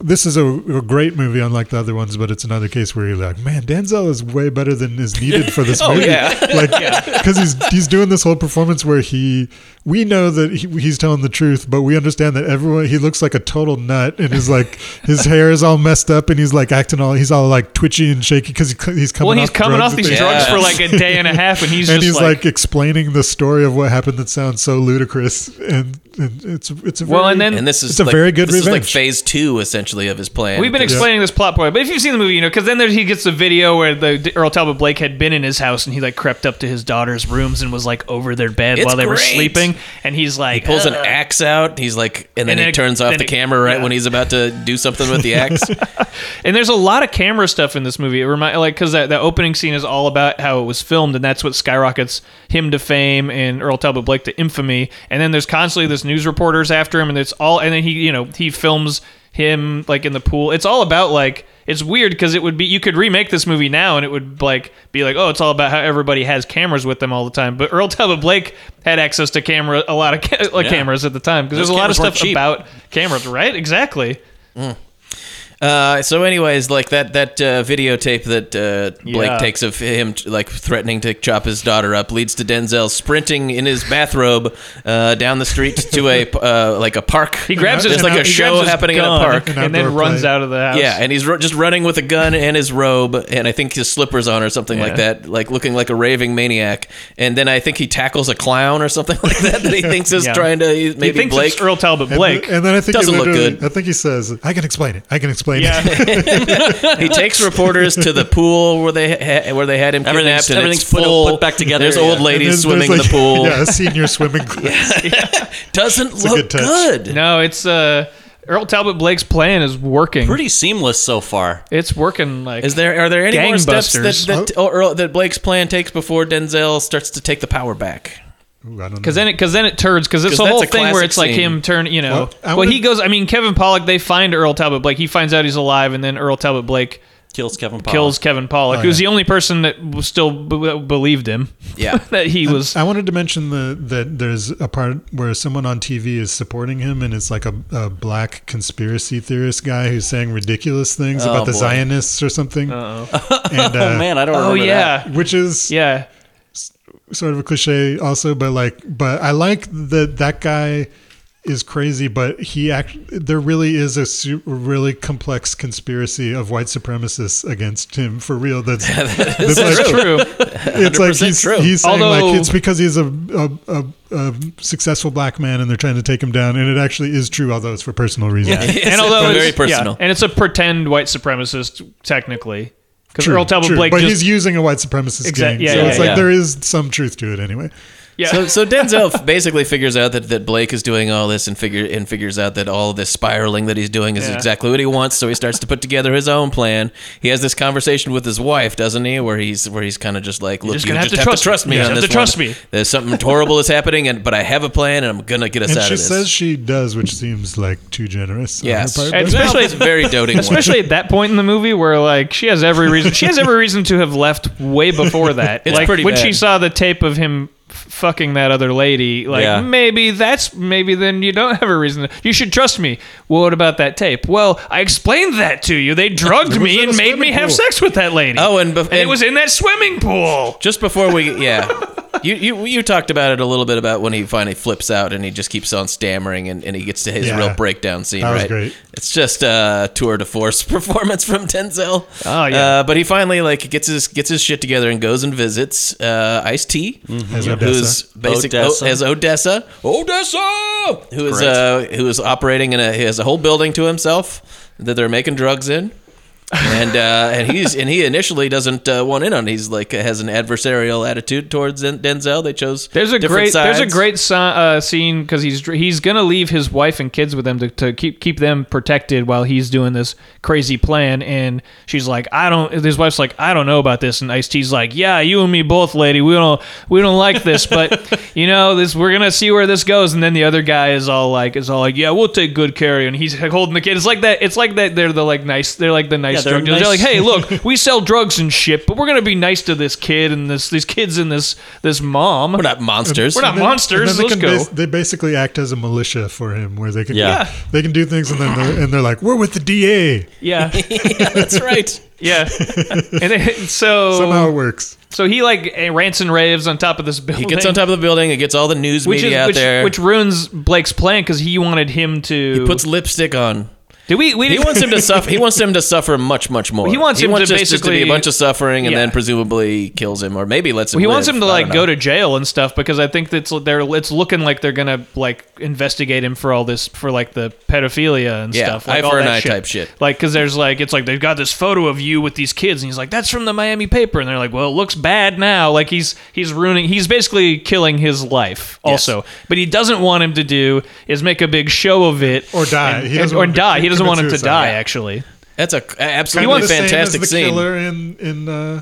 S4: this is a, a great movie, unlike the other ones, but it's another case where you're like, man, Denzel is way better than is
S1: [laughs]
S4: needed for this
S2: Oh,
S4: movie.
S2: yeah.
S4: [laughs] Like,
S2: Yeah.
S4: because he's he's doing this whole performance where he, we know that he, he's telling the truth, but we understand that everyone he looks like a total nut, and is like
S1: [laughs]
S4: his hair is all messed up, and he's like acting all he's all like twitchy and shaky because he, he's coming.
S1: Well, he's
S4: off
S1: coming
S4: drugs
S1: off
S4: and
S1: these
S4: things.
S1: drugs for like a day and a half, and he's
S4: and
S1: just
S4: he's
S1: like,
S4: like, explaining the story of what happened that sounds so ludicrous, and, and it's it's a very,
S1: Well, and then-
S2: And this is
S4: it's a
S2: like,
S4: very good
S2: This is like
S4: revenge.
S2: phase two, essentially, of his plan.
S1: We've been
S2: Because-
S1: explaining this plot point, but if you've seen the movie, you know, because then there, he gets the video where the Earl Talbot Blake had been in his house and he like crept up to his daughter's rooms and was like over their bed
S2: It's
S1: while they were
S2: great.
S1: sleeping, and he's like
S2: He pulls an
S1: "Ugh."
S2: axe out. He's like, and then
S1: And
S2: he
S1: then-
S2: turns off
S1: then
S2: the
S1: it-
S2: camera right
S1: yeah.
S2: when he's about to do something
S1: [laughs]
S2: with the axe.
S1: And there's a lot of camera stuff in this movie. It remind like because that, that opening scene is all about how it was filmed, and that's what skyrockets him to fame and Earl Talbot Blake to infamy. And then there's constantly this news reporters after him, and it's all. And then he, you know, he films him like in the pool. It's all about like it's weird because it would be you could remake this movie now, and it would like be like oh, it's all about how everybody has cameras with them all the time. But Earl Talbot Blake had access to camera a lot of ca- [laughs] like
S2: Yeah.
S1: cameras at the time because
S2: Those
S1: there's a lot of
S2: cameras weren't
S1: stuff
S2: cheap.
S1: about cameras, right? Exactly.
S2: Uh, so, anyways, like that that uh, videotape that uh, Blake
S1: Yeah.
S2: takes of him like threatening to chop his daughter up leads to Denzel sprinting in his bathrobe uh, down the street to a [laughs] uh, like a park.
S1: He grabs his
S2: There's like a
S1: he grabs
S2: show
S1: his
S2: happening in a
S1: gun
S2: park.
S4: An
S1: and then
S4: outdoor
S1: runs
S4: play.
S1: out of the house.
S2: Yeah, and he's ru- just running with a gun and his robe, and I think his slippers on or something like
S1: Yeah.
S2: that, like looking like a raving maniac. And then I think he tackles a clown or something [laughs] like that that he thinks is
S1: Yeah.
S2: trying to
S1: he
S2: maybe
S1: thinks
S2: Blake.
S1: it's Earl Talbot
S4: And
S1: Blake.
S4: th- and then I think he
S2: Doesn't look
S4: literally-
S2: good.
S4: I think he says, "I can explain it. I can explain it." [laughs]
S1: yeah, [laughs]
S2: he takes reporters to the pool where they ha- where they had him kidnapped.
S3: Everything's-
S2: and
S3: everything's
S2: it's
S3: put-
S2: full.
S3: put back together,
S2: There's
S3: yeah.
S2: old
S3: And
S4: And
S2: ladies
S4: there's-
S2: swimming
S4: there's
S2: in
S1: [laughs]
S2: the
S4: like-
S2: pool.
S4: [laughs] Yeah, a
S2: [laughs]
S4: senior swimming class.
S2: Doesn't
S4: a
S2: look
S4: good touch.
S2: good.
S1: no, it's uh, Earl Talbot Blake's plan is working.
S3: Pretty seamless so far.
S1: it's working. Like
S2: Is there are there any more steps
S1: Gangbusters.
S2: that that, or, or that Blake's plan takes before Denzel starts to take the power back?
S1: Because then, because then it turns. Because it's
S2: 'Cause
S1: the
S2: that's
S1: whole
S2: a
S1: thing where
S2: classic
S1: it's like
S2: scene.
S1: him turn. You know,
S4: Well, I
S1: well, he goes. I mean, Kevin Pollock. They find Earl Talbot Blake. He finds out he's alive, and then Earl Talbot Blake
S3: Kills Kevin Pollak.
S1: kills
S4: Oh.
S1: Kevin Pollock, who's the only person that w- still b- believed him. [laughs]
S2: Yeah.
S1: that he was.
S4: I wanted to mention the, that there's a part where someone on TV is supporting him, and it's like a, a black conspiracy theorist guy who's saying ridiculous things about the
S2: Oh, boy.
S4: Zionists or
S2: [laughs]
S4: something. And,
S3: Oh,
S4: uh,
S3: [laughs] man, I don't
S1: Oh
S3: remember
S1: yeah,
S3: that.
S4: Which is
S1: yeah.
S4: sort of a cliche also but like but i like that that guy is crazy but he act there really is a su- really complex conspiracy of white supremacists against him for real that's that's
S2: Oh.
S1: That's
S4: like,
S1: true.
S4: it's like
S2: 100%
S4: he's,
S2: true.
S4: he's saying
S1: Although-
S4: like it's because he's a, a, a, a successful black man and they're trying to take him down and it actually is true although it's for personal
S2: [laughs]
S4: reasons
S1: and although
S2: very
S1: it's-
S2: personal.
S1: yeah, and it's a pretend white supremacist technically, because
S4: True,
S1: Earl Talbot
S4: true.
S1: Blake
S4: but
S1: just
S4: he's using a white supremacist
S1: Exact-
S4: gang,
S1: yeah,
S4: so
S1: yeah,
S4: it's like
S2: yeah.
S4: there is some truth to it anyway.
S1: yeah. [laughs]
S2: So, so Denzel f- basically figures out that, that Blake is doing all this and figure and figures out that all this spiraling that he's doing is
S1: Yeah.
S2: exactly what he wants. So he starts to put together his own plan. He has this conversation with his wife, doesn't he? Where he's where he's kind of just like, look,
S1: just
S2: you
S1: gonna
S2: just have, to, trust me.
S1: me. You
S2: on
S1: just
S2: this
S1: have to trust
S2: one.
S1: me."
S2: There's something horrible is happening, and but I have a plan, and I'm gonna get us
S4: And
S2: out
S4: she
S2: of this.
S4: says she does, which seems like too generous. on her
S2: yes,
S4: part,
S1: And
S4: but-
S1: especially-
S2: especially it's a very doting. one.
S1: Especially at that point in the movie where like she has every reason she has every reason to have left way before that.
S2: [laughs] It's
S1: like
S2: pretty
S1: when she
S2: bad.
S1: saw the tape of him f- fucking that other lady, like
S3: Yeah.
S1: maybe that's maybe then you don't have a reason. To, you should trust me. Well, what about that tape? Well, I explained that to you. They drugged
S4: was
S1: me
S4: in a
S1: and made me
S4: swimming
S1: have
S4: pool.
S1: sex with that lady.
S2: Oh, and bef-
S1: and it
S2: and-
S1: was in that swimming pool.
S2: Just before we, yeah, you, you you talked about it a little bit about when he finally flips out and he just keeps on stammering and, and he gets to his
S4: Yeah.
S2: real breakdown scene.
S4: That was
S2: right?
S4: great.
S2: It's just a tour de force [laughs] performance from Denzel.
S1: Oh, yeah.
S2: Uh, but he finally like gets his gets his shit together and goes and visits uh, Ice T,
S4: As
S2: who's
S4: Odessa.
S2: basically
S3: Odessa.
S2: oh, as Odessa, Odessa, who is uh, who is operating in a he has a whole building to himself that they're making drugs in and uh, and he's and he initially doesn't uh, want in on. it. He's like has an adversarial attitude towards Den- Denzel. They chose
S1: There's a
S2: different
S1: great
S2: sides.
S1: there's a great si- uh, scene because he's dr- he's gonna leave his wife and kids with them to, to keep keep them protected while he's doing this crazy plan and she's like I don't his wife's like I don't know about this and Ice T's like yeah you and me both lady we don't we don't like this but you know this we're gonna see where this goes and then the other guy is all like is all like yeah we'll take good care of you and he's holding the kid it's like that it's like that they're the like nice they're like the nice nice
S3: they're
S1: drug dealers.
S3: nice-
S1: They're like, hey, look, we sell drugs and shit, but we're gonna be nice to this kid and this these kids and this this mom. We're
S2: not monsters.
S1: We're not
S4: And then-
S1: monsters.
S4: and then
S1: Let's
S4: they can
S1: go.
S4: bas- they basically act as a militia for him, where they can
S1: Yeah.
S4: yeah. they can do things, and then they're, and they're like, "We're with the DA."
S1: yeah.
S4: [laughs]
S1: [laughs]
S2: That's right.
S1: Yeah. And then- so
S4: Somehow it works.
S1: So he like eh, rants and raves on top of this building.
S2: He gets on top of the building. It gets all the news
S1: which
S2: media
S1: is,
S2: out
S1: which,
S2: there.
S1: which ruins Blake's plan because he wanted him to.
S2: he puts lipstick on.
S1: Did we? we
S2: He
S1: didn't-
S2: wants
S1: [laughs]
S2: him to suffer. He wants him to suffer much, much more.
S1: He wants him to
S2: us just to be a
S1: basically-
S2: bunch of suffering, and
S1: Yeah.
S2: then presumably kills him, or maybe lets him.
S1: he wants
S2: live.
S1: him to
S2: I
S1: like
S2: don't
S1: go
S2: know.
S1: to jail and stuff because I think that's they're it's looking like they're gonna like investigate him for all this for like the pedophilia and
S2: Yeah,
S1: stuff.
S2: eye
S1: Like, all
S2: for an
S1: that
S2: eye type shit.
S1: Like because there's like it's like they've got this photo of you with these kids and he's like that's from the Miami paper and they're like well it looks bad now like he's he's ruining he's basically killing his life also but he doesn't want him to do is make a big show of it
S4: Or die.
S1: and,
S4: He doesn't
S1: and- or
S4: want to
S1: die he
S4: commit
S1: doesn't want him to
S4: suicide.
S1: die
S4: Yeah.
S1: actually [laughs]
S2: That's a a
S4: Kind
S2: absolutely
S4: of the same as
S2: fantastic
S4: the
S2: scene.
S4: Killer in in uh,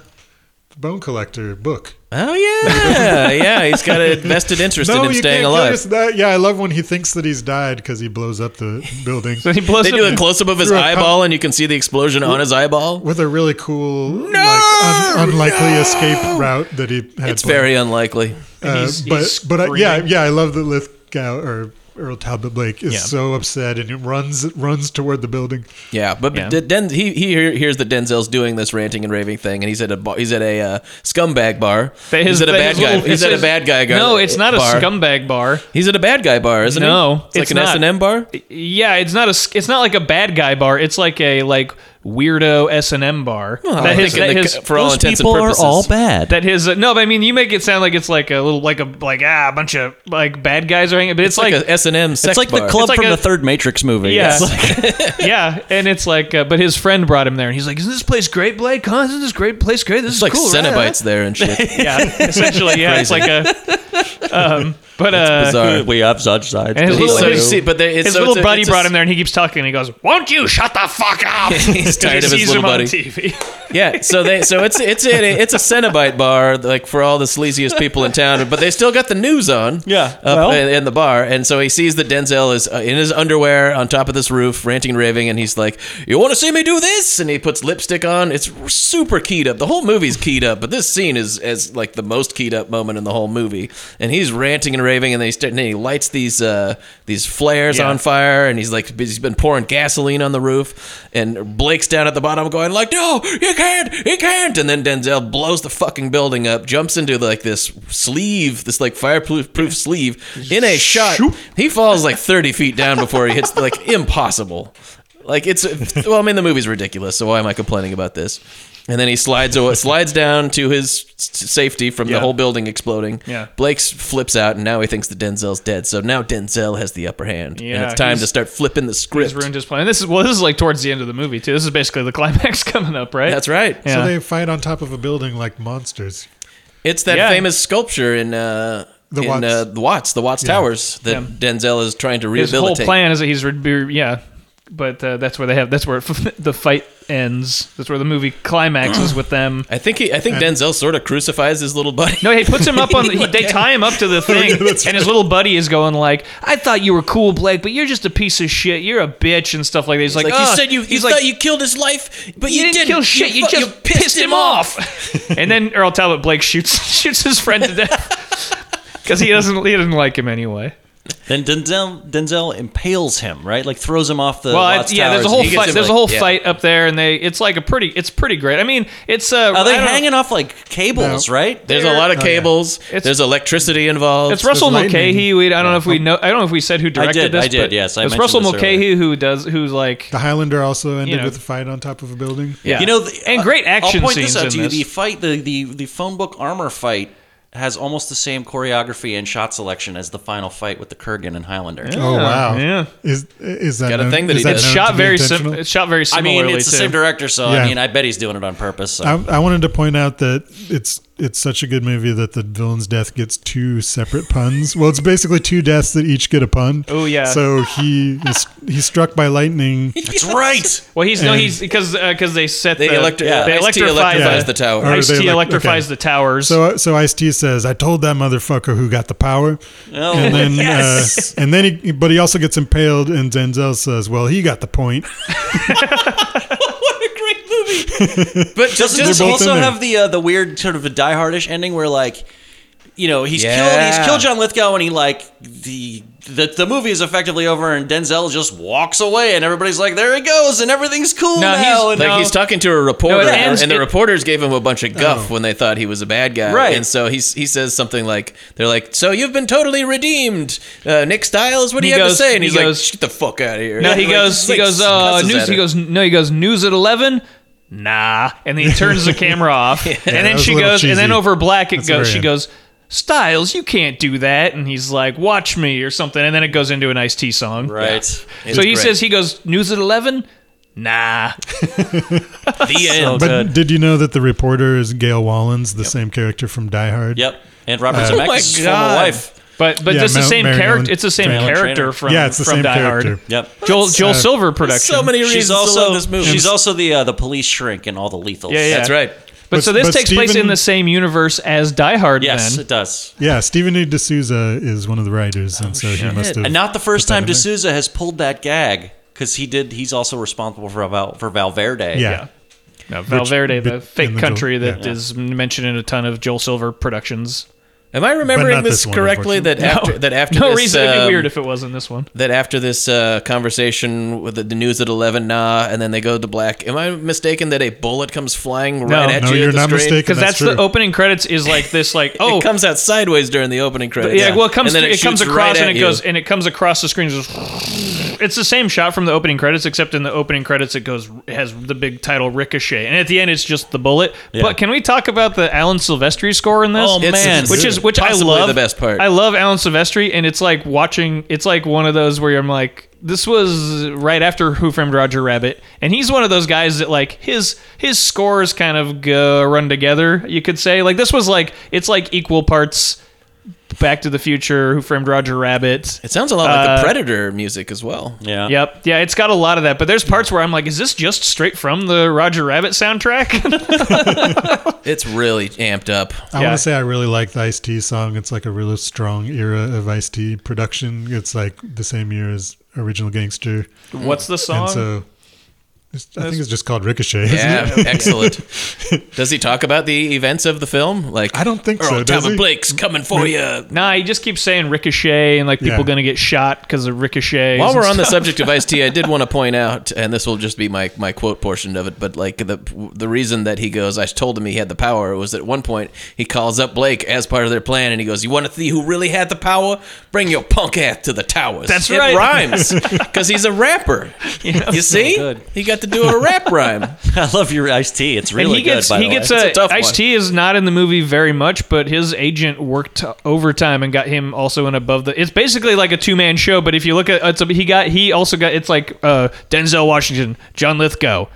S4: the Bone Collector book.
S2: Oh
S4: [laughs]
S2: yeah, yeah. He's got a vested interest in him staying
S4: kill
S2: alive.
S4: us. That- yeah, I love when he thinks that he's died because he blows up
S1: [laughs]
S4: the building.
S1: so he blows
S2: They
S1: up-
S2: do a close up of his
S4: Through a cup.
S2: eyeball, and you can see the explosion on his eyeball.
S4: with a really cool, like, un- unlikely escape route that he had.
S2: It's
S4: planned.
S2: very unlikely.
S4: Uh,
S1: He's-
S4: but
S1: he's
S4: but I, yeah,
S1: screaming.
S4: yeah, I love that Lithgow or Earl Talbot Blake is
S1: Yeah.
S4: so upset and he runs runs toward the building.
S2: Yeah, but
S1: Yeah.
S2: D- Den- he, he hear- hears that Denzel's doing this ranting and raving thing, and he's at a bar, he's at a uh, scumbag bar.
S1: His-
S2: he's at a bad
S1: his
S2: guy.
S1: little-
S2: he's at a
S1: his-
S2: bad guy. Gar-
S1: No, it's not
S2: bar.
S1: a scumbag bar.
S2: He's at a bad guy bar, isn't he?
S1: No,
S2: it's like
S1: it's
S2: an
S1: not.
S2: S and M bar.
S1: Yeah, it's not a it's not like a bad guy bar. It's like a like weirdo S and M bar.
S2: Well, I
S1: that his,
S2: think Oh, in
S1: that
S2: the
S1: his
S2: c- for all
S1: those
S2: intents and
S1: people are
S2: purposes.
S1: all-
S3: all bad.
S1: that his uh, no, but I mean you make it sound like it's like a little like a like ah a bunch of like bad guys or hanging, but it's,
S2: It's like, a S and M sex
S3: It's like the
S2: bar.
S3: club
S1: It's like
S3: from
S1: a-
S3: the third Matrix movie.
S1: Yeah.
S3: It's like-
S1: yeah, and it's like uh, but his friend brought him there and he's like, isn't this place great, Blake? Huh? Isn't this great place great? This
S2: It's
S1: is
S2: like
S1: cool, right?
S2: Cenobites there
S1: [laughs]
S2: and shit.
S1: Yeah, essentially, yeah, it's like a um, but uh,
S2: Bizarre.
S3: we have such sides.
S1: And his
S3: to
S1: little-
S3: the
S2: So you
S1: his-
S3: show.
S2: see, but they, it's,
S1: His
S2: so
S1: little
S2: it's a-
S1: buddy
S2: it's a-
S1: brought him there, and he keeps talking. and He goes, "Won't you shut the fuck
S2: [laughs]
S1: up?"
S2: He's
S1: 'Cause
S2: tired
S1: he
S2: of his
S1: sees
S2: little
S1: him on
S2: buddy. [laughs]
S1: TV.
S2: Yeah, so they so it's it's it, it's a Cenobite bar like for all the sleaziest people in town, but they still got the news on.
S3: Yeah,
S2: up
S3: well-
S2: in, in the bar, and so he sees that Denzel is uh, in his underwear on top of this roof, ranting and raving, and he's like, "You want to see me do this?" And he puts lipstick on. It's super keyed up. The whole movie's keyed up, but this scene is as like the most keyed up moment in the whole movie. And he's ranting and raving, and then he start, and then he lights these uh, these flares
S1: Yeah.
S2: on fire, and he's like he's been pouring gasoline on the roof, and Blake's down at the bottom going like, "No, you can't, you can't!" And then Denzel blows the fucking building up, jumps into like this sleeve, this like fireproof proof sleeve, in a shot. He falls like thirty feet down before he hits like impossible. Like it's well, I mean the movie's ridiculous, so why am I complaining about this? And then he slides away, slides down to his s- safety from the
S1: Yeah.
S2: whole building exploding.
S1: Yeah.
S2: Blake's flips out, and now he thinks that Denzel's dead. So now Denzel has the upper hand, and
S1: Yeah,
S2: it's time
S1: he's-
S2: to start flipping the script.
S1: He's ruined his plan. And this is well, this is like towards the end of the movie too. This is basically the [laughs] climax coming up, right?
S2: That's right.
S1: Yeah.
S4: So they fight on top of a building like monsters.
S2: It's that
S1: Yeah.
S2: famous sculpture in uh,
S4: The
S2: in,
S4: Watts.
S2: Uh, the Watts, the Watts Towers that
S1: Yeah.
S2: Denzel is trying to
S1: his whole
S2: rehabilitate.
S1: plan is that he's re- yeah, but uh, that's where they have that's where [laughs] the fight ends. That's where the movie
S2: [clears throat]
S1: climaxes with them.
S2: I think he, I think Denzel sort of crucifies his little buddy.
S1: No, he puts him up on. The, he,
S2: [laughs]
S1: they tie him up to the thing, and his little buddy is going like, "I thought you were cool, Blake, but you're just a piece of shit. You're a bitch and stuff like that." He's, like,
S2: like
S1: "Oh."
S2: you said, you, you
S1: he's
S2: thought
S1: like,
S2: you killed his life, but
S1: you,
S2: you,
S1: didn't, kill shit. You,
S2: fu-
S1: just pissed, him off. [laughs] and then Earl Talbot Blake shoots [laughs] shoots his friend to death [laughs] because he doesn't he doesn't like him anyway.
S3: Then Denzel Denzel impales him, right? Like throws him off the.
S1: Well, I,
S3: Watts
S1: yeah, there's a
S3: Towers.
S1: whole
S2: He gets
S1: fight.
S2: him,
S1: There's a
S2: like,
S1: whole
S2: yeah.
S1: fight up there, and they it's like a pretty it's pretty great. I mean, it's uh,
S3: [laughs] Are
S1: I
S3: they
S1: don't know.
S3: hanging off like cables, right?
S2: There's a
S4: Oh,
S2: lot of cables.
S1: It's-
S2: There's electricity involved.
S1: It's Russell
S4: lightning.
S1: Mulcahy. We, I don't know if we know. I don't know if we said who directed
S3: did,
S1: this.
S3: I did,
S1: but
S3: yes, I
S1: it's
S3: mentioned
S1: Russell
S3: this
S1: Mulcahy who does who's like
S4: The Highlander also ended
S1: know.
S4: with a fight on top of a building.
S1: yeah.
S3: You know, the,
S1: and great
S3: I-
S1: action
S3: I'll point
S1: scenes
S3: this out
S1: in
S3: to you.
S1: this.
S3: The fight, the, the the phone book armor fight, has almost the same choreography and shot selection as the final fight with the Kurgan and Highlander.
S4: Oh wow!
S1: yeah.
S4: is is that
S2: Got a
S4: known-
S2: thing that
S4: is
S2: he did.
S1: it's
S4: known Uh, to
S1: shot
S4: be
S1: very
S4: intentional?
S1: sim- it's shot very
S3: I
S1: similarly.
S3: mean, it's the
S1: too.
S3: same director, so I
S4: Yeah.
S3: mean, I bet he's doing it on purpose. So.
S4: I, I wanted to point out that it's it's such a good movie that the villain's death gets two separate puns. Well, it's basically two deaths that each get a pun.
S1: Oh, yeah.
S4: So he is, he's struck
S2: [laughs]
S4: by lightning.
S3: That's right.
S1: Well, he's no,
S4: And-
S1: he's because because they set
S2: They
S1: the
S2: electri- yeah,
S1: they
S2: Ice-T
S1: electrify
S2: electrifies
S4: Yeah.
S2: the tower.
S4: Or
S1: Ice T
S4: they elec-
S1: electrifies
S4: okay.
S1: the towers.
S4: So uh, so Ice T says, "I told that motherfucker who got the power."
S3: Oh,
S4: and then
S3: yes.
S4: uh, and then he but he also gets impaled, and Denzel says, "Well, he got the point."
S3: what a great
S2: movie. But
S3: Doesn't
S2: just,
S3: this
S2: just
S3: also have the uh, the weird sort of a Die Hardish ending where like, you know, he's killed
S2: Yeah.
S3: he's killed John Lithgow and he like the the the movie is effectively over and Denzel just walks away and everybody's like, there he goes and everything's cool
S1: No, he's-
S3: now. and
S2: like
S1: No.
S3: [laughs]
S2: he's talking to a reporter,
S1: ends-
S2: and the
S1: it- Oh.
S2: reporters gave him a bunch of guff when they thought he was a bad guy.
S3: Right.
S2: and so he he says something like, "They're like, so you've been totally redeemed, uh, Nick Styles. What do
S1: He
S2: you have
S1: goes-
S2: to say?" And
S1: he
S2: he's
S1: goes-
S2: like, "Get the fuck out of here."
S1: No, he
S2: Like,
S1: goes. He
S2: like,
S1: goes. Uh,
S2: cusses
S1: news.
S2: at
S1: He
S2: her.
S1: goes. No, he goes. News at eleven. Nah. And
S4: [laughs]
S1: then he turns the camera off. and
S4: that
S1: then
S4: was
S1: she
S4: a little
S1: goes. And then
S4: cheesy.
S1: over black, it
S4: That's
S1: goes.
S4: very
S1: She
S4: end.
S1: goes. Styles, you can't do that. And he's like, "Watch me" or something. And then it goes into an Ice T song.
S3: right.
S1: So he
S2: great.
S1: says he goes. News at eleven. Nah.
S2: The
S3: Oh,
S2: end.
S4: But did you know that the reporter is Gail Wallens, the same character from Die Hard?
S3: Yep. And Robert
S4: Uh,
S2: Oh my
S3: Zemeckis' former
S2: God.
S3: wife.
S1: But but
S4: Yeah,
S1: it's the
S4: Mel-
S1: same
S4: Mary Ellen
S1: character. It's the same
S4: Trainor.
S1: character from
S4: Yeah, it's the
S1: from
S4: same
S1: Die
S4: character.
S1: Hard.
S3: Yep.
S1: Joel Joel
S4: uh,
S1: Silver production.
S2: So many reasons.
S3: She's
S2: to
S3: also
S2: love this movie.
S3: She's also the uh, the police shrink in all the lethals.
S1: Yeah, yeah.
S2: That's right.
S1: But,
S4: But-
S1: so this
S4: but
S1: takes place
S4: Steven-
S1: in the same universe as Die Hard.
S3: Yes,
S1: then.
S3: it does.
S4: Yeah, Stephen E. D'Souza is one of the writers, and so he must have.
S3: And not the first
S4: put that
S3: time
S4: in there.
S3: D'Souza has pulled that gag because he did. He's also responsible for Val, for Valverde.
S4: yeah.
S1: No, Valverde,
S4: bit
S1: the
S4: in
S1: fake
S4: the
S1: country
S4: Joel-
S1: that is mentioned in a ton of Joel Silver productions.
S2: Am I remembering
S4: not
S2: this,
S4: this one,
S2: correctly? That after that after
S1: no
S2: this,
S1: reason, it'd be
S2: um,
S1: weird if it wasn't this one.
S2: that after this uh, conversation with the, the news at eleven, nah, and then they go to black. Am I mistaken that a bullet comes flying right at
S4: no,
S2: you? at
S4: you're
S2: the
S4: not
S2: screen?
S4: mistaken.
S1: Because that's,
S4: That's
S1: the
S4: true.
S1: opening credits is like this, like
S2: Oh,
S1: oh.
S2: it comes out sideways during the opening credits.
S1: yeah, well, it comes
S2: And then
S1: it, comes
S2: shoots
S1: across
S2: right
S1: and
S2: at
S1: it
S2: you.
S1: goes and it comes across the screen. Just, it's the same shot from the opening credits, except in the opening credits it goes it has the big title Ricochet, and at the end it's just the bullet. But can we talk about the Alan Silvestri score in this?
S2: Oh,
S1: It's-
S2: man.
S1: which is which I
S2: Possibly
S1: love
S2: the best part.
S1: I love Alan Silvestri, and it's like watching. It's like one of those where I'm like, this was right after Who Framed Roger Rabbit, and he's one of those guys that like his his scores kind of go run together. You could say like this was like it's like equal parts. Back to the Future, Who Framed Roger Rabbit.
S2: It sounds a lot like
S1: Uh,
S2: the Predator music as well.
S3: Yeah. [laughs]
S1: Yep. Yeah, it's got a lot of that, but there's parts where I'm like, is this just straight from the Roger Rabbit soundtrack? [laughs]
S2: It's really amped up.
S4: I
S1: Yeah.
S4: want to say I really like the Ice T song. It's like a really strong era of Ice T production. It's like the same year as Original Gangster,
S1: What's the song?
S4: and so it's, I think it's just called Ricochet. isn't it?
S2: Yeah, excellent. Does he talk about the events of the film? Like
S4: [laughs] I don't think
S2: Earl
S4: so, does
S2: Talbot
S4: he?
S2: Blake's coming for you.
S1: Nah, he just keeps saying ricochet and like people
S4: Yeah.
S1: gonna get shot because of ricochet.
S2: While we're on the subject of Ice T, I did want to
S3: [laughs]
S2: point out, and this will just be my, my quote portion of it, but like the the reason that he goes, I told him he had the power was at one point he calls up Blake as part of their plan, and he goes, "You want to see who really had the power? Bring your punk ass to the towers."
S1: That's
S2: it
S1: right.
S3: [laughs]
S2: rhymes because he's a rapper. you see,
S3: good.
S2: he got to do a rap
S3: [laughs]
S2: rhyme.
S3: I love your iced tea. It's really
S1: and he gets
S3: good. By
S1: he
S3: the
S1: gets
S3: way.
S2: It's a tough
S1: a, Ice
S2: one.
S1: T is not in the movie very much, but his agent worked overtime and got him also an above the. It's basically like a two man show, but if you look at it's a, he got he also got it's like uh, Denzel Washington, John Lithgow.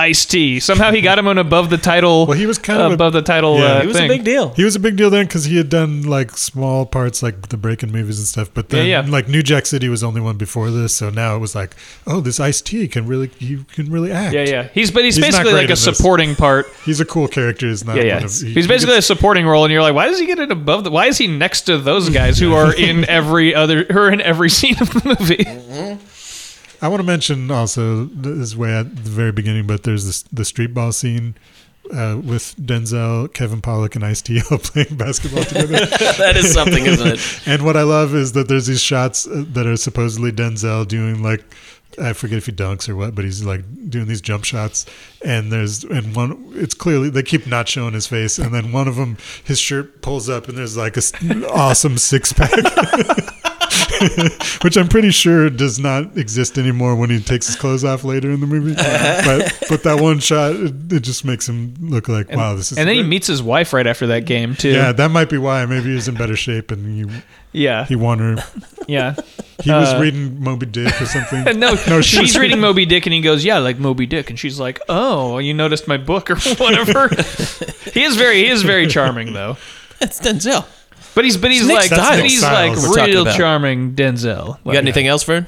S1: Ice T. Somehow he got him an above the title.
S4: Well, he was kind of a-
S1: above the title.
S4: yeah.
S1: uh,
S4: He
S1: thing.
S2: deal.
S4: He was a big deal then because he had done like small parts, like the breaking movies and stuff. But then,
S1: Yeah, yeah.
S4: like New Jack City was the only one before this, so now it was like, oh, this Ice T can really, he can really act.
S1: Yeah, yeah. He's but he's,
S4: He's not
S1: basically
S4: great
S1: like
S4: in
S1: a
S4: this.
S1: supporting part.
S4: [laughs] He's a cool character. He's not.
S1: Yeah, yeah.
S4: One of, he-
S1: he's
S4: he
S1: basically
S4: gets-
S1: a supporting role, and you're like, why does he get it above? The, why is he next to
S4: [laughs]
S1: those guys who are in every other, who are in every [laughs] scene of the movie?
S4: I want to mention also this is way at the very beginning, but there's this, the street ball scene. Uh, with Denzel, Kevin Pollock, and Ice T [laughs] all playing basketball together.
S2: that is something, isn't
S3: [laughs]
S2: it?
S4: [laughs] and what I love is that there's these shots uh, that are supposedly Denzel doing like I forget if he dunks or what, but he's like doing these jump shots. And there's and one, it's clearly they keep not showing his face. And then one of them, his shirt pulls up, and there's like a s- [laughs] awesome six pack. [laughs] Which I'm pretty sure does not exist anymore when he takes his clothes off later in
S1: [laughs]
S4: the movie. But but that one shot, it, it just makes him look like wow, this is.
S1: And then he
S4: great."
S1: meets his wife right after that game too.
S4: yeah, that might be why. Maybe he was in better shape, and he
S1: yeah,
S4: he won her [laughs]
S1: yeah. [laughs]
S4: he was
S1: Uh,
S4: reading Moby Dick or
S1: [laughs]
S4: something.
S1: And no,
S4: she
S1: she's
S4: was-
S1: reading Moby Dick, and he goes, "Yeah, like Moby Dick," and she's like, "Oh, you noticed my book or [laughs]
S4: [laughs]
S1: whatever." he is very, he is very charming though.
S2: That's Denzel.
S1: But he's, but he's
S2: Nick
S1: like,
S2: Styles.
S1: but he's like
S4: Styles we're
S2: talking
S1: real
S2: about.
S1: charming Denzel.
S2: You got anything else, Fern?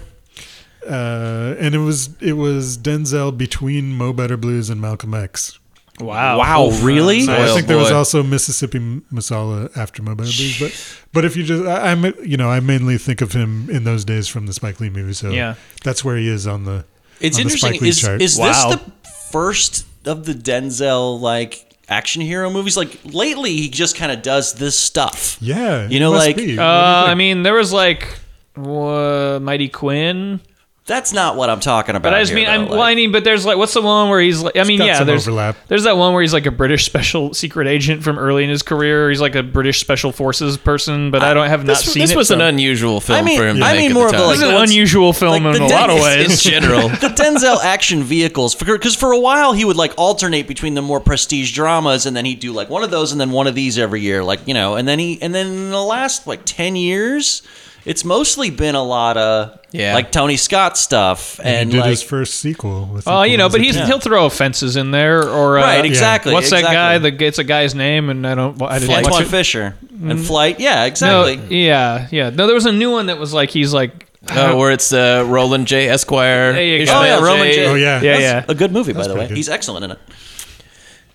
S4: Uh, and it was it was Denzel between Mo Better Blues and Malcolm X.
S1: Wow,
S3: really?
S4: I
S2: Oh,
S4: think there was
S2: boy.
S4: also Mississippi Masala after Mo Better Blues, but but if you just I, I'm you know I mainly think of him in those days from the Spike Lee movie, so
S1: Yeah.
S4: that's where he is on the
S3: It's
S4: on the
S3: interesting.
S4: Spike Lee
S3: Is
S4: chart.
S3: is
S1: Wow.
S3: this the first of the Denzel like action hero movies. Like lately, he just kind of does this stuff.
S4: Yeah,
S3: you know, like
S1: uh, I mean, there was like uh, Mighty Quinn.
S3: That's not what I'm talking about.
S1: But I just
S3: here,
S1: mean, I'm
S3: though,
S1: well, I mean, but there's like, what's the one where he's like, I mean,
S4: got
S1: yeah,
S4: some
S1: there's
S4: overlap.
S1: there's that one where he's like a British special secret agent from early in his career. He's like a British special forces person, but I, don't have not
S2: This,
S1: seen
S2: this
S1: it.
S2: was an
S1: so-
S2: unusual film
S3: I mean,
S2: for him. To
S3: I
S2: make
S3: mean
S2: at
S3: more
S2: the
S3: of a,
S2: time.
S3: like,
S1: This is an
S3: what's-
S1: unusual film
S3: like
S1: in
S3: the
S1: a lot of
S3: Denzel-
S1: ways. [laughs]
S2: in general.
S3: the Denzel action vehicles because for a while he would like alternate between the more prestige dramas and then he'd do like one of those and then one of these every year like you know and then he and then in the last like 10 years it's mostly been a lot of
S2: Yeah.
S3: like Tony Scott stuff
S4: And
S3: and
S4: he did
S3: like
S4: his first sequel. with
S1: Oh, you know, but he's
S4: Equalizer.
S1: he'll throw offenses in there or uh,
S3: right exactly
S1: What's that guy?
S3: exactly.
S1: that gets a guy's name, and I don't. I didn't
S3: Antoine
S1: watch it.
S3: Fisher
S1: Mm-hmm.
S3: and Flight yeah
S1: No,
S3: exactly
S1: yeah, yeah. No, there was a new one that was like he's like.
S2: Oh, where it's uh, Roland J. Esquire.
S1: There you go.
S2: Ishmael
S1: Oh, yeah,
S2: J.
S3: Roland J.
S4: Oh yeah,
S1: Yeah,
S3: That's
S1: yeah.
S3: a good movie by the way
S4: pretty good.
S3: he's excellent in it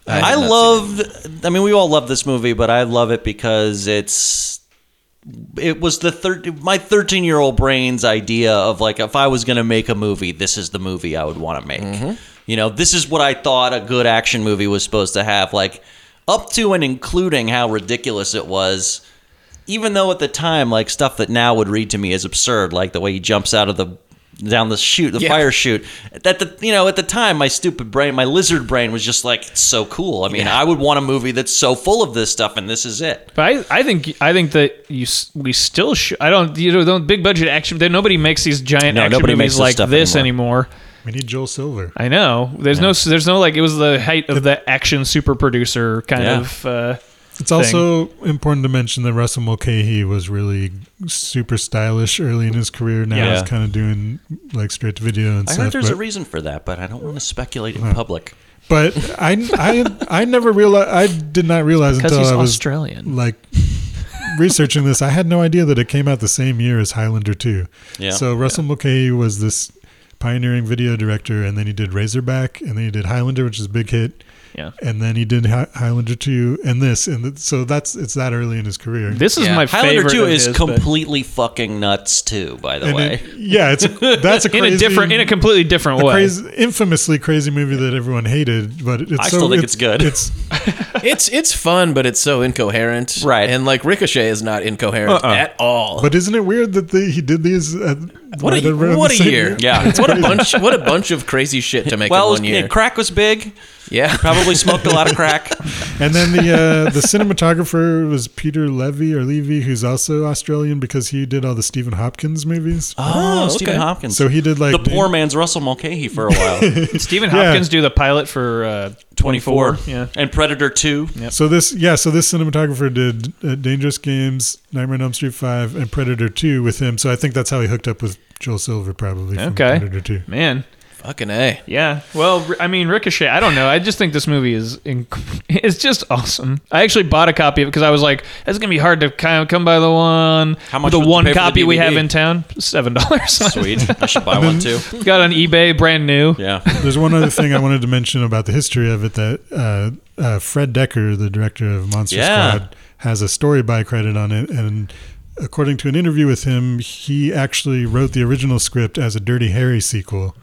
S2: have
S3: I
S2: not seen
S3: loved. I mean, we all love this movie, but I love it because it's. It was the third my thirteen year old brain's idea of like if I was going to make a movie, this is the movie I would want to make. You know, this is what I thought a good action movie was supposed to have, like up to and including how ridiculous it was. Even though at the time, like stuff that now would read to me as absurd, like the way he jumps out of the down the chute, the
S2: Yeah.
S3: fire chute. That the you know at the time, my stupid brain, my lizard brain was just like it's so cool. I mean, I would want a movie that's so full of this stuff, and this is it.
S1: But I, I think I think that you s- we still should. I don't you know don't big budget action. Then nobody makes these giant
S3: No,
S1: action
S3: nobody
S1: movies
S3: makes this
S1: like
S3: stuff
S1: this anymore.
S4: we need Joel Silver.
S1: I know there's no there's no like it was the height of the action super producer kind
S3: Yeah.
S1: of. Uh,
S4: It's also important to mention that Russell Mulcahy was really super stylish early in his career. Now
S3: Yeah.
S4: he's kind of doing like straight to video and
S3: I
S4: stuff.
S3: heard there's
S4: but,
S3: a reason for that, but I don't want to speculate in public.
S4: but I, I, I never realized. I did not realize
S1: Because
S4: until
S1: he's
S4: I was
S1: Australian.
S4: like researching this. I had no idea that it came out the same year as Highlander Two.
S3: Yeah.
S4: So Russell Mulcahy was this pioneering video director, and then he did Razorback, and then he did Highlander, which is a big hit.
S1: Yeah.
S4: And then he did Hi- Highlander two, and this, and th- so that's it's that early in his career.
S1: This is
S2: Yeah.
S1: my
S3: Highlander
S1: favorite.
S3: Two
S1: of
S3: is
S1: his, but
S3: completely fucking nuts too. By the
S4: and
S3: way,
S4: it- yeah, it's a, that's a
S1: [laughs] in
S4: crazy,
S1: a different in a completely different
S4: a
S1: way.
S4: crazy, infamously crazy movie that everyone hated, but it's
S3: I
S4: so-
S3: still think it's good.
S4: It's
S2: It's it's fun, but it's so incoherent.
S3: Right.
S2: And like Ricochet is not incoherent
S1: Uh-uh.
S2: at all.
S4: but isn't it weird that the, he did these? At,
S2: what
S4: right
S2: a
S4: around the
S2: what a
S4: same
S2: year.
S3: Yeah.
S2: what a bunch what a bunch of crazy shit to make
S3: well,
S2: in
S3: it
S2: one
S3: was-
S2: year.
S3: yeah, crack was big.
S2: yeah.
S3: Probably smoked a lot of crack.
S2: [laughs]
S4: And then the uh, the cinematographer was Peter Levy or Levy, who's also Australian because he did all the Stephen Hopkins movies.
S3: Oh, Stephen
S2: okay.
S3: Hopkins.
S4: So he did, like,
S3: the poor
S4: the-
S3: man's Russell Mulcahy for a while.
S4: [laughs]
S1: Stephen
S4: Yeah.
S1: Hopkins do the pilot for uh,
S3: 24.
S1: Yeah.
S3: And Predator 2.
S4: So this, yeah, so this cinematographer did uh, Dangerous Games, Nightmare on Elm Street Five, and Predator Two with him. So I think that's how he hooked up with Joel Silver, probably. From
S1: Okay.
S4: Predator Two.
S1: Man,
S2: Fucking A.
S1: Yeah. Well, I mean, Ricochet. I don't know. I just think this movie is inc- [laughs] it's just awesome. I actually bought a copy of it because I was like, "It's gonna be hard to kind of come by the one."
S3: How much
S1: The
S3: would you
S1: one
S3: pay for the
S1: copy we have
S3: DVD?
S1: in town, seven dollars. [laughs]
S3: Sweet. [laughs] I should buy one too.
S1: Got on eBay, brand new.
S3: Yeah.
S4: There's one other thing I wanted to mention about the history of it that uh, uh, Fred Decker, the director of Monster
S3: Yeah.
S4: Squad, has a story by credit on it. And according to an interview with him, he actually wrote the original script as a Dirty Harry sequel.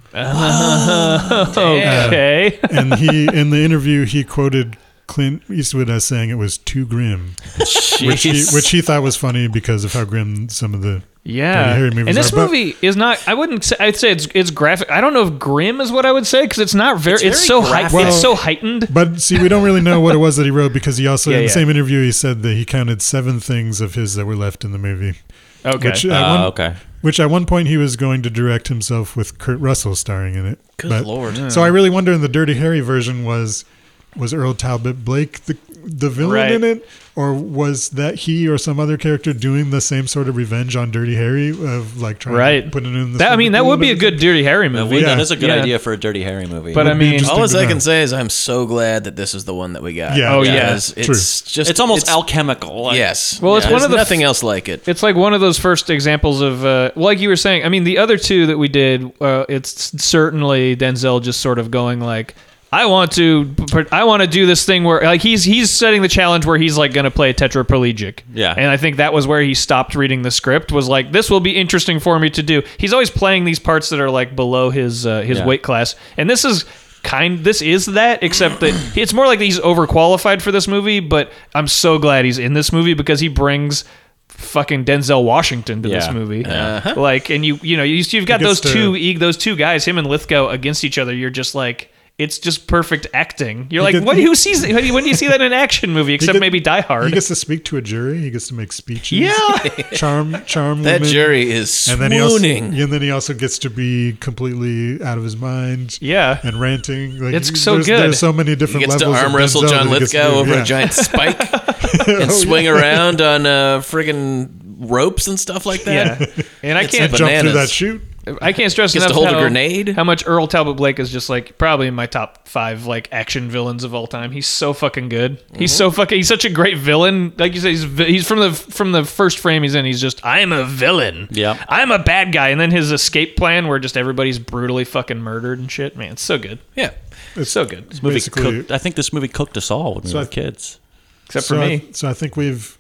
S1: Okay.
S4: And he, in the interview, he quoted Clint Eastwood as saying it was
S1: [laughs]
S4: too grim, which he, which he thought was funny because of how grim some of the
S1: [laughs] Yeah.
S4: Dirty Harry movies
S1: and this
S4: are. But-
S1: movie is not. I wouldn't. say I'd say it's it's graphic. I don't know if grim is what I would say because it's not very. It's,
S3: It's very
S1: so high.
S3: graphic.
S1: it's so heightened.
S4: But see, we don't really know what it was that he wrote because he also,
S1: Yeah,
S4: in the
S1: yeah.
S4: same interview, he said that he counted seven things of his that were left in the movie.
S1: Okay.
S4: Which, at one,
S3: okay.
S4: which at one point he was going to direct himself with Kurt Russell starring in it.
S2: Good
S4: But-
S2: lord.
S4: So I really wonder in the Dirty Harry version was was Earl Talbot Blake the the villain
S1: Right.
S4: in it, or was that he or some other character doing the same sort of revenge on Dirty Harry of like trying to
S1: right.
S4: put it in? The
S1: That, I mean, that
S4: swimming
S1: would be
S4: pool
S1: a
S4: and
S1: good Dirty Harry
S3: That
S1: movie.
S3: would-
S4: Yeah.
S3: That's a good
S1: Yeah.
S3: idea for a Dirty Harry movie.
S1: But I
S4: Would be
S1: mean,
S4: interesting
S2: All as
S4: to
S2: I
S4: know.
S2: can say is I'm so glad that this is the one that we got.
S4: Yeah. Oh,
S1: yeah.
S2: Because
S4: True.
S2: It's just
S3: it's almost alchemical. Like,
S2: Yes.
S1: Well, it's
S2: Yeah.
S1: one
S2: There's
S1: of the
S2: nothing else like it.
S1: It's like one of those first examples of, uh, like you were saying. I mean, the other two that we did, uh, it's certainly Denzel just sort of going like, "I want to, I want to do this thing where like he's he's setting the challenge where he's like going to play tetraplegic."
S3: Yeah.
S1: and I think that was where he stopped reading the script. Was like, "This will be interesting for me to do." He's always playing these parts that are like below his uh, his
S3: Yeah.
S1: weight class, and this is kind. This is that, except
S4: [coughs]
S1: that it's more like he's overqualified for this movie. But I'm so glad he's in this movie because he brings fucking Denzel Washington to this
S3: Yeah.
S1: movie.
S2: Uh-huh.
S1: Like, and you you know you, you've got
S4: He
S1: those
S4: gets to-
S1: two e- those two guys, him and Lithgow, against each other. You're just like. It's just perfect acting. You're like,
S4: gets-
S1: what? Who sees? When do you see that in an action movie? Except
S4: get-
S1: maybe Die
S4: [laughs] He
S1: Hard.
S4: gets to speak to a jury. He gets to make speeches.
S1: Yeah.
S4: [laughs] charm, charm.
S2: That
S4: women.
S2: jury is
S4: And then he also,
S2: swooning.
S4: and then he also gets to be completely out of his mind.
S1: Yeah.
S4: and ranting. Like,
S1: It's so
S4: there's,
S1: good.
S4: There's so many
S2: He
S4: different
S2: gets to
S4: levels. of
S2: arm wrestle
S4: Denzel
S2: John
S4: that he gets to
S2: Lithgow
S4: do.
S2: over
S4: Yeah.
S2: a giant spike
S4: [laughs] Oh, yeah.
S2: and swing around on uh, friggin' ropes and stuff like that.
S1: Yeah. And I
S2: It's
S1: can't
S2: a
S4: Jump through
S2: bananas.
S4: that chute.
S1: I can't stress
S2: Gets to
S1: enough
S2: hold a
S1: how,
S2: grenade.
S1: how much Earl Talbot Blake is just like probably in my top five like action villains of all time. He's so fucking good. He's
S2: Mm-hmm.
S1: so fucking. He's such a great villain. Like you said, he's vi- he's from the from the first frame he's in. He's just I am a villain.
S3: Yeah.
S1: I'm a bad guy. And then his escape plan where just everybody's brutally fucking murdered and shit. Man, it's so good.
S2: Yeah.
S1: It's so good.
S3: Movie
S4: Basically-
S3: cooked, I think this movie cooked us all when we
S4: So
S3: were
S4: I-
S3: kids.
S1: Except
S4: so
S1: for
S4: I,
S1: me.
S4: so I think we've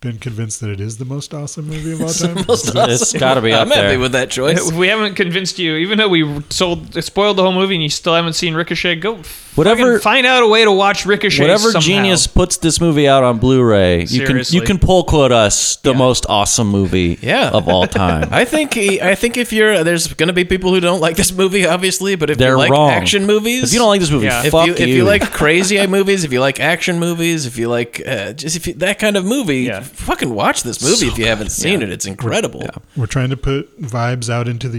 S4: been convinced that it is the most
S2: [laughs]
S4: awesome movie of all time.
S3: It's got to be up
S2: I'm happy
S3: there.
S2: with that choice.
S1: If [laughs] we haven't convinced you, even though we sold spoiled the whole movie and you still haven't seen Ricochet, go f-
S3: Whatever-
S1: fucking find out a way to watch Ricochet.
S3: Whatever
S1: somehow.
S3: genius puts this movie out on Blu-ray, you can
S1: Seriously.
S3: you can pull quote us the most awesome movie
S2: [laughs] Yeah.
S3: of
S2: [laughs]
S3: all time.
S2: [laughs] I think he, I think if you're there's gonna be people who don't like this movie, obviously, but if
S3: They're
S2: you like
S3: wrong.
S2: action movies,
S3: If you don't like this movie,
S1: Yeah.
S2: if
S3: fuck
S2: you, if you like crazy [laughs] movies, if you like action movies, if you like uh, just if you, that kind of movie,
S1: Yeah.
S2: fucking watch this movie if you haven't seen it. It's incredible.
S4: We're trying to put vibes out into the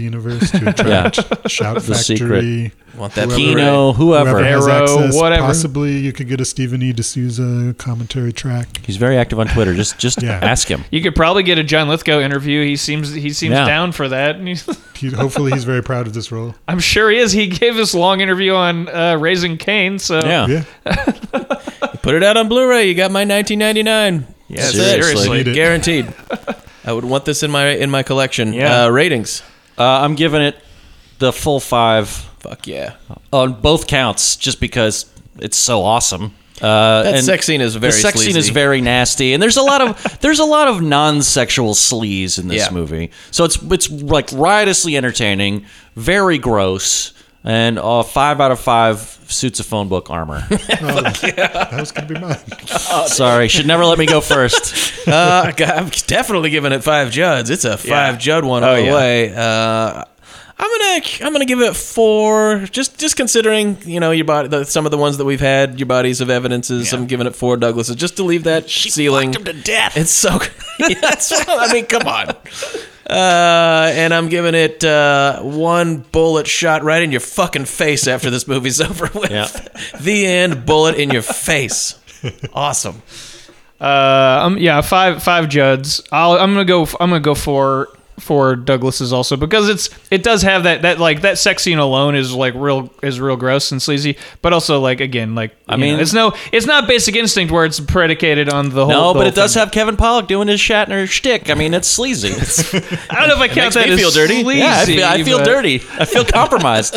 S2: [laughs]
S4: universe to attract Shout
S3: The
S4: Factory.
S2: Want that
S4: Whoever-
S3: Kino, whoever.
S4: Whoever has
S1: Arrow,
S4: access,
S1: whatever.
S4: possibly you could get a Stephen E. D'Souza commentary track.
S3: He's very active on Twitter. Just just
S4: Yeah.
S3: ask him.
S1: You could probably get a John Lithgow interview. He seems he seems
S3: Yeah.
S1: down for that. [laughs] And he's-
S4: He, hopefully, he's very proud of this
S1: [laughs]
S4: role.
S1: I'm sure he is. He gave us a long interview on uh, Raising Cain. So
S3: Yeah.
S4: Yeah,
S2: Put it out on Blu-ray. You got my 1999.
S1: Yeah,
S2: That's it.
S3: seriously.
S4: Need it.
S2: guaranteed. [laughs] I would want this in my in my collection.
S1: Yeah.
S2: Uh, ratings.
S3: Uh, I'm giving it the full five
S2: Fuck yeah.
S3: on both counts, just because it's so awesome. Uh,
S2: That
S3: and
S2: sex scene is very
S3: the sex scene is
S2: sleazy.
S3: very nasty, and there's a lot of [laughs] there's a lot of non-sexual sleaze in this
S2: Yeah.
S3: movie. So it's it's like riotously entertaining, very gross, and uh, five out of five suits a phone
S2: [laughs]
S3: book armor.
S4: Oh, that was gonna be mine.
S3: [laughs] Sorry, should never let me go first.
S2: Oh, [laughs] uh, I got- I'm definitely giving it five Juds. It's a five Jud one all the
S3: Oh, yeah.
S2: way. Uh, I'm gonna I'm gonna give it four. Just just considering you know your body, the, some of the ones that we've had, your bodies of evidences. I'm giving it four Douglases just to leave that ceiling.
S3: fucked him to death.
S2: It's so.
S3: [laughs]
S2: [laughs] That's what- I mean, come on. Uh, and I'm giving it uh, one bullet shot right in your fucking face after this movie's [laughs] over with.
S3: Yeah.
S2: The end, bullet in your
S3: [laughs]
S2: face. Awesome.
S1: uh, um, yeah, five five Judds. I'll, I'm gonna go. I'm gonna go for for Douglas's also because it's it does have that that like that sex scene alone is like real is real gross and sleazy, but also like again like I
S3: mean-
S1: it's no it's not Basic Instinct where it's predicated on the whole.
S3: No,
S1: the
S3: but
S1: whole
S3: it does
S1: thing.
S3: have Kevin Pollak doing his Shatner shtick. I mean, it's sleazy.
S2: [laughs]
S1: I don't know if I count
S3: makes
S1: that
S3: me
S1: as
S3: feel dirty.
S1: sleazy.
S3: yeah, I feel, I feel
S1: but-
S3: dirty.
S2: [laughs]
S3: I feel compromised.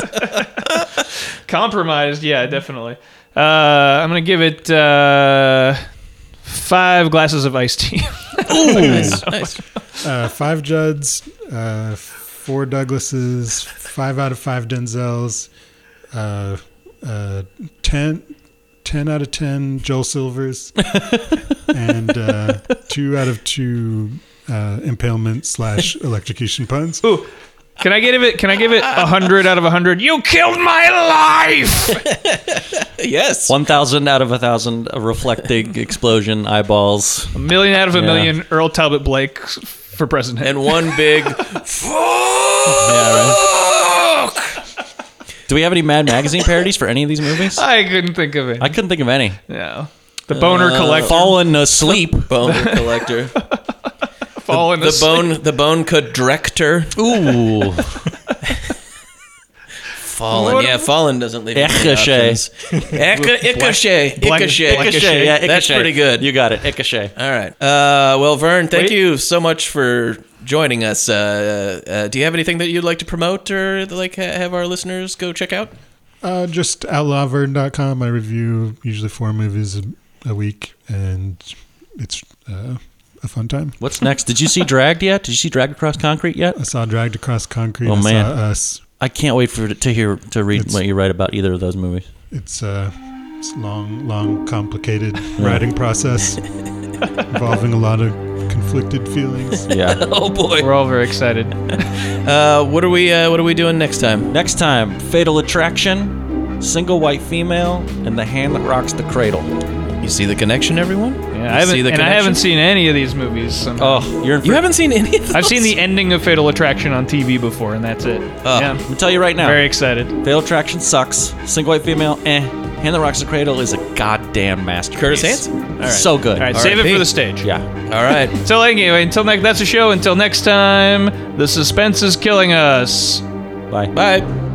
S1: compromised yeah definitely uh, i'm gonna give it uh, five glasses of iced tea [laughs]
S2: Nice. nice.
S4: Uh, five Judds, uh, four Douglases, five out of five Denzels, uh, uh, ten. 10 out of 10
S1: [laughs]
S4: Joel Silvers and uh, 2 out of 2 uh, impalement slash electrocution puns.
S1: can i give it can i give it a hundred out of a hundred you killed my life [laughs]
S2: Yes.
S3: One thousand out of a thousand a reflecting explosion eyeballs.
S1: a million out of a
S3: Yeah.
S1: million earl talbot blake for president
S2: and one
S3: [laughs]
S2: big fuck.
S3: Yeah, right. Do we have any Mad Magazine parodies for any of these movies?
S1: i couldn't think of it
S3: I Uh, couldn't think of any.
S1: no the boner collector
S3: Fallen asleep.
S2: [laughs] Bone collector.
S1: falling
S3: [laughs]
S2: The
S1: asleep.
S2: bone the bone director.
S3: Ooh,
S2: Fallen. Yeah, fallen doesn't leave.
S3: Ricochet.
S2: Icochet.
S1: Black-
S2: Icochet.
S3: Yeah,
S2: That's
S3: Icochet.
S2: pretty good.
S3: You got it, Icochet.
S2: All right. Uh, well, Vern, thank
S1: Wait.
S2: you so much for joining us. Uh, uh, do you have anything that you'd like to promote or like ha- have our listeners go check out?
S4: Uh, just outlawvern.com. I review usually four movies a, a week, and it's uh, a fun time.
S3: What's next? Did you see Dragged yet? Did you see Dragged Across Concrete yet?
S4: I saw uh, Dragged Across Concrete.
S3: Oh,
S4: I
S3: man.
S4: saw Us.
S3: I can't wait for to hear to read what you write about either of those movies.
S4: It's a it's a long,
S3: [laughs]
S4: long, complicated writing process involving a lot of conflicted feelings.
S1: oh boy. We're all very excited.
S2: Uh, what are we? Uh, what are we doing next time?
S3: Next time, Fatal Attraction, single white female, and the hand that rocks the cradle.
S2: You see the connection, everyone?
S1: Yeah, I haven't,
S2: see the
S1: and I
S2: connection?
S1: haven't seen any of these movies. somehow.
S3: Oh, you're in for,
S2: You haven't seen any of those?
S1: I've seen the ending of Fatal Attraction on TV before, and that's it. yeah.
S3: Let me tell you right now.
S1: Oh. Very excited.
S3: Fatal Attraction sucks. Single white female, eh. Hand that rocks the cradle is a goddamn masterpiece.
S2: Curtis Hanson?
S3: All right. So good.
S1: All right, save it
S2: R.I.P.
S1: for the stage.
S3: Yeah.
S2: All right.
S1: So anyway, until next, that's the show. Until next time, the suspense is killing us.
S3: Bye.
S2: Bye.